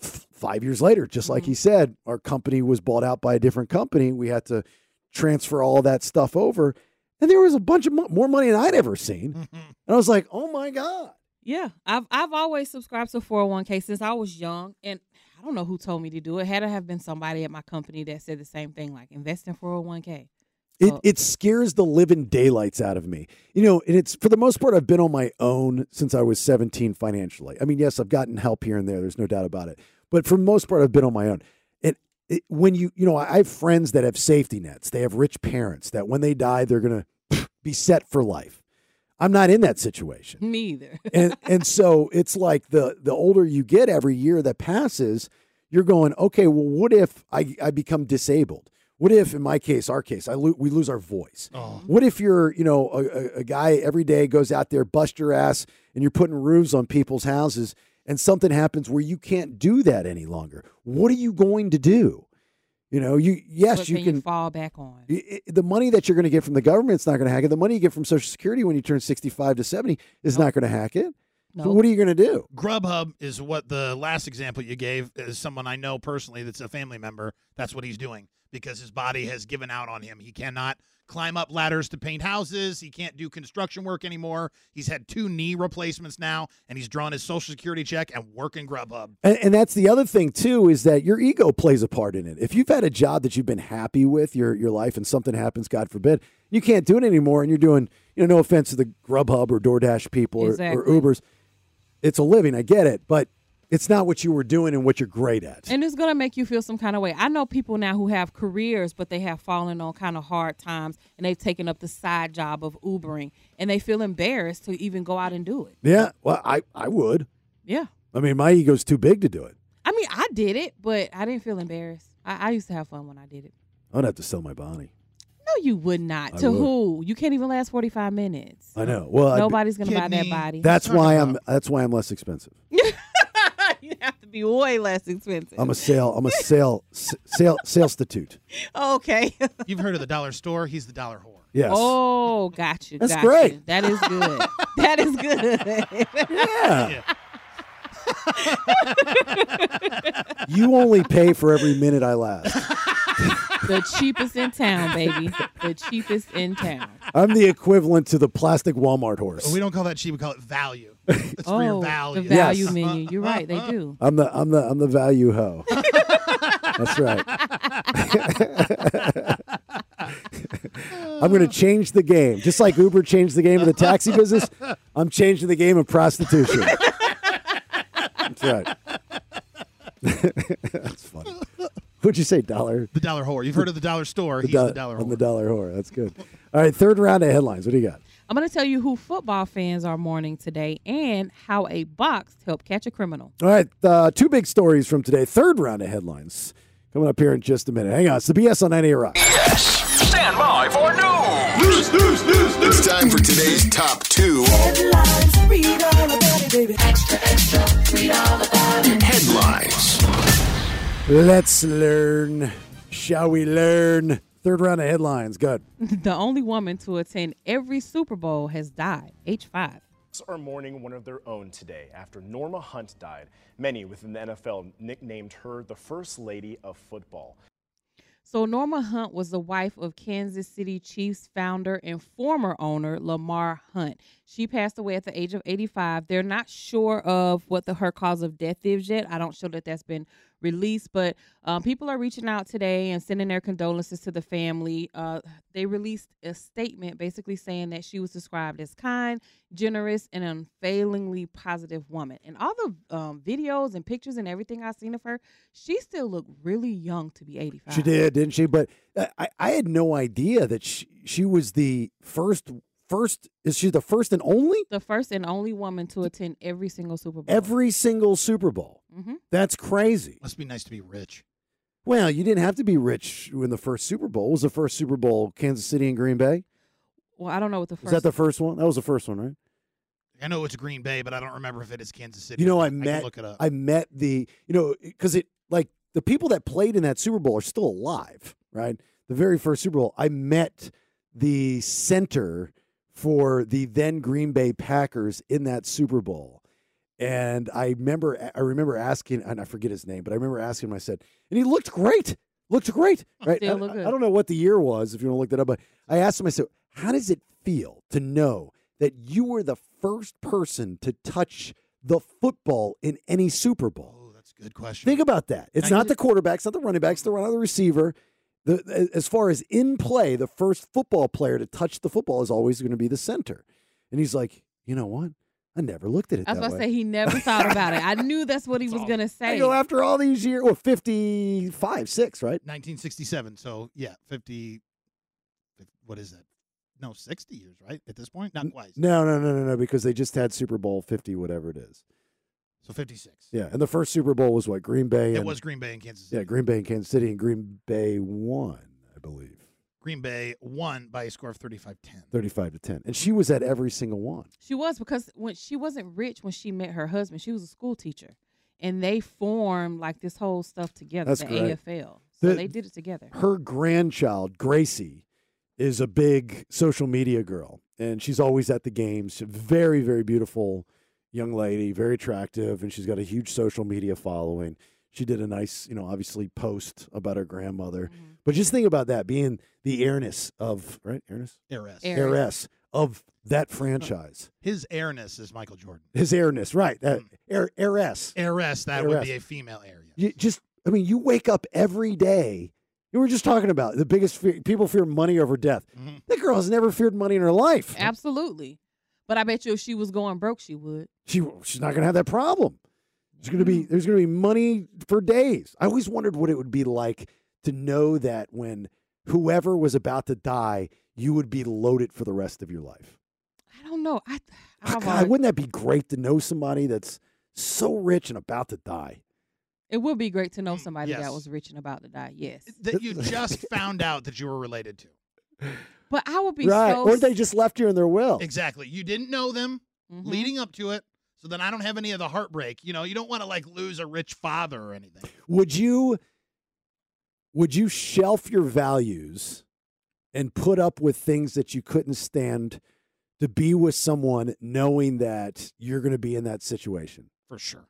H: F- Five years later, just like he said, our company was bought out by a different company. We had to transfer all that stuff over. And there was a bunch of mo- more money than I'd ever seen. and I was like, oh my God.
G: Yeah, I've I've always subscribed to 401k since I was young, and I don't know who told me to do it. Had to have been somebody at my company that said the same thing, like invest in 401k.
H: It, it scares the living daylights out of me. You know, and it's for the most part, I've been on my own since I was 17 financially. I mean, yes, I've gotten help here and there. There's no doubt about it. But for the most part, I've been on my own. And it, when you, you know, I I have friends that have safety nets, they have rich parents that when they die, they're going to be set for life. I'm not in that situation
G: Me either.
H: and and so it's like the the older you get every year that passes, you're going, okay, well, what if I, I become disabled? What if, in my case, our case, I lo- we lose our voice? What if you're, you know, a, a, a guy every day goes out there, bust your ass, and you're putting roofs on people's houses, and something happens where you can't do that any longer? What are you going to do? You know, you yes,
G: What
H: you
G: can
H: can
G: you fall back on.
H: Y- i- the money that you're going to get from the government's not going to hack it. The money you get from Social Security when you turn 65 to 70 is not going to hack it. So
I: Nope.
H: what are you going to do?
I: Grubhub is what the last example you gave is someone I know personally that's a family member. That's what he's doing because his body has given out on him. He cannot climb up ladders to paint houses. He can't do construction work anymore. He's had two knee replacements now, and he's drawn his social security check and working Grubhub.
H: And, and that's the other thing too is that your ego plays a part in it. If you've had a job that you've been happy with your your life, and something happens, God forbid, you can't do it anymore, and you're doing you know no offense to the Grubhub or DoorDash people or, or
G: Exactly.
H: Ubers, it's a living. I get it, but it's not what you were doing and what you're great at.
G: And it's gonna make you feel some kind of way. I know people now who have careers, but they have fallen on kind of hard times, and they've taken up the side job of Ubering, and they feel embarrassed to even go out and do it.
H: Yeah, well, I I would.
G: Yeah,
H: I mean, my ego's too big to do it.
G: I mean, I did it, but I didn't feel embarrassed. I, I used to have fun when I did it.
H: I'm gonna have to sell my body.
G: No, you would not.
H: I
G: to
H: would.
G: who? You can't even last forty five minutes.
H: I know. Well, I'd be-
G: nobody's gonna buy that body.
H: That's why I'm. That's why I'm less expensive.
G: you have to be way less expensive.
H: I'm a sale. I'm a sale. s- sale. Substitute.
G: Okay.
I: You've heard of the dollar store? He's the dollar whore.
H: Yes.
G: Oh, gotcha.
I: That's
G: gotcha.
I: great.
G: That is good. that is
H: Yeah.
G: good.
H: You only pay for every minute I last.
G: the cheapest in town, baby. The cheapest in town.
H: I'm the equivalent to the plastic Walmart horse.
I: We don't call that cheap. We call it value. That's for your
G: Oh,
I: value.
G: the value menu. You're right. They do.
H: I'm the. I'm the. I'm the value hoe. That's right. I'm going to change the game. Just like Uber changed the game of the taxi business, I'm changing the game of prostitution. That's right. That's funny. Who'd you say, dollar?
I: The dollar whore. You've heard of the dollar store. He's
H: do-
I: the dollar
H: I'm
I: whore.
H: the dollar whore. That's good. All right, third round of headlines. What do you got?
G: I'm going to tell you who football fans are mourning today and how a box helped catch a criminal.
H: All right, uh, two big stories from today. Third round of headlines coming up here in just a minute. Hang on, it's the BS on 98 Rock.
B: Stand by for news. News, news, news, news.
D: It's time for today's top two
B: Headlines. Read all about it, baby. Extra, extra. Read all about it.
D: headlines.
H: Let's learn. Shall we learn? Third round of headlines. Good.
G: the only woman to attend every Super Bowl has died, age five.
T: Bucks are mourning one of their own today after Norma Hunt died. Many within the NFL nicknamed her the First Lady of Football.
G: So Norma Hunt was the wife of Kansas City Chiefs founder and former owner Lamar Hunt. She passed away at the age of 85. They're not sure of what the her cause of death is yet. I don't show that that's been released, but um, people are reaching out today and sending their condolences to the family. Uh, they released a statement basically saying that she was described as kind, generous, and unfailingly positive woman. And all the um, videos and pictures and everything I've seen of her, she still looked really young to be 85.
H: She did, didn't she? But uh, I, I had no idea that she, she was the first. First, is she the first and only?
G: the first and only woman to attend every single Super Bowl.
H: Every single Super Bowl.
G: Mhm.
H: That's crazy.
I: Must be nice to be rich.
H: Well, you didn't have to be rich when the first Super Bowl was the first Super Bowl, Kansas City and Green Bay.
G: Well, I don't know what the first.
H: Was that the first one? That was the first one, right?
I: I know it's Green Bay, but I don't remember if it is Kansas City.
H: You know,
I: or
H: I
I: not.
H: met
I: can look it up.
H: I met the you know because it like the people that played in that Super Bowl are still alive, right? The very first Super Bowl, I met the center for the then Green Bay Packers in that Super Bowl, and I remember I remember asking, and I forget his name, but I remember asking him. I said, and he looked great, looked great, right?
G: Still
H: I-
G: look
H: I,
G: good.
H: don't know what the year was if you want to look that up, but I asked him. I said, how does it feel to know that you were the first person to touch the football in any Super Bowl?
I: Good question.
H: Think about that. It's not the quarterbacks, not the running backs, the run of the receiver. The, as far as in play, the first football player to touch the football is always going to be the center. And he's like, you know what? I never looked at it
G: I was
H: that
G: about to
H: way.
G: say he never thought about it. I knew that's what he was gonna
H: I
G: say.
H: go after all these years, well, 55, 6, right?
I: 1967. So yeah, 50. What is that? No, 60 years, right? At this point, not quite.
H: No, no, no, no, no, because they just had Super Bowl 50, whatever it is.
I: So 56.
H: Yeah, and the first Super Bowl was what? Green Bay?
I: It
H: and-
I: was Green Bay and Kansas
H: Yeah, Green Bay and Kansas City, and Green Bay won.
I: Green Bay won by a score of 35-10.
H: 35 to 10. And she was at every single one.
G: She was because when she wasn't rich when she met her husband, she was a school teacher, and they formed like this whole stuff together.
H: That's
G: the
H: correct.
G: AFL. So
H: The-
G: they did it together.
H: Her grandchild, Gracie, is a big social media girl, and she's always at the games. Very, very beautiful young lady, very attractive, and she's got a huge social media following. She did a nice, you know, obviously post about her grandmother. But just think about that being the heiress of, right? Heiress?
I: Heiress. Heiress.
H: Heiress of that franchise.
I: His heirness is Michael Jordan.
H: His heiress, right? That heir, heiress.
I: Heiress, that would
H: Heiress.
I: be a female heir.
H: You just, I mean, you wake up every day. You were just talking about the biggest fear. People fear money over death. That girl has never feared money in her life.
G: Absolutely, but I bet you if she was going broke, she would.
H: She she's not gonna have that problem. There's gonna be
G: Mm-hmm.
H: there's gonna be money for days. I always wondered what it would be like to know that when whoever was about to die, you would be loaded for the rest of your life.
G: I don't know. I,
H: God, wouldn't that be great to know somebody that's so rich and about to die?
G: it would be great to know somebody
I: yes.
G: that was rich and about to die. Yes,
I: That you just found out that you were related to.
G: but I would be
H: right.
G: so
H: or they just left you in their will.
I: Exactly. You didn't know them
G: Mm-hmm.
I: leading up to it. So then I don't have any of the heartbreak. You know, you don't want to like lose a rich father or anything.
H: Would you would you shelf your values and put up with things that you couldn't stand to be with someone knowing that you're going to be in that situation?
I: For sure.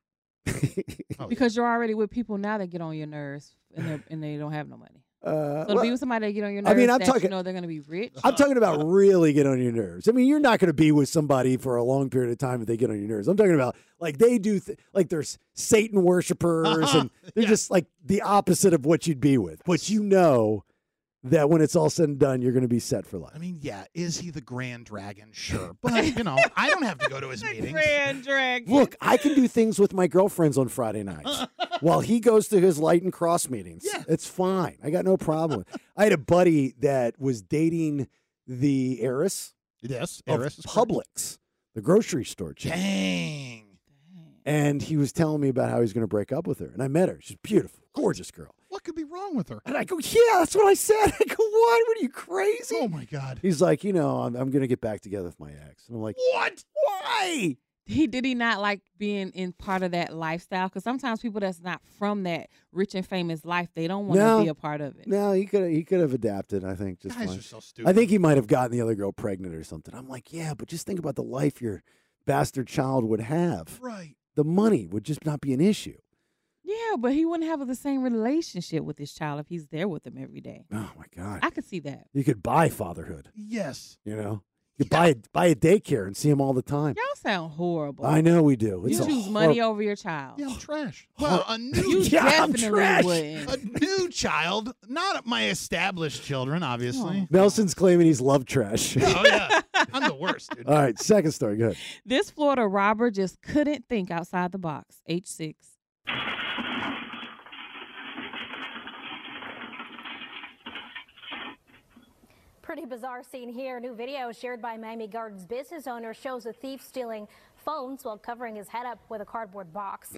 I: Oh,
G: because you're already with people now that get on your nerves and, they're- and they don't have no money.
H: Uh,
G: So to
H: well,
G: be with somebody that get on your
H: I
G: nerves,
H: mean, I'm
G: that you
H: talking-
G: know they're gonna be rich.
H: I'm talking about really get on your nerves. I mean, you're not going to be with somebody for a long period of time if they get on your nerves. I'm talking about like they do, th- like there's Satan worshipers, and they're just like the opposite of what you'd be with. But you know that when it's all said and done, you're going to be set for life.
I: I mean, yeah, is he the Grand Dragon? Sure, but you know, I don't have to go to his meetings.
G: Grand Dragon.
H: Look, I can do things with my girlfriends on Friday nights while he goes to his light and cross meetings. It's fine. I got no problem. I had a buddy that was dating the heiress.
I: Yes,
H: of
I: heiress is
H: Publix, the grocery store chain.
I: Dang.
H: And he was telling me about how he's going to break up with her. And I met her. She's beautiful, gorgeous girl.
I: What could be wrong with her?
H: And I go, yeah, that's what I said. I go, what? What are you crazy?
I: Oh my god.
H: He's like, you know, I'm, I'm going to get back together with my ex. And I'm like,
I: What? Why?
G: He did he not like being in part of that lifestyle? Because sometimes people that's not from that rich and famous life, they don't want to
H: No.
G: be a part of it.
H: No, he could he could have adapted. I think just
G: Guys
H: fine.
G: are so
H: I
G: stupid.
H: think he might have gotten the other girl pregnant or something. I'm like, yeah, but just think about the life your bastard child would have.
I: Right.
H: The money would just not be an issue.
G: Yeah, but he wouldn't have the same relationship with his child if he's there with him every day.
H: Oh my god,
G: I could see that.
H: you could buy fatherhood.
I: Yes.
H: You know, you could buy a, buy a daycare and see him all the time.
G: Y'all sound horrible.
H: I know we do. It's
G: you
H: a
G: choose
H: hor-
G: money over your child.
H: Oh.
I: Yeah, I'm trash. Well, a new
G: You Yeah, I'm definitely trash. wouldn't.
I: A new child, not my established children, obviously.
H: Nelson's claiming he's love trash.
I: Oh yeah, I'm the worst, dude.
H: all right, second story. Good.
G: This Florida robber just couldn't think outside the box. H6.
U: Pretty bizarre scene here. New video shared by Miami Gardens business owner shows a thief stealing phones while covering his head up with a cardboard box.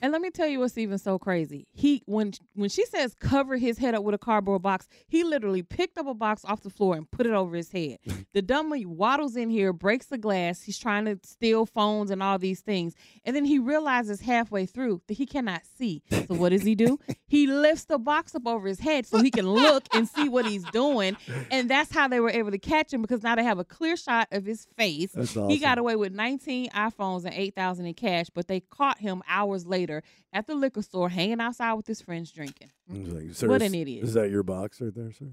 G: And let me tell you what's even so crazy. He when when she says cover his head up with a cardboard box, he literally picked up a box off the floor and put it over his head. the dummy waddles in here, breaks the glass. He's trying to steal phones and all these things, and then he realizes halfway through that he cannot see. So what does he do? he lifts the box up over his head so he can look and see what he's doing, and that's how they were able to catch him because now they have a clear shot of his face.
H: That's
G: He got
H: awesome.
G: got away with 19 iPhones and 8,000 in cash, but they caught him hours later at the liquor store hanging outside with his friends drinking.
H: He's like, "Sir,
G: What
H: is-
G: an idiot."
H: Is that your box right there, sir?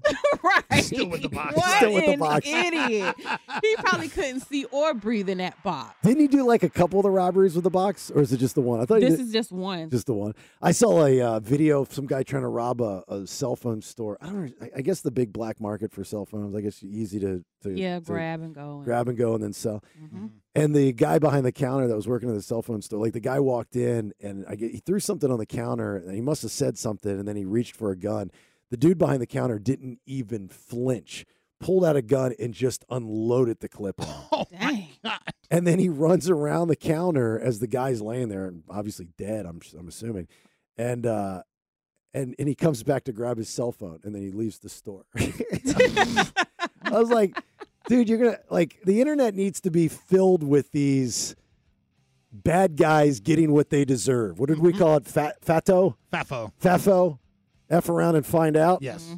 I: Still with the box.
G: What
H: Still with the
G: an
H: box.
G: idiot. he probably couldn't see or breathe in that box.
H: Didn't he do like a couple of the robberies with the box, or is it just the one? I thought he
G: This
H: did-
G: is just one.
H: Just the one. I saw a uh, video of some guy trying to rob a, a cell phone store. I don't. know. I- I guess the big black market for cell phones. I guess easy to, to
G: Yeah,
H: to
G: grab and go and- Mm-hmm.
H: grab and go, and then sell. And the guy behind the counter that was working at the cell phone store, like the guy walked in and I get, he threw something on the counter, and he must have said something, and then he reached for a gun. The dude behind the counter didn't even flinch, pulled out a gun and just unloaded the clip on. him.
G: Dang.
H: And then he runs around the counter as the guy's laying there, and obviously dead. I'm I'm assuming, and uh, and and he comes back to grab his cell phone, and then he leaves the store. I was like, dude, you're gonna like the internet needs to be filled with these bad guys getting what they deserve. What did we call it? Fat fatto, uh,
I: Fafo.
H: fafo, f around and find out.
I: Yes.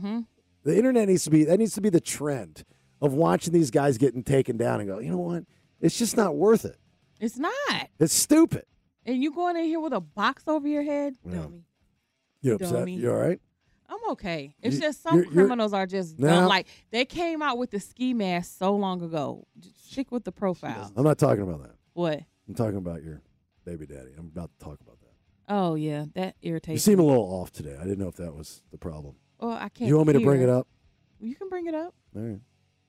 H: The internet needs to be that needs to be the trend of watching these guys getting taken down and go, you know what? It's just not worth it.
G: It's not.
H: It's stupid.
G: And you going in here with a box over your head? Dummy.
H: You upset?
G: Dummy.
H: You all right?
G: I'm okay. It's
H: You-
G: just some
H: you're- you're-
G: criminals are just
H: Nah.
G: dumb. Like they came out with the ski mask so long ago. Just stick with the profile.
H: I'm not talking about that.
G: What?
H: I'm talking about your baby daddy. I'm about to talk about that.
G: Oh yeah, that irritates.
H: You seem
G: me.
H: a little off today. I didn't know if that was the problem.
G: Well, I can't.
H: You want me to bring
G: hear.
H: it up?
G: You can bring it up.
H: All right.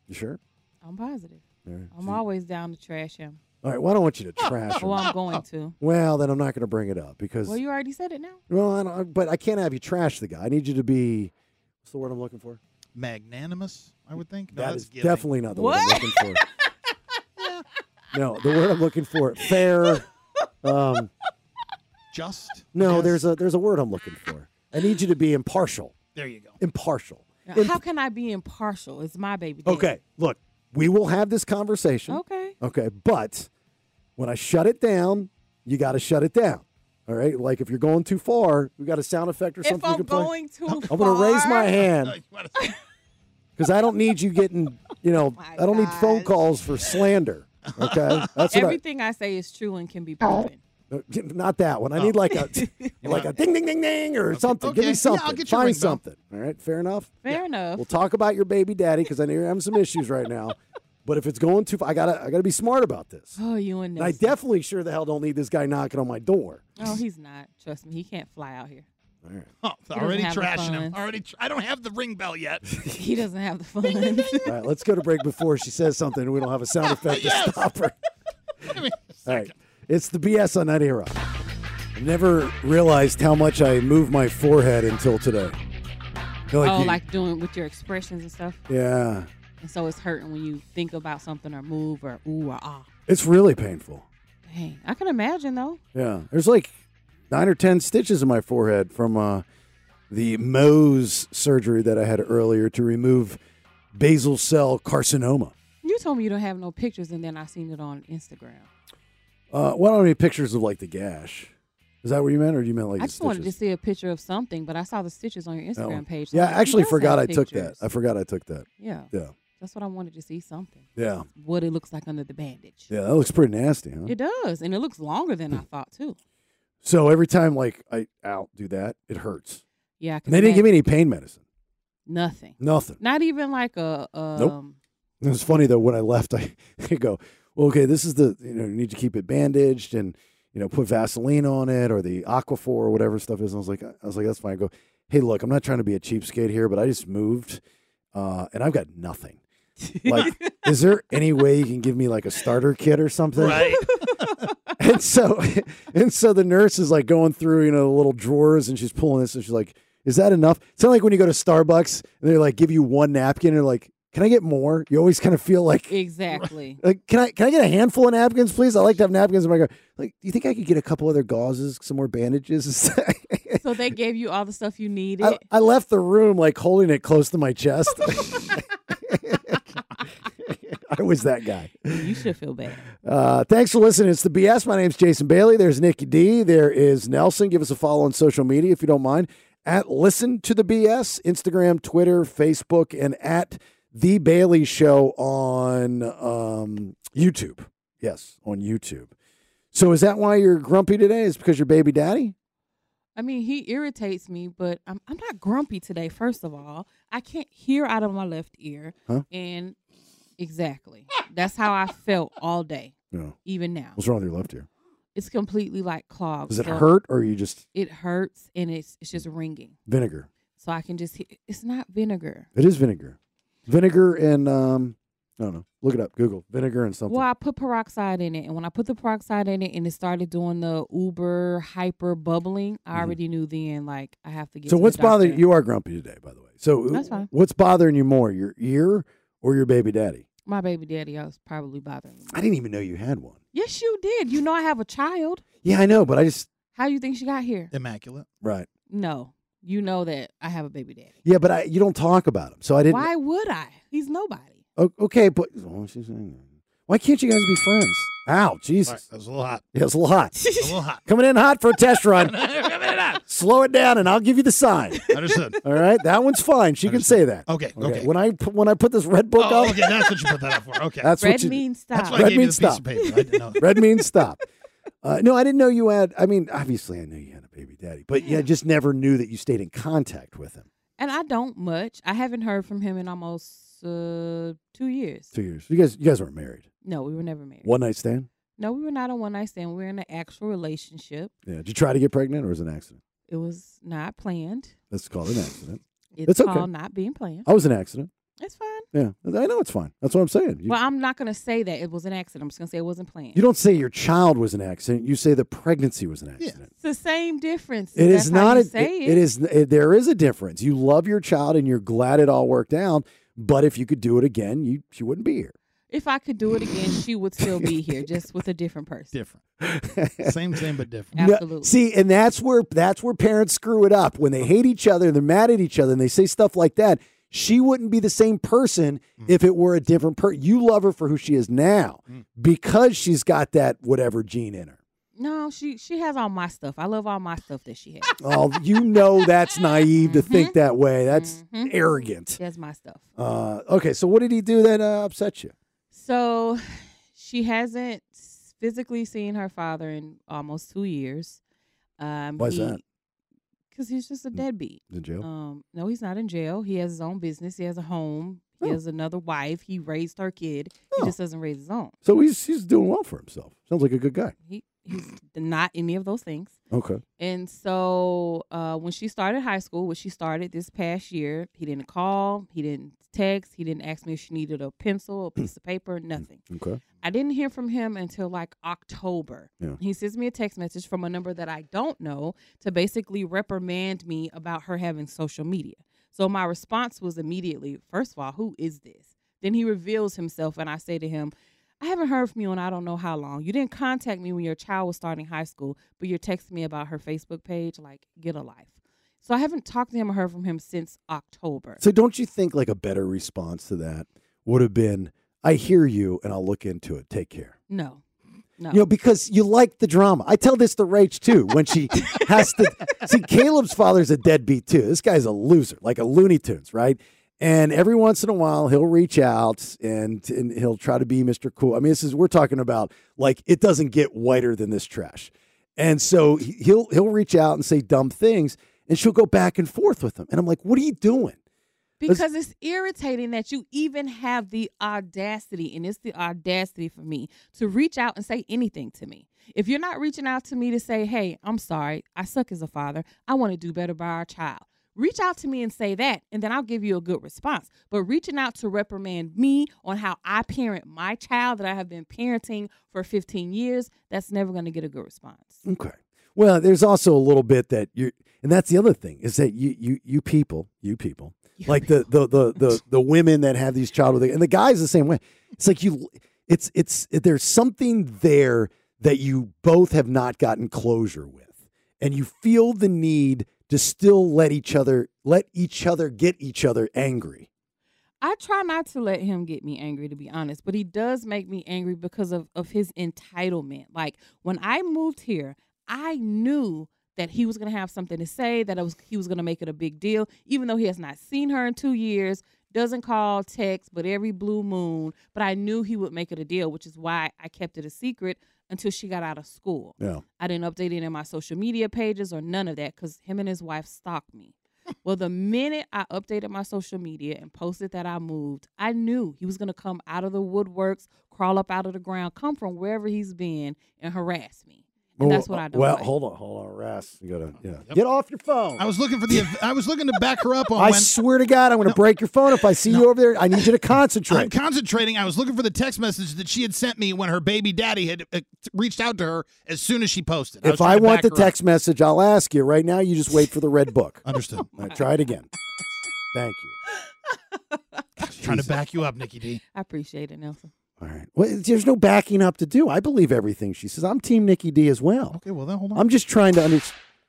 H: You sure?
G: I'm positive.
H: All right.
G: I'm always down to trash him.
H: All right. Well, I don't want you to trash him.
G: Well, I'm going to.
H: Well, then I'm not going to bring it up because.
G: Well, you already said it now.
H: Well, I don't, but I can't have you trash the guy. I need you to be. What's the word I'm looking for?
I: Magnanimous, I would think. No,
H: that
I: that's
H: is
I: giving.
H: definitely not the word I'm looking for. no, the word I'm looking for fair. Um,
I: Just.
H: No, there's a there's a word I'm looking for. I need you to be impartial.
I: There you go.
H: Impartial.
G: Now,
H: Imp-
G: How can I be impartial? It's my baby. daddy.
H: Okay, look, we will have this conversation.
G: Okay.
H: Okay, but when I shut it down, you got to shut it down. All right, like if you're going too far, we got a sound effect or
G: If
H: something. you
G: I'm
H: can play.
G: going too
H: I'm gonna raise
G: far.
H: my hand because I don't need you getting, you
G: Oh
H: know, I don't need phone calls for slander. Okay, that's what I,
G: Everything I, say is true and can be proven.
H: Uh, Not that one. I
G: Oh.
H: need like a like a ding ding ding ding or something. Give
I: Okay. Yeah,
H: me
I: I'll
H: something.
I: get you a
H: Find
I: ring, Bill.
H: something. All right. Fair enough.
G: Fair enough.
H: We'll talk about your baby daddy because I know you're having some issues right now. But if it's going too far, I gotta I gotta be smart about this.
G: Oh, you and
H: And I
G: Nelson.
H: definitely sure the hell don't need this guy knocking on my door.
G: Oh, he's not. Trust me, he can't fly out here.
H: All right.
I: Oh,
G: He doesn't
I: already
G: have the
I: trashing him.
G: funds.
I: Already, tr- I don't have the ring bell yet.
G: He doesn't have the funds.
H: All right, let's go to break before she says something and we don't have a sound effect to stop her. All right. It's the BS on 90 Rock. I never realized how much I moved my forehead until today. You know,
G: oh,
H: you-
G: like doing with your expressions and stuff.
H: Yeah.
G: And so it's hurting when you think about something or move or ooh or ah.
H: It's really painful.
G: Dang, I can imagine though.
H: Yeah. There's like nine or 10 stitches in my forehead from uh, the Mohs surgery that I had earlier to remove basal cell carcinoma.
G: You told me you don't have no pictures, and then I seen it on Instagram.
H: Uh, well, I don't have any pictures of like the gash. Is that what you meant? Or do you meant like
G: I
H: the
G: just wanted to
H: Oh, stitches?
G: see a picture of something, but I saw the stitches on your
H: That
G: Instagram
H: one.
G: page. so
H: Yeah, I
G: I'm like, he
H: actually
G: does have
H: forgot I took that.
G: pictures.
H: I forgot I took that.
G: Yeah.
H: Yeah.
G: That's what I wanted to see something.
H: Yeah.
G: What it looks like under the bandage.
H: Yeah. Hmm. That looks pretty nasty, huh?
G: It does, and it looks longer than I thought too.
H: So every time like I out do that, it hurts.
G: Yeah, I can
H: And they didn't give me
G: imagine.
H: any pain medicine.
G: Nothing.
H: Nothing.
G: Not even like a um,
H: It was funny though when I left, I they go, well, okay, this is the you know you need to keep it bandaged and you know put Vaseline on it or the Aquaphor or whatever stuff is. And I was like, I was like, that's fine. I go, hey, look, I'm not trying to be a cheapskate here, but I just moved, uh, and I've got nothing. Like, is there any way you can give me like a starter kit or something?
B: Right.
H: and so, and so the nurse is like going through you know the little drawers and she's pulling this and she's like, is that enough? It's not like when you go to Starbucks and they like give you one napkin and they're like. Can I get more? You always kind of feel like
G: exactly.
H: like, can I can I get a handful of napkins, please? I like to have napkins in my car. Like, do you think I could get a couple other gauzes, some more bandages?
G: so they gave you all the stuff you needed.
H: I, I left the room like holding it close to my chest. I was that guy.
G: you should feel bad.
H: Uh, thanks for listening. It's the BS. My name's Jason Bailey. There's Nikki D. There is Nelson. Give us a follow on social media if you don't mind. At Listen to the BS, Instagram, Twitter, Facebook, and at The Bailey Show on um, YouTube. Yes, on YouTube. So is that why you're grumpy today? Is it because your baby daddy?
G: I mean, he irritates me, but I'm I'm not grumpy today. First of all, I can't hear out of my left ear,
H: Huh?
G: and exactly that's how I felt all day.
H: No.
G: Even now,
H: What's wrong with your left ear?
G: it's completely like clogged.
H: Does it
G: So
H: hurt or you just
G: It hurts, and it's it's just ringing.
H: vinegar?
G: So I can just hear. It's not vinegar.
H: It is vinegar. Vinegar and um, I don't know. Look it up. Google vinegar and something.
G: Well, I put peroxide in it, and when I put the peroxide in it, and it started doing the uber hyper bubbling, I already knew then like I have to get.
H: Mm-hmm. So
G: to the
H: what's bothering
G: doctor.
H: you? Are grumpy today, by the way. So
G: That's fine.
H: what's bothering you more, your ear or your baby daddy?
G: My baby daddy, I was probably bothering. Me.
H: I didn't even know you had one.
G: Yes, you did. You know I have a child.
H: Yeah, I know, but I just
G: How you think she got here?
I: Immaculate.
H: right.
G: No, you know that I have a baby daddy.
H: Yeah, but I you don't talk about him, so I didn't.
G: Why would I? He's nobody.
H: O- okay, but oh, she's saying- why can't you guys be friends? Ow, Jesus,
I: That was a little hot.
H: yeah, it's a little hot.
I: a little hot.
H: Coming in hot for a test run. Slow it down, and I'll give you the sign.
I: Understood.
H: All right, that one's fine. She can say that.
I: Okay, okay.
H: When I pu- when I put this red book
I: Oh,
H: up,
I: okay, that's what you put that up for. Okay.
H: That's what you,
I: That's why I gave you the piece of paper. I didn't know.
H: Red means stop. Uh, no, I didn't know you had. I mean, obviously, I knew you had a baby daddy, but yeah, I just never knew that you stayed in contact with him.
G: And I don't much. I haven't heard from him in almost uh, two years.
H: Two years. You guys, you guys weren't married.
G: No, we were never married.
H: One night stand.
G: No, we were not a one night stand. We were in an actual relationship.
H: Yeah. Did you try to get pregnant, or was it an accident?
G: It was not planned.
H: Let's call it an accident.
G: It's
H: That's okay.
G: called not being planned.
H: I was an accident.
G: It's fine.
H: Yeah, I know it's fine. That's what I'm saying. You,
G: well, I'm not gonna say that it was an accident. I'm just gonna say it wasn't planned.
H: you don't say your child was an accident. You say the pregnancy was an accident.
G: It's the same difference.
H: It is
G: That's how
H: not.
G: you
H: A,
G: say
H: it- it is. It, there is a difference. You love your child, and you're glad it all worked out. But if you could do it again, you she wouldn't be here.
G: If I could do it again, she would still be here, just with a different person. Different.
I: Same thing, but different.
H: No, see, and that's where that's where parents screw it up when they hate each other and they're mad at each other and they say stuff like that. She wouldn't be the same person if it were a different person. You love her for who she is now because she's got that whatever gene in her.
G: No, she she has all my stuff. I love all my stuff that she has.
H: Oh, you know that's naive to think that way. That's
G: Mhm.
H: arrogant.
G: She has my stuff.
H: Uh, okay, so what did he do that uh, upset you?
G: So she hasn't s- physically seen her father in almost two years. Um,
H: Why's that? Mm,
G: Because he's just a deadbeat.
H: in jail?
G: Um, no, he's not in jail. He has his own business. He has a home. He
H: Oh.
G: has another wife. He raised her kid. He just doesn't raise his own.
H: So he's he's doing well for himself. Sounds like a good guy.
G: He he's not any of those things.
H: Okay.
G: And so uh, when she started high school, which she started this past year, he didn't call, he didn't text, he didn't ask me if she needed a pencil, a piece of paper, nothing.
H: Okay.
G: I didn't hear from him until like October.
H: Yeah.
G: He sends me a text message from a number that I don't know to basically reprimand me about her having social media. So my response was immediately, first of all, who is this? Then he reveals himself, and I say to him, I haven't heard from you in I don't know how long. You didn't contact me when your child was starting high school, but you're texting me about her Facebook page. Like, get a life. So I haven't talked to him or heard from him since October.
H: So don't you think like a better response to that would have been, "I hear you, and I'll look into it. Take care."
G: No. No.
H: You know, because you like the drama. I tell this to Rach too when she has to see Caleb's father's a deadbeat too. This guy's a loser, like a Looney Tunes, right? And every once in a while, he'll reach out and, and he'll try to be Mr. Cool. I mean, this is we're talking about like it doesn't get whiter than this trash. And so he- he'll he'll reach out and say dumb things, and she'll go back and forth with him. And I'm like, what are you doing? Let's-
G: Because it's irritating that you even have the audacity, and it's the audacity for me to reach out and say anything to me. If you're not reaching out to me to say, hey, I'm sorry, I suck as a father, I want to do better by our child, reach out to me and say that, and then I'll give you a good response. But reaching out to reprimand me on how I parent my child that I have been parenting for 15 years, that's never going to get a good response.
H: Okay. Well, there's also a little bit that you and that's the other thing is that you you you people, you people, like the the the the the women that have these child with and the guys the same way. It's like you it's it's there's something there that you both have not gotten closure with. And you feel the need to still let each other let each other get each other angry.
G: I try not to let him get me angry, to be honest, but he does make me angry because of, of his entitlement. Like when I moved here, I knew that he was going to have something to say, that I was, he was going to make it a big deal, even though he has not seen her in two years, doesn't call, text, but every blue moon. But I knew he would make it a deal, which is why I kept it a secret until she got out of school.
H: Yeah.
G: I didn't update any of my social media pages or none of that because him and his wife stalked me. well, the minute I updated my social media and posted that I moved, I knew he was going to come out of the woodworks, crawl up out of the ground, come from wherever he's been, and harass me. And that's what I don't
H: Oh, Well,
G: like.
H: hold on, hold on, Ras. You gotta yeah. Get off your phone.
I: I was looking for the. I was looking to back her up on
H: I
I: Oh, when
H: swear to God, I'm going to break your phone if I see you over there. I need you to concentrate.
I: I'm concentrating. I was looking for the text message that she had sent me when her baby daddy had uh, t- reached out to her as soon as she posted. was
H: if
I: trying
H: I
I: to
H: want
I: back
H: the
I: her up.
H: text message, I'll ask you. Right now, you just wait for the red book.
I: Understood.
H: All right, try it again. Thank you.
I: trying to back you up, Nikki D.
G: I appreciate it, Nelson.
H: All right. Well, there's no backing up to do. I believe everything she says. I'm Team Nikki D as well.
I: Okay, well then hold on.
H: I'm just trying to under.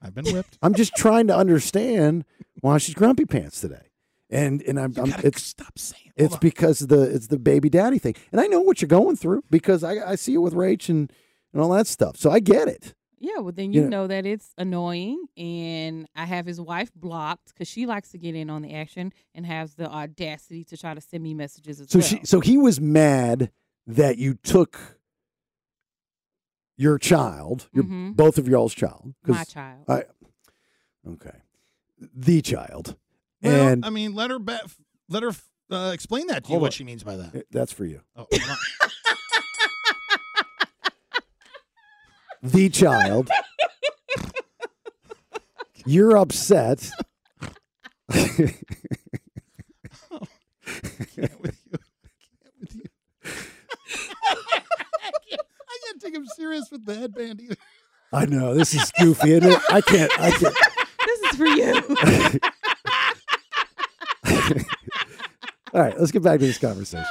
I: I've been whipped.
H: I'm just trying to understand why she's grumpy pants today. And and I'm, I'm it's
I: stop saying
H: it's because of the it's the baby daddy thing. And I know what you're going through because I I see it with Rach and and all that stuff. So I get it.
G: Yeah, well, then
H: You
G: you,
H: know-
G: know, that it's annoying, and I have his wife blocked because she likes to get in on the action and has the audacity to try to send me messages as
H: So
G: well.
H: she so he was mad that you took your child, your
G: Mhm.
H: both of y'all's child. 'cause
G: My child.
H: I, okay. The child.
I: Well, um,
H: and
I: I mean, let her be- let her uh, explain that to you
H: Hold
I: what
H: on. Eh.
I: she means by that.
H: that's for you.
I: Oh, hold on.
H: The child. You're upset.
I: I can't take him serious with the headband either.
H: I know this is goofy, isn't it? I can't. I can't.
G: This is for you.
H: All right, let's get back to this conversation.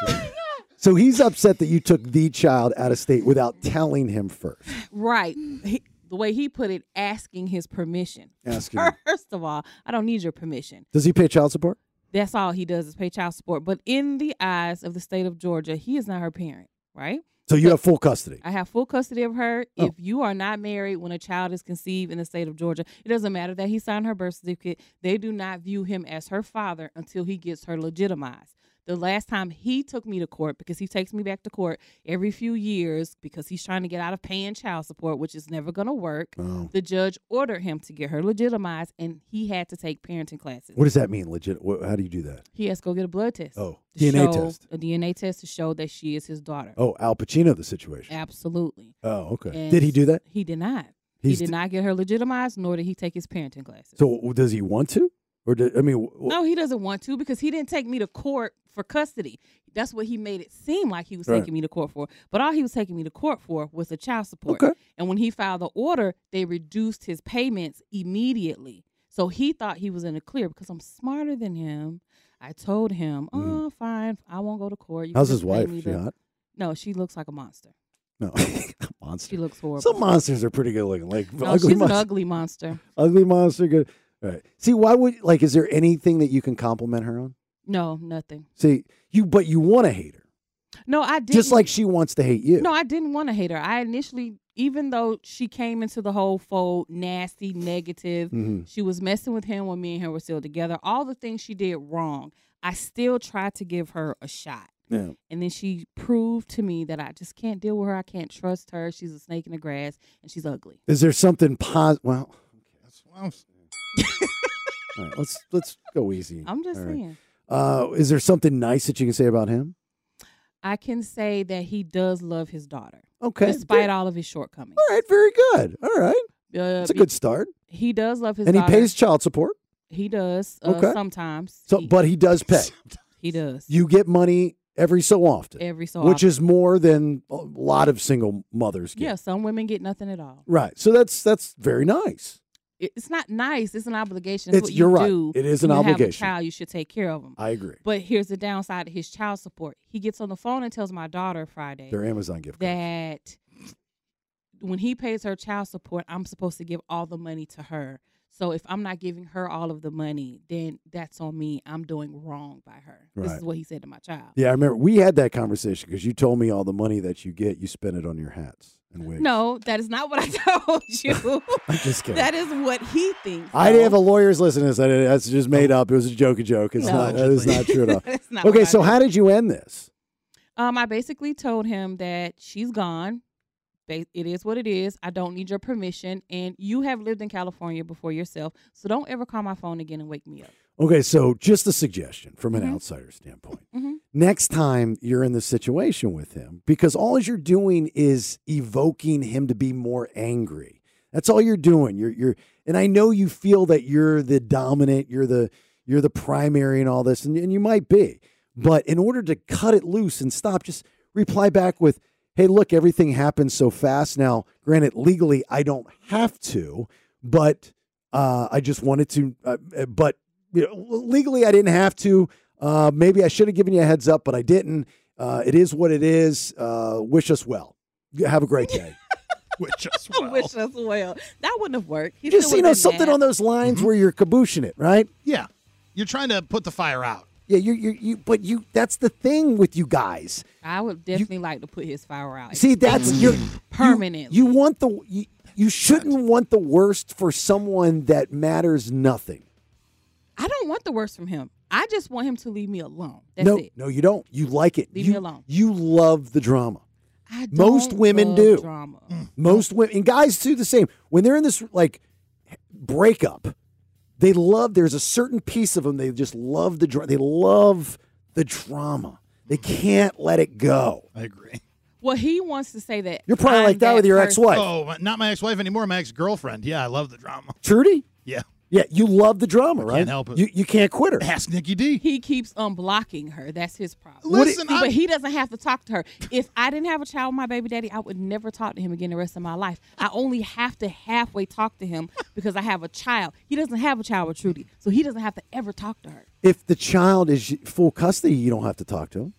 H: So he's upset that you took the child out of state without telling him first.
G: Right. He, the way he put it, asking his permission.
H: Asking.
G: First of all, I don't need your permission.
H: Does he pay child support?
G: That's all he does is pay child support. But in the eyes of the state of Georgia, he is not her parent, right?
H: So you have full custody.
G: I have full custody of her.
H: Oh.
G: If you are not married when a child is conceived in the state of Georgia, it doesn't matter that he signed her birth certificate. They do not view him as her father until he gets her legitimized. the last time he took me to court because he takes me back to court every few years because he's trying to get out of paying child support, which is never going to work.
H: Oh.
G: The judge ordered him to get her legitimized, and he had to take parenting classes.
H: What does that mean? Legit? What, how do you do that?
G: He has to go get a blood test.
H: Oh,
G: to
H: DNA
G: show-
H: test.
G: A DNA test to show that she is his daughter.
H: Oh, Al Pacino, the situation.
G: Absolutely.
H: Oh, okay.
G: And
H: Did he do that?
G: He did not. he
H: He's
G: did
H: d-
G: not get her legitimized, nor did he take his parenting classes.
H: So w- does he want to? Or do, I mean, w- w-
G: No, he doesn't want to because he didn't take me to court for custody. That's what he made it seem like he was
H: Right.
G: taking me to court for. But all he was taking me to court for was the child support. And when he filed the order, they reduced his payments immediately. So he thought he was in the clear because I'm smarter than him. I told him, "Oh, fine, I won't go to court." You can
H: Mm. how's his
G: just pay
H: wife?
G: me
H: She
G: the-"
H: hot?
G: No, she looks like a monster.
H: No, monster.
G: She looks horrible.
H: Some monsters are pretty good looking. Like
G: No,
H: ugly
G: she's
H: monster.
G: an ugly monster.
H: Ugly monster. Good. All right. See, why would like? Is there anything that you can compliment her on?
G: No, nothing.
H: See, you but you want to hate her,
G: No, I did
H: just like she wants to hate you.
G: No, I didn't want to hate her. I initially, even though she came into the whole fold nasty, negative,
H: Mhm.
G: she was messing with him when me and her were still together. All the things she did wrong, I still tried to give her a shot.
H: Yeah.
G: And then she proved to me that I just can't deal with her. I can't trust her. She's a snake in the grass and she's ugly.
H: Is there something positive? Well,
I: Well,
H: all right, let's let's go easy.
G: I'm just
H: All right.
G: saying.
H: Uh, is there something nice that you can say about him?
G: I can say that he does love his daughter.
H: Okay,
G: Despite
H: good.
G: all of his shortcomings.
H: All right, very good. All right,
G: Uh,
H: that's a
G: be-
H: good start.
G: He does love his
H: And he
G: daughter.
H: pays child support.
G: He does. Uh,
H: Okay.
G: Sometimes.
H: So, but he does pay.
G: He does.
H: You get money every so often,
G: Every so
H: which
G: often.
H: is more than a lot of single mothers get.
G: Yeah, some women get nothing at all.
H: Right. So that's that's very nice.
G: it- it's not nice. It's an obligation. It's,
H: It's-
G: what you
H: you're right.
G: do.
H: It is
G: when
H: an
G: you have a
H: obligation.
G: child, you should take care of them.
H: I agree.
G: But here's the downside of his child support. He gets on the phone and tells my daughter Friday
H: Their Amazon gift.
G: that when he pays her child support, I'm supposed to give all the money to her. So if I'm not giving her all of the money, then that's on me. I'm doing wrong by her. This
H: Right.
G: is what he said to my child.
H: Yeah, I remember we had that conversation because you told me all the money that you get, you spend it on your hats and wigs.
G: No, that is not what I told you.
H: I'm just kidding.
G: that is what he thinks.
H: I didn't have a lawyer's listen to this. I didn't- That's just made up. It was a joke. A joke. It's
G: No.
H: not. That is not true at all.
G: That's not
H: okay,
G: what I
H: so
G: did.
H: how did you end this?
G: Um, I basically told him that she's gone. Ba- It is what it is. I don't need your permission. And you have lived in California before yourself. So don't ever call my phone again and wake me up.
H: Okay, so just a suggestion from an outsider standpoint.
G: Mhm.
H: Next time you're in this situation with him, because all you're doing is evoking him to be more angry. That's all you're doing. You're you're and I know you feel that you're the dominant, you're the you're the primary and all this, and, and you might be. But in order to cut it loose and stop, just reply back with, hey, look, everything happens so fast. Now, granted, legally, I don't have to, but uh, I just wanted to, uh, uh, but you know, legally, I didn't have to. Uh, maybe I should have given you a heads up, but I didn't. Uh, it is what it is. Uh, wish us well. Have a great day.
I: Which us
G: well. Wish us well. That wouldn't have worked. He
H: just
G: still
H: you know
G: would've been
H: something
G: mad.
H: on those lines where
G: Mm-hmm.
H: you're kabooshing it, right?
I: Yeah, you're trying to put the fire out.
H: Yeah, you you you. But you that's the thing with you guys.
G: I would definitely like to put his fire out.
H: See, that's your
G: Permanently.
H: You, you want the you, you shouldn't want the worst for someone that matters nothing.
G: I don't want the worst from him. I just want him to leave me alone. That's
H: no,
G: it.
H: no, you don't. You like it.
G: Leave
H: you,
G: me alone.
H: You love the drama.
G: I don't
H: Most women
G: love
H: do.
G: Drama.
H: Most women and guys do the same. When they're in this like breakup, they love. There's a certain piece of them they just love the drama. They love the drama. They can't let it go.
I: I agree.
G: Well, he wants to say that.
H: You're probably
G: I'm
H: like that with your
G: person.
H: ex-wife.
I: Oh, my- not my ex-wife anymore. My ex-girlfriend. Yeah, I love the drama.
H: Trudy.
I: Yeah.
H: Yeah, you love the drama, right?
I: can't help it.
H: You you can't quit her.
I: Ask Nikki D.
G: He keeps unblocking her. That's his problem.
I: What Listen, it-
G: but
I: I'm-
G: he doesn't have to talk to her. If I didn't have a child with my baby daddy, I would never talk to him again the rest of my life. I only have to halfway talk to him because I have a child. He doesn't have a child with Trudy, so he doesn't have to ever talk to her.
H: If the child is full custody, you don't have to talk to him.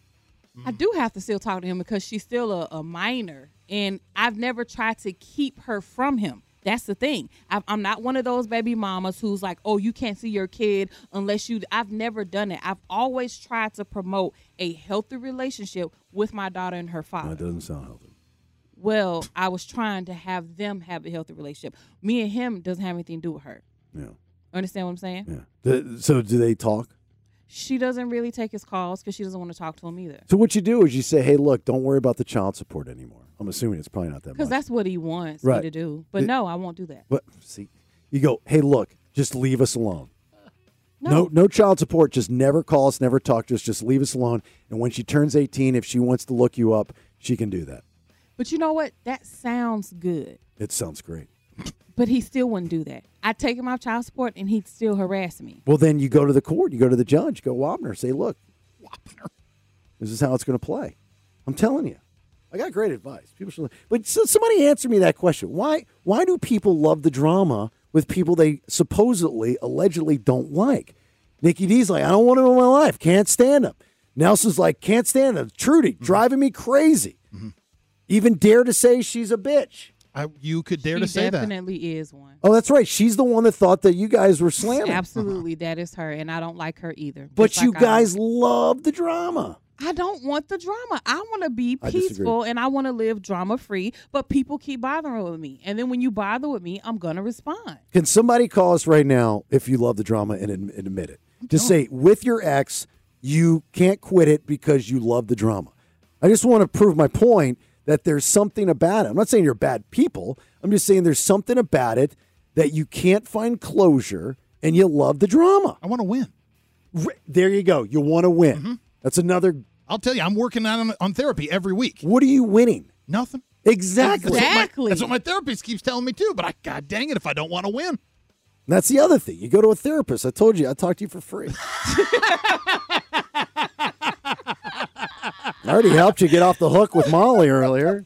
G: I do have to still talk to him because she's still a, a minor, and I've never tried to keep her from him. That's the thing. I've, I'm not one of those baby mamas who's like, oh, you can't see your kid unless you. I've never done it. I've always tried to promote a healthy relationship with my daughter and her
I: Uh,
G: father.
H: That doesn't sound healthy.
G: Well, I was trying to have them have a healthy relationship. Me and him doesn't have anything to do with her.
H: Yeah.
G: Understand what I'm saying?
H: Th- So do they talk?
G: She doesn't really take his calls because she doesn't want to talk to him either.
H: So what you do is you say, "Hey, look, don't worry about the child support anymore." I'm assuming it's probably not that much.
G: Because that's what he wants
H: Right.
G: me to do. But
H: It-
G: no, I won't do that.
H: But see, you go, "Hey, look, just leave us alone." No. no, child support. Just never call us, never talk to us. Just leave us alone. And when she turns 18, if she wants to look you up, she can do that.
G: But you know what? That sounds good.
H: It sounds great.
G: But he still wouldn't do that. I'd take him off child support and he'd still harass me.
H: Well, then you go to the court, you go to the judge, go Wapner, say, look, this is how it's going to play. I'm telling you, I got great advice. People should, but so, somebody answer me that question. Why? Why do people love the drama with people they supposedly, allegedly don't like? Nikki D's like, I don't want him in my life. Can't stand him. Nelson's like, can't stand him. Trudy driving me crazy. Even dare to say she's a bitch.
I: I, you could dare
G: He
I: to say that.
G: definitely is one.
H: Oh, that's right. She's the one that thought that you guys were slamming.
G: Absolutely, that is her, and I don't like her either.
H: But
G: Just
H: you
G: like I-
H: guys love the drama.
G: I don't want the drama. I want to be
H: I disagree.
G: peaceful and I want to live drama free, but people keep bothering with me. And then when you bother with me, I'm going to respond.
H: Can somebody call us right now if you love the drama and, ad- and admit it? Just say with your ex, you can't quit it because you love the drama. I just want to prove my point that there's something about it. I'm not saying you're bad people. I'm just saying there's something about it that you can't find closure and you love the drama. I
I: want to win.
H: There you go. You want to win. That's another.
I: I'll tell you, I'm working on on therapy every week.
H: What are you winning?
I: Nothing.
H: Exactly.
I: That's what my- That's what my, therapist keeps telling me too. But I, god dang it, if I don't want to win,
H: And that's the other thing. You go to a therapist. I told you, I talked to you for free. I already helped you get off the hook with Molly earlier.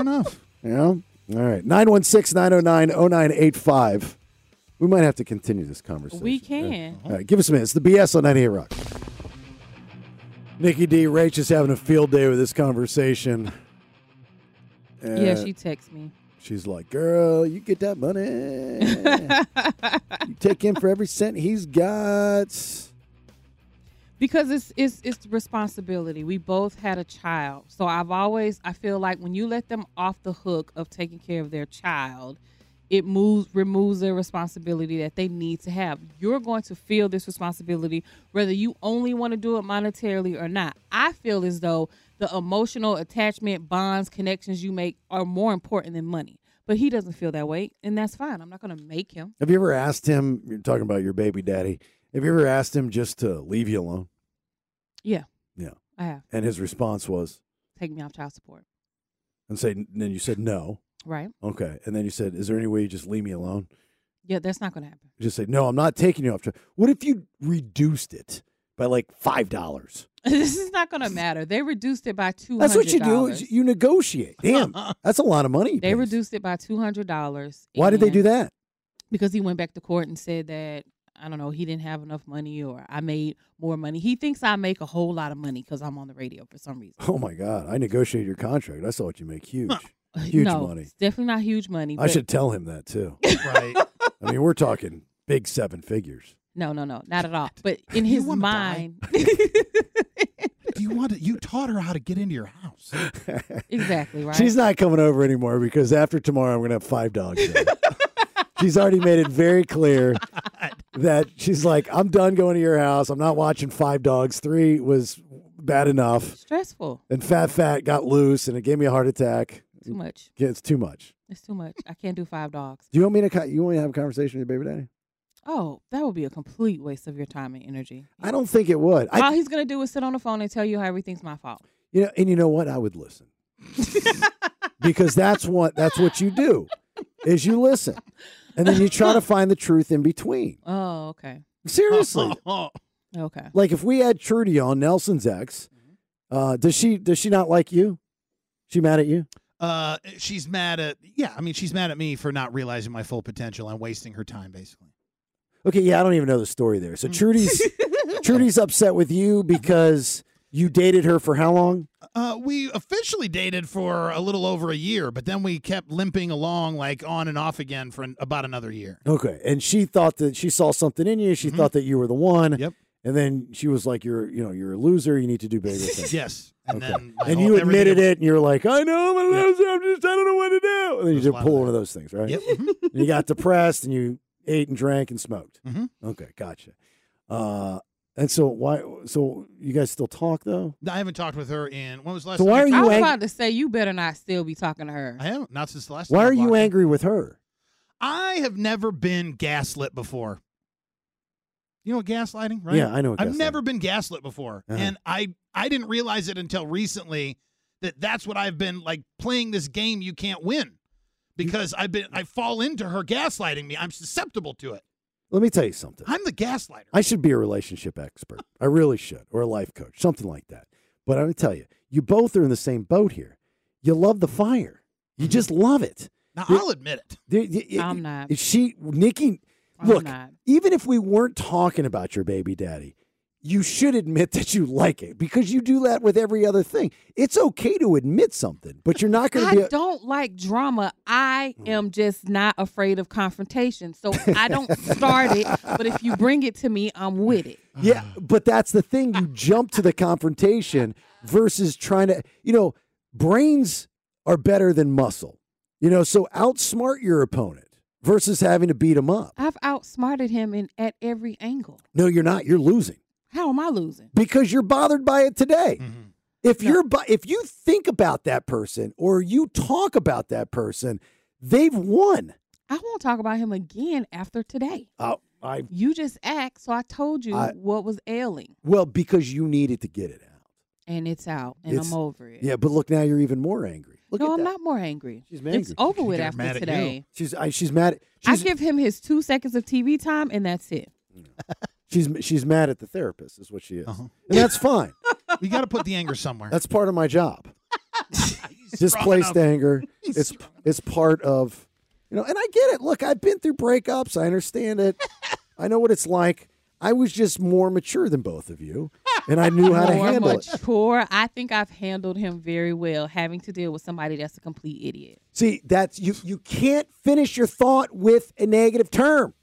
I: enough.
H: Yeah. All right. 916 909 0985. We might have to continue this conversation.
G: We can.
H: All right. Give us a minute. It's the BS on 98 Rock. Nikki D. Rach is having a field day with this conversation.
G: yeah,
H: Uh,
G: she texts me.
H: She's like, girl, you get that money. you take him for every cent he's got.
G: Because it's it's it's responsibility. We both had a child. So I've always I feel like when you let them off the hook of taking care of their child, it moves removes their responsibility that they need to have. You're going to feel this responsibility whether you only want to do it monetarily or not. I feel as though the emotional attachment, bonds, connections you make are more important than money. But he doesn't feel that way, and that's fine. I'm not going to make him.
H: Have you ever asked him, you're talking about your baby daddy, have you ever asked him just to leave you alone?
G: Yeah,
H: Yeah.
G: I have.
H: And his response was,
G: Take me off child support.
H: and say, and then you said no.
G: Right.
H: Okay. And then you said, is there any way you just leave me alone?
G: Yeah, that's not going to happen.
H: You just say, no, I'm not taking you off. Tra-. What if you reduced it by like $5?
G: this is not going to matter. They reduced it by two.
H: That's what you do. Is you negotiate. Damn, that's a lot of money.
G: They reduced it by two hundred dollars.
H: Why did they do that?
G: Because he went back to court and said that I don't know he didn't have enough money or I made more money. He thinks I make a whole lot of money because I'm on the radio for some reason.
H: Oh my God! I negotiated your contract. I saw what you make. Huge, huge
G: no,
H: money.
G: It's definitely not huge money.
H: I
G: but-
H: should tell him that too. right. I mean, we're talking big seven figures.
G: No, no, no, not at all. But in his
I: wanna die?
G: mind,
I: do you want to? You taught her how to get into your house.
G: exactly right.
H: She's not coming over anymore because after tomorrow, I'm going to have five dogs. in. she's already made it very clear that she's like, I'm done going to your house. I'm not watching five dogs. Three was bad enough.
G: stressful.
H: And Fat Fat got loose and it gave me a heart attack.
G: Too much.
H: Yeah, it's too much.
G: It's too much. I can't do five dogs.
H: Do you want me to? co- You want me to have a conversation with your baby daddy?
G: Oh, that would be a complete waste of your time and energy.
H: I don't think it would. I,
G: All he's gonna do is sit on the phone and tell you how everything's my fault.
H: You know, and you know what? I would listen because that's what that's what you do is you listen, and then you try to find the truth in between.
G: Oh, okay.
H: Seriously.
G: okay.
H: Like if we had Trudy on Nelson's ex, uh, does she does she not like you? She mad at you?
I: Uh, she's mad at yeah. I mean, she's mad at me for not realizing my full potential and wasting her time. Basically,
H: Okay, yeah, I don't even know the story there. So Trudy's Trudy's upset with you because you dated her for how long?
I: uh, we officially dated for a little over a year, but then we kept limping along like on and off again for an, about another year.
H: Okay, and she thought that she saw something in you. She thought that you were the one.
I: Yep.
H: And then she was like, "You're, you know, you're a loser. You need to do bigger things."
I: Yes, and
H: Okay.
I: then my
H: and
I: whole-
H: you
I: everything
H: admitted
I: was-
H: it, and you're like, "I know I'm a loser. I'm just, I don't know what to do." And then you
I: There's a
H: just
I: lot
H: pull
I: of
H: one of those things, right?
I: Yep. mm-hmm.
H: And you got depressed, and you ate and drank and smoked.
I: Mhm.
H: Okay, gotcha. Uh, And so why? So you guys still talk though?
I: I haven't talked with her in when was the last.
H: So why
I: time
H: are
G: I
H: you
G: was
H: ang-
G: about to say you better not still be talking to her.
I: I haven't not since the last.
H: Why
I: time I
H: are you
I: blocked her.
H: angry with her?
I: I have never been gaslit before. You know what gaslighting, right?
H: Yeah, I know what
I: I've
H: gaslighting-
I: never been gaslit before,
H: Uh-huh.
I: and I I didn't realize it until recently that that's what I've been like playing this game you can't win because I've been I fall into her gaslighting me. I'm susceptible to it.
H: Let me tell you something.
I: I'm the gaslighter.
H: I should be a relationship expert. I really should, or a life coach, something like that. But I'm gonna tell you, you both are in the same boat here. You love the fire. You just love it.
I: Now
H: You're-
I: I'll admit it.
H: There- y- y-
G: I'm not.
H: Is she Nikki?
G: I'm
H: look,
G: not.
H: even if we weren't talking about your baby daddy, you should admit that you like it because you do that with every other thing. It's okay to admit something, but you're not going to be.
G: I
H: a- Mm.
G: don't like drama. I am just not afraid of confrontation. So I don't start it, but if you bring it to me, I'm with it.
H: yeah, but that's the thing. You jump to the confrontation versus trying to. You know, brains are better than muscle. You know, so outsmart your opponent versus having to beat him up.
G: I've outsmarted him in at every angle.
H: No, you're not. You're losing.
G: How am I losing?
H: because you're bothered by it today. If you're bo- if you think about that person or you talk about that person, they've won.
G: I won't talk about him again after today.
H: Uh, I
G: You just act, so I told you
H: I-
G: what was ailing,
H: well because you needed to get it out.
G: and it's out, and
H: It's-
G: I'm over it.
H: Yeah, but look now you're even more angry. Look
G: no,
H: at
G: I'm
H: that.
G: not more angry.
H: She's
G: it's
H: angry.
G: over
H: She
G: with
H: got
G: after
H: mad at you.
G: today.
H: She's I, she's mad. At,
G: I give him his two seconds of TV time, and that's it.
H: she's she's mad at the therapist is what she is, and that's fine.
I: You got to put the anger somewhere.
H: That's part of my job. Displaced
I: strong enough.
H: anger.
I: He's
H: It's it's part of you know, and I get it. Look, I've been through breakups. I understand it. I know what it's like. I was just more mature than both of you, and I knew how to
G: More
H: handle it.
G: mature. I think I've handled him very well, having to deal with somebody that's a complete idiot.
H: See, that's you you can't finish your thought with a negative term.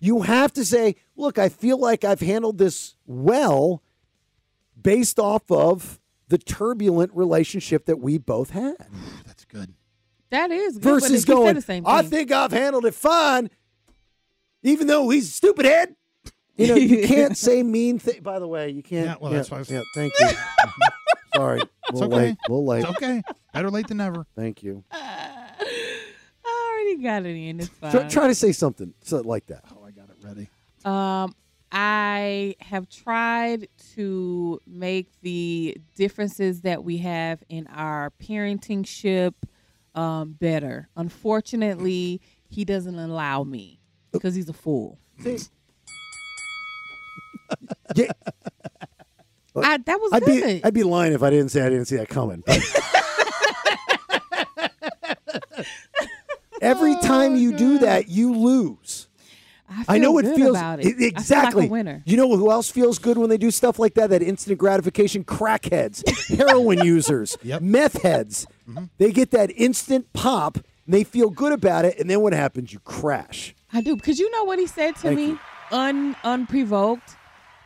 H: You have to say, "Look, I feel like I've handled this well based off of the turbulent relationship that we both had."
G: That is good, but
H: versus
G: he said
H: going,
G: the same
H: I
G: thing.
H: think I've handled it fine, even though he's a stupid head. You know, you can't say mean thing. By the way, you can't.
I: Yeah, well, that's why I was-
H: yeah, thank you. Sorry, a little
I: okay.
H: late. A little late.
I: It's okay. Better late than never.
H: Thank you.
G: Uh, I already got it in. It's fine.
H: Try, try to say something so- like that.
I: Oh, I got it ready.
G: Um, I have tried to make the differences that we have in our parenting ship um, better. Unfortunately, he doesn't allow me
H: Oh.
G: because he's a fool. I, that was
H: I'd
G: good.
H: be I'd be lying if I didn't say I didn't see that coming. but- Every time you
G: Oh,
H: do that, you lose.
G: I,
H: know
G: feel
H: it
G: good
H: feels e-,
G: about it. I feel like a
H: exactly.
G: winner.
H: You know who else feels good when they do stuff like that? That instant gratification crackheads, heroin users, meth heads.
I: Mm-hmm.
H: They get that instant pop and they feel good about it. And then what happens? You crash.
G: I do because you know what he said to
H: Thank
G: me,
H: you.
G: un unprovoked,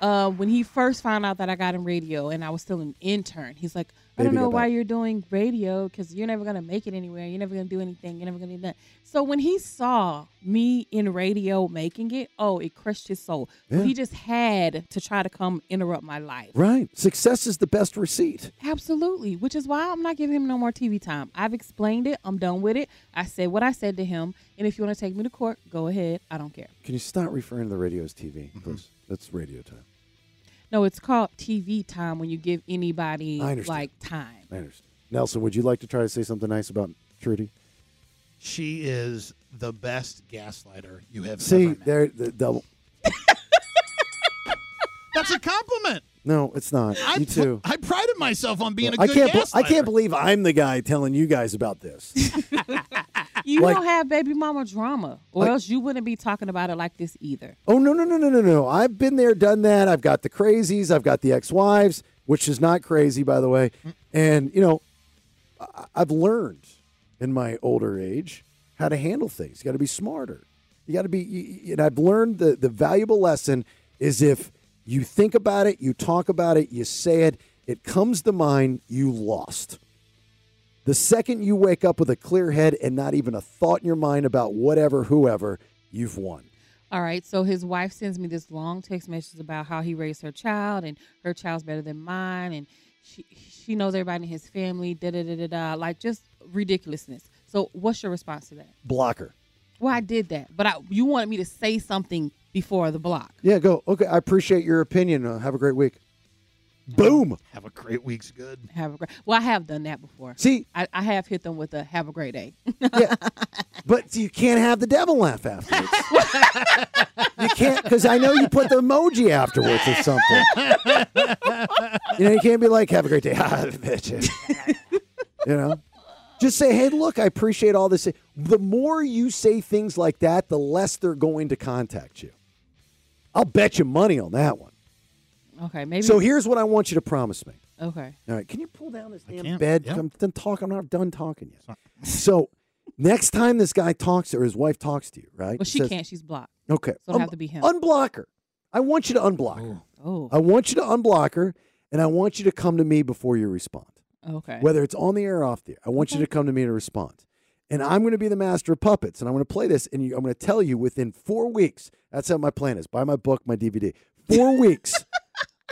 G: uh, when he first found out that I got in radio and I was still an intern. He's like, I don't
A: Baby
G: know
A: got
G: why
A: back.
G: you're doing radio because you're never gonna make it anywhere. You're never gonna do anything. You're never gonna do that. So when he saw me in radio making it, oh, it crushed his soul. So
H: Yeah.
G: He just had to try to come interrupt my life.
H: Right. Success is the best receipt.
G: Absolutely, which is why I'm not giving him no more TV time. I've explained it. I'm done with it. I said what I said to him, and if you want to take me to court, go ahead. I don't care.
H: Can you stop referring to the radio as TV,
I: Mm-hmm.
H: please? That's radio time.
G: No, it's called TV time when you give anybody
H: I understand.
G: like time.
H: I understand. Nelson, would you like to try to say something nice about Trudy?
I: She is the best gaslighter you have
H: See,
I: ever.
H: there, the double.
I: That's a compliment.
H: No, it's not.
I: I
H: you
I: pr-
H: too.
I: I prided myself on being a
H: I
I: good
H: can't. bel- I
I: gaslighter.
H: can't believe I'm the guy telling you guys about this.
G: You
H: Like-
G: don't have baby mama drama, or
H: Like-
G: else you wouldn't be talking about it like this either.
H: Oh no no no no no no! I've been there, done that. I've got the crazies. I've got the ex-wives, which is not crazy, by the way. And you know, I- I've learned in my older age how to handle things. You got to be smarter. You got to be. You, you- and I've learned the the valuable lesson is if you think about it, you talk about it, you say it, it comes to mind. You lost. The second you wake up with a clear head and not even a thought in your mind about whatever, whoever, you've won.
G: All right. So his wife sends me this long text message about how he raised her child and her child's better than mine and she she knows everybody in his family. Da da da da da. Like just ridiculousness. So what's your response to that?
H: Blocker.
G: Well, I did that, but I, you wanted me to say something before the block.
H: Yeah, go. Okay, I appreciate your opinion. Uh, have a great week. Boom.
I: Have a great week's good.
G: Have a great. Well, I have done that before.
H: See,
G: I, I have hit them with a "Have a great day."
H: But you can't have the devil laugh afterwards. you can't because I know you put the emoji afterwards or something. you know, you can't be like, "Have a great day," Ah, bitch. you know, just say, "Hey, look, I appreciate all this." The more you say things like that, the less they're going to contact you. I'll bet you money on that one.
G: okay, maybe.
H: So here's what I want you to promise me.
G: Okay.
H: All right, can you pull down this damn bed? I'm done talk. I'm not done talking yet. So next time this guy talks or his wife talks to you, right?
G: Well, she
H: says-
G: can't. She's blocked.
H: Okay.
G: So it'll have to be him.
H: Unblock her. I want you to unblock her.
G: Oh.
H: I want you to unblock her, and I want you to come to me before you respond.
G: Okay.
H: Whether it's on the air or off the air, I want you to come to me and respond. And I'm going to be the master of puppets, and I'm going to play this, and you, I'm going to tell you within four weeks. That's how my plan is. Buy my book, my DVD. Four weeks,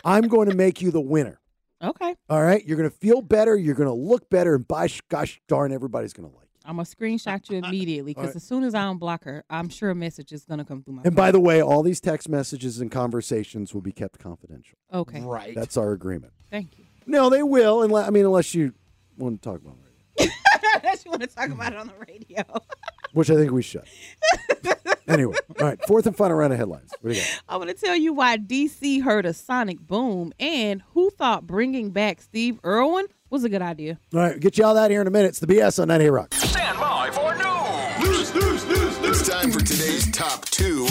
H: I'm going to make you the winner.
G: Okay.
H: All right, you're going to feel better. You're going to look better, and by sh- gosh darn, everybody's going to like.
G: I'm gonna screenshot you immediately because
H: Alright.
G: as soon as I unblock her, I'm sure a message is gonna come through my.
H: And by the way, all these text messages and conversations will be kept confidential.
G: Okay.
I: Right.
H: That's our agreement.
G: Thank you.
H: No, they will. Unless, I mean, unless you want to talk about it,
G: Unless you want to talk about it on the radio.
H: which I think we should. anyway, all right. Fourth and final round of headlines. What do you got?
G: I want to tell you why DC heard a sonic boom and who thought bringing back Steve Irwin was a good idea.
H: All right, get you all that here in a minute. It's the BS on 98 Rock.
B: Stand by for news. News, news, news, news.
D: It's time for today's top two.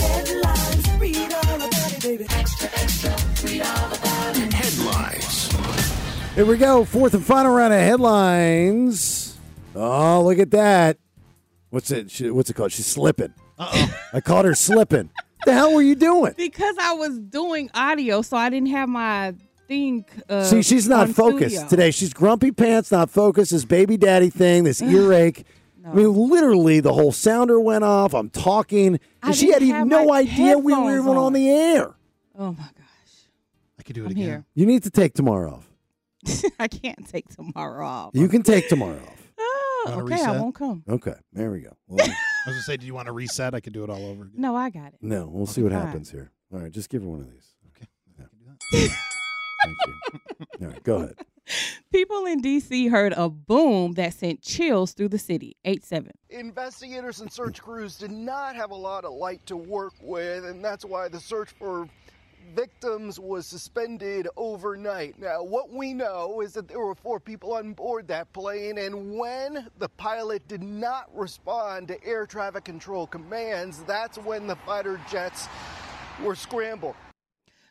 D: Headlines.
H: Here we go. Fourth and final round of headlines. Oh, look at that. What's it? She, what's it called? She's slipping. Uh-oh. I caught her slipping. the hell were you doing?
G: Because I was doing audio, so I didn't have my thing. Uh,
H: See, she's not
G: on
H: focused
G: studio.
H: today. She's grumpy pants, not focused. This baby daddy thing, this earache. I mean, literally, the whole sounder went off. I'm talking. And
G: I
H: she had
G: didn't
H: even
G: have
H: no
G: my
H: idea we were
G: headphones
H: even on.
G: on.
H: the air.
G: Oh my god,
I: I could do
G: it I'm again.
H: You need to take tomorrow off.
G: I can't take tomorrow off.
H: You can take tomorrow off.
G: Oh,
I: Wanna
G: okay, I
I: reset?
G: won't come.
H: Okay, there we go. Well,
I: I was gonna say, do you want to reset? I could do it all over.
G: No, I got it.
H: no, we'll see what
G: Fine.
H: happens here. All right, just give her one of these. Okay. Thank you. All right, go ahead.
G: People in DC heard a boom that sent chills through the city. Eight seven.
A: Investigators and search crews did not have a lot of light to work with, and that's why the search for victims was suspended overnight. Now, what we know is that there were four people on board that plane, and when the pilot did not respond to air traffic control commands, that's when the fighter jets were scrambled.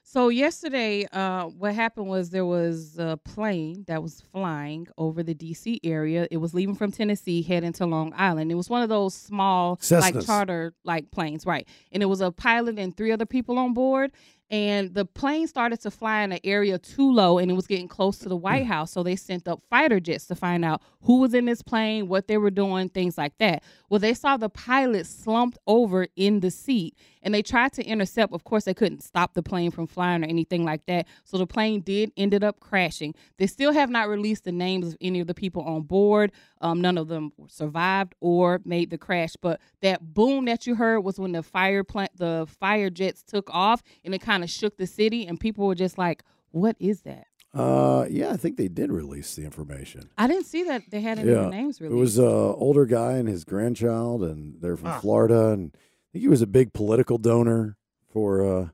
G: So yesterday, uh, what happened was there was a plane that was flying over the D.C. area. It was leaving from Tennessee, heading to Long Island. It was one of those small, like
V: Cessnas.
G: charter, like planes, right? And it was a pilot and three other people on board. And the plane started to fly in an area too low, and it was getting close to the White House. So they sent up fighter jets to find out who was in this plane, what they were doing, things like that. Well, they saw the pilot slumped over in the seat and they tried to intercept. Of course, they couldn't stop the plane from flying or anything like that. So the plane did ended up crashing. They still have not released the names of any of the people on board. Um, none of them survived or made the crash. But that boom that you heard was when the fire plant, the fire jets took off, and it kind of shook the city, and people were just like, "What is that?"
H: Uh, yeah, I think they did release the information.
G: I didn't see that they had any
H: yeah,
G: names
H: it
G: released.
H: was uh, an older guy and his grandchild, and they're from
G: Ah.
H: Florida, and I think he was a big political donor for uh,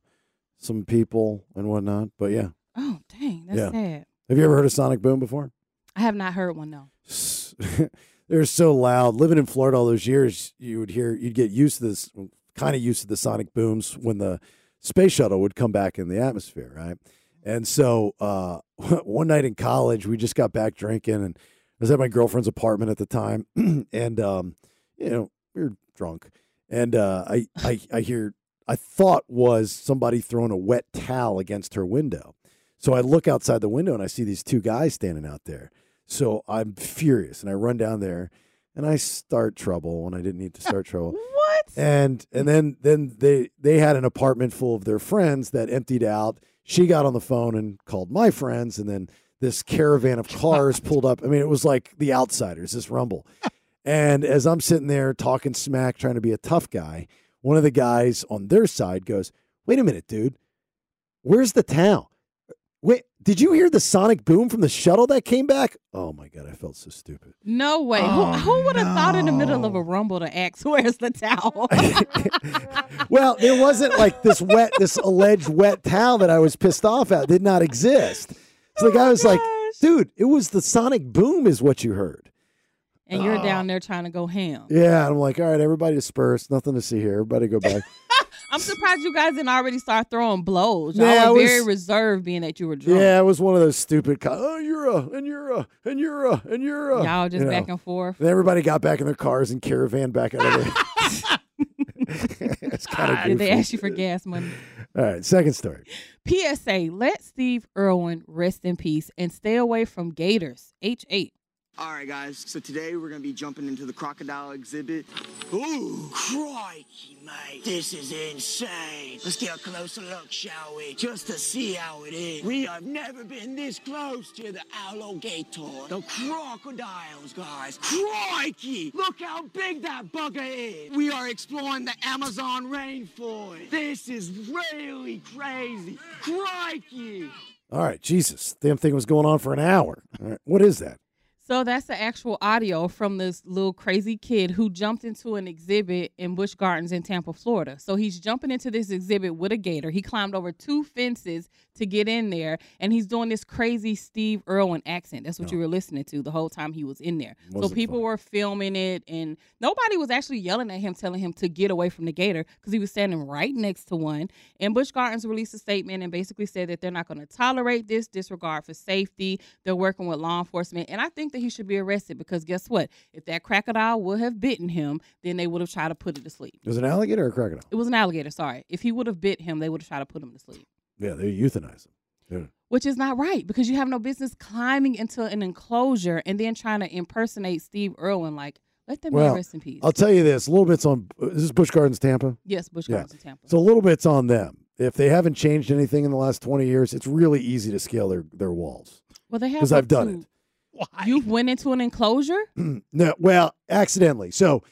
H: some people and whatnot. But yeah,
G: oh dang, that's
H: yeah.
G: sad.
H: Have you ever heard of Sonic Boom before?
G: I have not heard one though.
H: They're so loud. Living in Florida all those years, you would hear, you'd get used to this, kind of used to the sonic booms when the space shuttle would come back in the atmosphere, right? And so uh, one night in college, we just got back drinking, and I was at my girlfriend's apartment at the time, and um, you know we were drunk, and uh, I, I I hear I thought was somebody throwing a wet towel against her window, so I look outside the window and I see these two guys standing out there. So I'm furious, and I run down there, and I start trouble when I didn't need to start trouble.
G: What?
H: And and then then they they had an apartment full of their friends that emptied out. She got on the phone and called my friends, and then this caravan of cars pulled up. I mean, it was like the outsiders, this rumble. And as I'm sitting there talking smack, trying to be a tough guy, one of the guys on their side goes, "Wait a minute, dude, where's the town? Wait, did you hear the sonic boom from the shuttle that came back? Oh my god, I felt so stupid."
G: No way.
H: Oh,
G: who who would have thought in the middle of a rumble to ask, where's the towel?
H: Well, there wasn't like this wet, this alleged wet towel that I was pissed off at did not exist. So the
G: Oh
H: guy was like, dude, it was the sonic boom, is what you heard.
G: and you're down there trying to go ham.
H: Yeah. And I'm like, all right, everybody disperse. Nothing to see here. Everybody go back.
G: I'm surprised you guys didn't already start throwing blows. Y'all
H: Nah,
G: were
H: I was-
G: very reserved being that you were drunk.
H: yeah. It was one of those stupid, co- oh, you're a, and you're a, and you're a, and you're a.
G: Y'all just
H: you know.
G: back and forth.
H: And everybody got back in their cars and caravan back out of there. it's kind of
G: Did Ah, they ask you for gas money?
H: All right. Second story.
G: PSA, let Steve Irwin rest in peace and stay away from Gators. H8.
E: All right, guys. So today we're gonna be jumping into the crocodile exhibit. Ooh, crikey, mate! This is insane. Let's get a closer look, shall we? Just to see how it is. We have never been this close to the alligator, the crocodiles, guys. Crikey! Look how big that bugger is. We are exploring the Amazon rainforest. This is really crazy. Crikey!
H: All right. Jesus. Damn thing was going on for an hour. All right. What is that?
G: So that's the actual audio from this little crazy kid who jumped into an exhibit in Busch Gardens in Tampa, Florida. So he's jumping into this exhibit with a gator. He climbed over two fences to get in there, and he's doing this crazy Steve Irwin accent. That's what you were listening to the whole time he was in there. so
V: Wasn't
G: people were filming it, and nobody was actually yelling at him, telling him to get away from the gator because he was standing right next to one. And Busch Gardens released a statement and basically said that they're not going to tolerate this disregard for safety. They're working with law enforcement, and I think that he should be arrested because guess what? If that crocodile would have bitten him, then they would have tried to put it to sleep.
H: It was an alligator or a crocodile?
G: It was an alligator. Sorry, if he would have bit him, they would have tried to put him to sleep.
H: Yeah, they euthanize them.
G: which is not right because you have no business climbing into an enclosure and then trying to impersonate Steve Irwin. Like, let
H: Yeah.
G: that man rest in peace.
H: I'll tell you this: a little bit's on. Is this Bush Gardens, Tampa?
G: Yes, Busch Gardens in Tampa.
H: So a little bit's on them. If they haven't changed anything in the last twenty years, it's really easy to scale their their walls.
G: well, they have
H: 'Cause I've done
G: it. You went into an enclosure.
H: no, well, accidentally. So,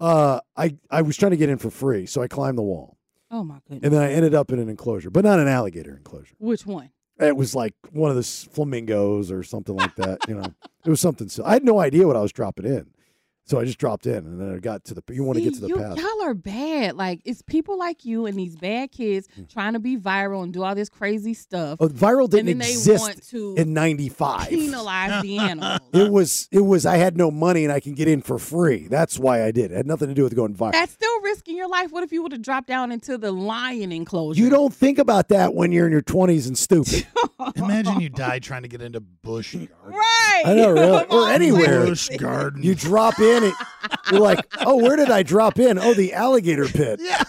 H: uh, I I was trying to get in for free, so I climbed the wall,
G: Oh my goodness.
H: and then I ended up in an enclosure, but not an alligator enclosure.
G: Which one?
H: It was like one of those flamingos or something like that. You know, it was something. So I had no idea what I was dropping in, so I just dropped in, and then I got to the. You want to get to the
G: you,
H: path?
G: Y'all are bad. Like it's people like you and these bad kids trying to be viral and do all this crazy stuff.
H: Mm. Oh, viral didn't
G: and then they want
H: exist
G: to
H: in '95.
G: penalize the animal.
H: It was it was I had no money and I can get in for free. That's why I did. It had nothing to do with going viral.
G: That's still risking your life. What if you would have dropped down into the lion enclosure?
H: you don't think about that when you're in your 20s and stupid.
I: Imagine you died trying to get into Bush Gardens.
G: Right.
H: I know, really. Or anywhere.
I: Bush Gardens.
H: You drop in it. You're like, oh, where did I drop in? Oh, the alligator pit. Yeah.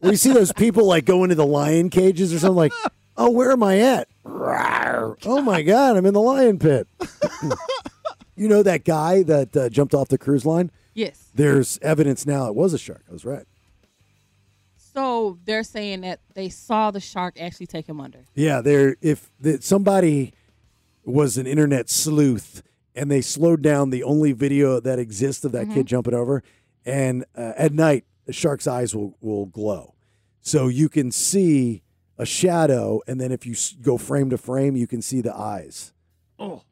H: we see those people like go into the lion cages or something like, oh, where am I at? Rawr. Oh my God, I'm in the lion pit. you know that guy that uh, jumped off the cruise line?
G: Yes.
H: There's evidence now it was a shark. I was right.
G: So they're saying that they saw the shark actually take him under.
H: Yeah, there. If that somebody was an internet sleuth and they slowed down the only video that exists of that
G: Mhm.
H: kid jumping over, and uh, at night the shark's eyes will will glow, so you can see a shadow, and then if you s- go frame to frame, you can see the eyes.
B: Oh.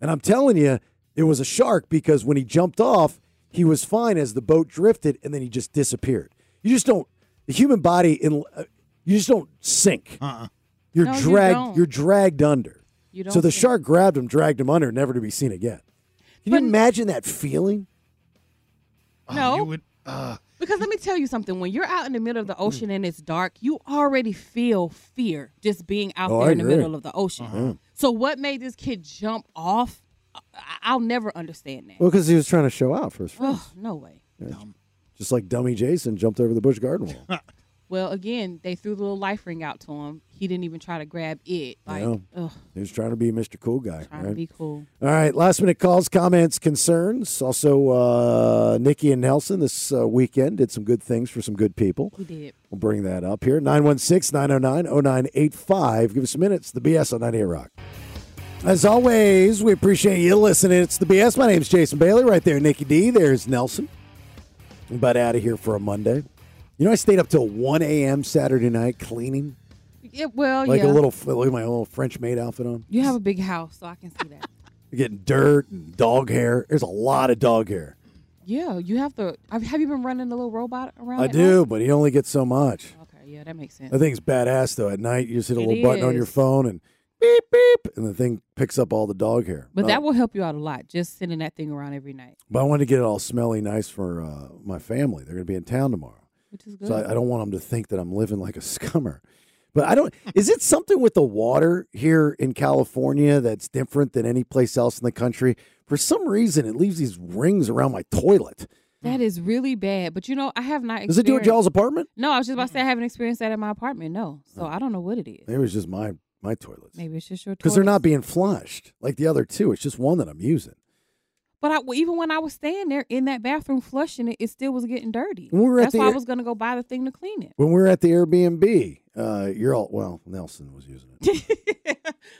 H: And I'm telling you, it was a shark because when he jumped off, he was fine as the boat drifted, and then he just disappeared. You just don't. The human body in uh, you just don't sink.
I: Uh-uh.
H: You're
G: No, you
H: dragged.
G: don't.
H: You are dragged under.
G: You
H: so
G: don't
H: the
G: sink.
H: shark grabbed him, dragged him under, never to be seen again. Can you imagine that feeling?
I: Oh,
G: no.
I: uh,
G: because let me tell you something. When you're out in the middle
H: Mm.
G: of the ocean and it's dark, you already feel fear just being out
H: Oh,
G: there
H: I
G: in the
H: agree.
G: middle of the ocean.
H: Uh-huh.
G: So what made this kid jump off? I- I'll never understand that.
H: Well, because he was trying to show out for his friends.
G: Oh, no way.
H: Yeah. Just like dummy Jason jumped over the Bush Garden Wall.
G: Well, again, they threw the little life ring out to him. He didn't even try to grab it. Like,
H: Yeah.
G: ugh,
H: He was trying to be Mr. Cool Guy.
G: trying
H: right?
G: to be cool.
H: All right, last minute calls, comments, concerns. Also, uh, Nikki and Nelson this uh, weekend did some good things for some good people.
G: He did.
H: We'll bring that up here. 916 909 0985. Give us a minute. It's the BS on 98 Rock. As always, we appreciate you listening. It's the BS. My name's Jason Bailey. Right there, Nikki D. There's Nelson. I'm about out of here for a Monday. You know, I stayed up till 1 a.m. Saturday night cleaning.
G: Yeah, well,
H: like
G: Oh, yeah.
H: a little, look at my little French maid outfit on.
G: You have a big house, so I can see that.
H: You're getting dirt and dog hair. There's a lot of dog hair.
G: yeah, you have the. Have have you been running the little robot around?
H: I
G: at
H: do,
G: night?
H: but you only get so much.
G: Okay, yeah, that makes sense.
H: That thing's badass though. At night, you just hit a
G: It
H: little button on your
G: is.
H: phone and beep beep, and the thing picks up all the dog hair.
G: But
H: No,
G: that will help you out a lot. Just sending that thing around every night,
H: but I wanted to get it all smelly nice for uh, my family. They're going to be in town tomorrow,
G: which is good.
H: so I, I don't want them to think that I'm living like a scummer. But I don't. is it something with the water here in California that's different than any place else in the country? For some reason, it leaves these rings around my toilet.
G: That is really bad. But you know, I have not.
H: Does um, it do at
G: experienced-
H: y'all's apartment?
G: No, I was just about to say I haven't experienced that at my apartment. No,
H: Uh,
G: so I don't know what it is.
H: Maybe it's just my my toilet
G: Maybe it's just your
H: because they're
G: toilet.
H: not being flushed like the other two. It's just one that I'm using.
G: But I, even when I was staying there in that bathroom flushing it, it still was getting dirty.
H: When we were at
G: That's
H: the
G: why
H: air-
G: I was gonna go buy the thing to clean it.
H: When we were at the Airbnb, uh, you're all well. Nelson was using it.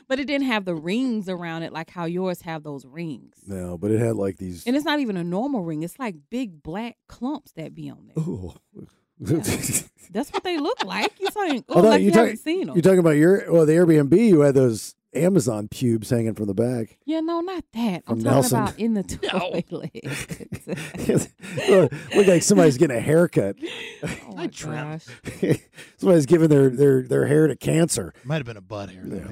G: But it didn't have the rings around it like how yours have those rings.
H: No, but it had like these.
G: And it's not even a normal ring. It's like big black clumps that be on there.
H: Ooh.
G: That's what they look like. You're saying, oh,
H: Although
G: like you
H: you're, talking,
G: haven't seen them.
H: you're talking about your well, the Airbnb. You had those Amazon pubes hanging from the back.
G: yeah, no, not that. I'm
H: From
G: talking
H: Nelson.
G: about in the toilet.
H: Look like somebody's getting a haircut.
G: oh my gosh.
H: somebody's giving their their their hair to cancer.
I: Might have been a butt hair. though,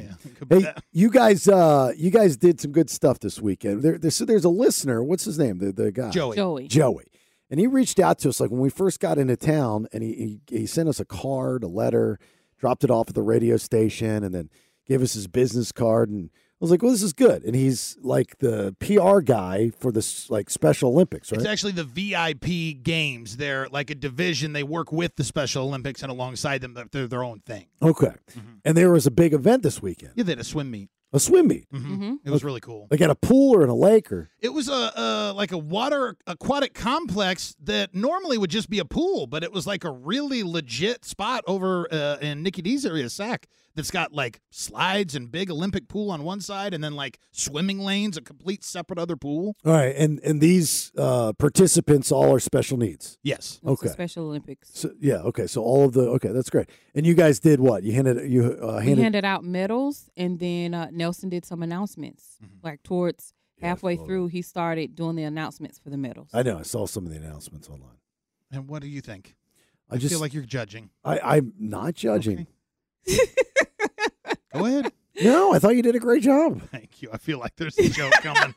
I: Yeah.
H: Hey, you guys, uh, you guys did some good stuff this weekend. There, there's, so there's a listener. What's his name? The the guy,
I: Joey. Joey.
H: uh, Joey. And he reached out to us like when we first got into town, and he, he he sent us a card, a letter, dropped it off at the radio station, and then gave us his business card. And I was like, "Well, this is good." And he's like the PR guy for this like Special Olympics, right?
I: It's actually the VIP games. They're like a division. They work with the Special Olympics and alongside them, they're- they're their own thing.
H: Okay. And there was a big event this weekend,
I: Yeah, Mm-hmm. they had a swim meet.
H: a swim meet.
I: It was really cool.
H: Like at a pool or in a lake or
I: It was a, a like a water aquatic complex that normally would just be a pool, but it was like a really legit spot over uh, in Nikki D's area, Sac, that's got like slides and big Olympic pool on one side, and then like swimming lanes, a complete separate other pool.
H: All right, and and these uh, participants all are special needs.
I: Yes.
G: It's the
H: Okay.
G: Special Olympics.
H: So, yeah. Okay. So all of the okay, that's great. And you guys did what? You handed you uh,
G: we
H: handed.
G: handed out medals, and then uh, Nelson did some announcements.
H: Mm-hmm.
G: Like towards halfway through, he started doing the announcements for the medals.
H: I know. I saw some of the announcements online.
I: And what do you think?
H: I
I: I,
H: just-
I: feel like you're judging.
H: I I'm not judging.
I: Go ahead.
H: No, I thought you did a great job.
I: Thank you. I feel like there's a joke coming.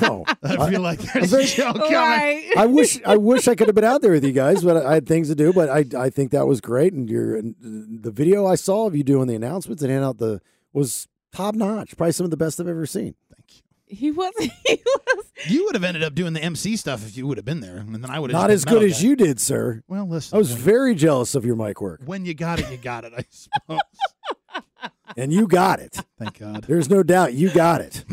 H: No,
I: I feel like
H: I'm
I: there's
H: very-
I: a joke coming.
H: I wish I wish I could have been out there with you guys, but I, I had things to do. But I I think that was great, and your and the video I saw of you doing the announcements and hand out the was top notch. Probably some of the best I've ever seen.
G: He wasn't.
I: You would have ended up doing the MC stuff if you would have been there, and then I would have
H: Not as good as you did, sir.
I: Well, listen,
H: I was very jealous of your mic work,
I: When you got it, you got it. I suppose.
H: and you got it.
I: Thank God.
H: There's no doubt you got it.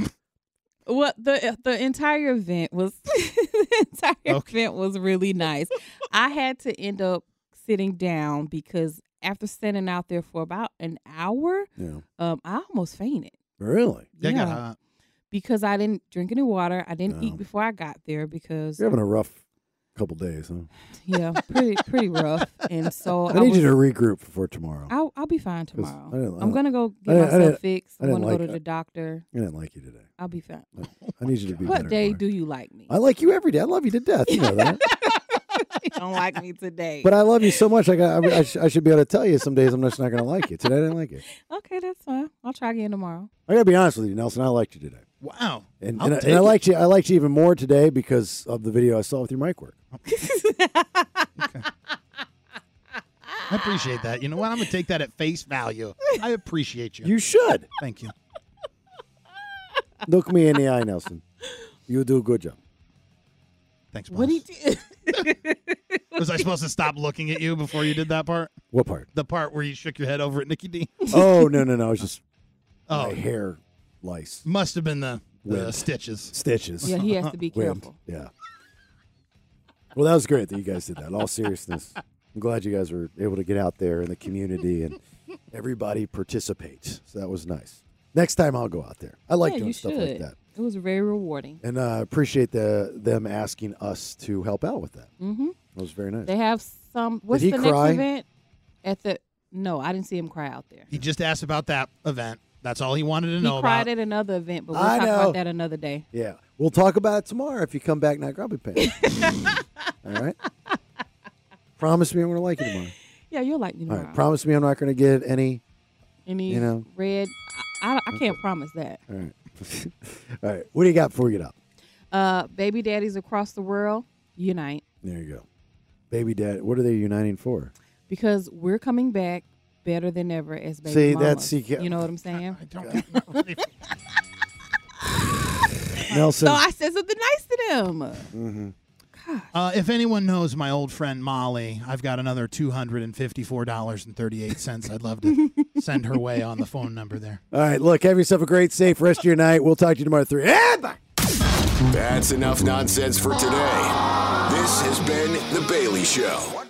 G: Well, the uh, the entire event was the entire event was really nice. I had to end up sitting down because after standing out there for about an hour,
H: Yeah.
G: um, I almost fainted.
H: Really?
I: That got
G: Yeah.
I: hot.
G: Because I didn't drink any water. I didn't eat before I got there because
H: You're having a rough couple days, huh?
G: yeah, pretty pretty rough. And so
H: I need
G: was,
H: you to regroup for tomorrow.
G: I'll, I'll be fine
H: 'cause
G: tomorrow.
H: I didn't- I
G: I'm
H: didn't-
G: gonna go
H: I
G: get
H: didn't- I
G: myself
H: didn't-
G: fixed.
H: I
G: I'm
H: didn't
G: gonna go
H: like-
G: to the doctor.
H: I didn't like you today.
G: I'll be fine.
H: I need you to be
G: What
H: better
G: day
H: tomorrow.
G: do you like me?
H: Oh I like you every day. I love you to death. You know that.
G: you don't like me today.
H: but I love you so much. Like I, I, I, sh- I should be able to tell you some days I'm just not going to like you. Today I didn't like you.
G: okay, that's fine. I'll try again tomorrow.
H: I got to be honest with you, Nelson. I liked you today.
I: Wow.
H: And,
I: I'll
H: and, I,
I: take
H: and I
I: it.
H: liked you. I liked you even more today because of the video I saw with your mic work.
I: I appreciate that. You know what? I'm gonna take that at face value. I appreciate you.
H: You should
I: Thank you.
H: look me in the eye, Nelson. You do a good job.
I: Thanks, boss.
G: What he did?
I: Was I supposed to stop looking at you before you did that part?
H: What part?
I: The part where you shook your head over at Nikki D.
H: Oh no no no! It's just
I: Oh.
H: my hair lice
I: Must have been the, the
H: Wind.
I: stitches.
H: stitches.
G: Yeah, he has to be
H: Wind.
G: careful.
H: Yeah. Well, that was great that you guys did that. In all seriousness, I'm glad you guys were able to get out there in the community and everybody participates. So that was nice. Next time I'll go out there. I like
G: Yeah,
H: doing
G: you
H: stuff like
G: should.
H: that,
G: It was very rewarding.
H: and uh, appreciate the them asking us to help out with that.
G: Mm-hmm.
H: That was very nice.
G: They have some. What's
H: he
G: the
H: cry?
G: next event? At the no, I didn't see him cry out there.
I: He just asked about that event. That's all he wanted to know
G: he cried
I: about.
G: at another event, but we'll
H: I
G: talk about
H: know.
G: that another day.
H: Yeah, we'll talk about it tomorrow if you come back in that grubby pants. All right. Promise me I'm going to like you tomorrow.
G: Yeah, you'll like me
H: All
G: tomorrow.
H: right. Promise me I'm not going to get any.
G: Any
H: you know.
G: red? I, I, I can't promise that.
H: All right. All right. What do you got before we get up?
G: Uh, baby daddies across the world unite
H: There you go. Baby dad. What are they uniting for?
G: because we're coming back better than ever as baby
H: See,
G: mamas.
H: that's- you can't-
G: you know what I'm saying?
H: Nelson.
G: so I said something nice to them.
H: mm-hmm.
I: Uh, if anyone knows my old friend Molly, I've got another two hundred and fifty-four dollars and thirty-eight cents. I'd love to send her way on the phone number there.
H: All right. Look, have yourself a great, safe rest of your night. We'll talk to you tomorrow at 3. And bye.
D: That's enough nonsense for today. This has been The Bailey Show.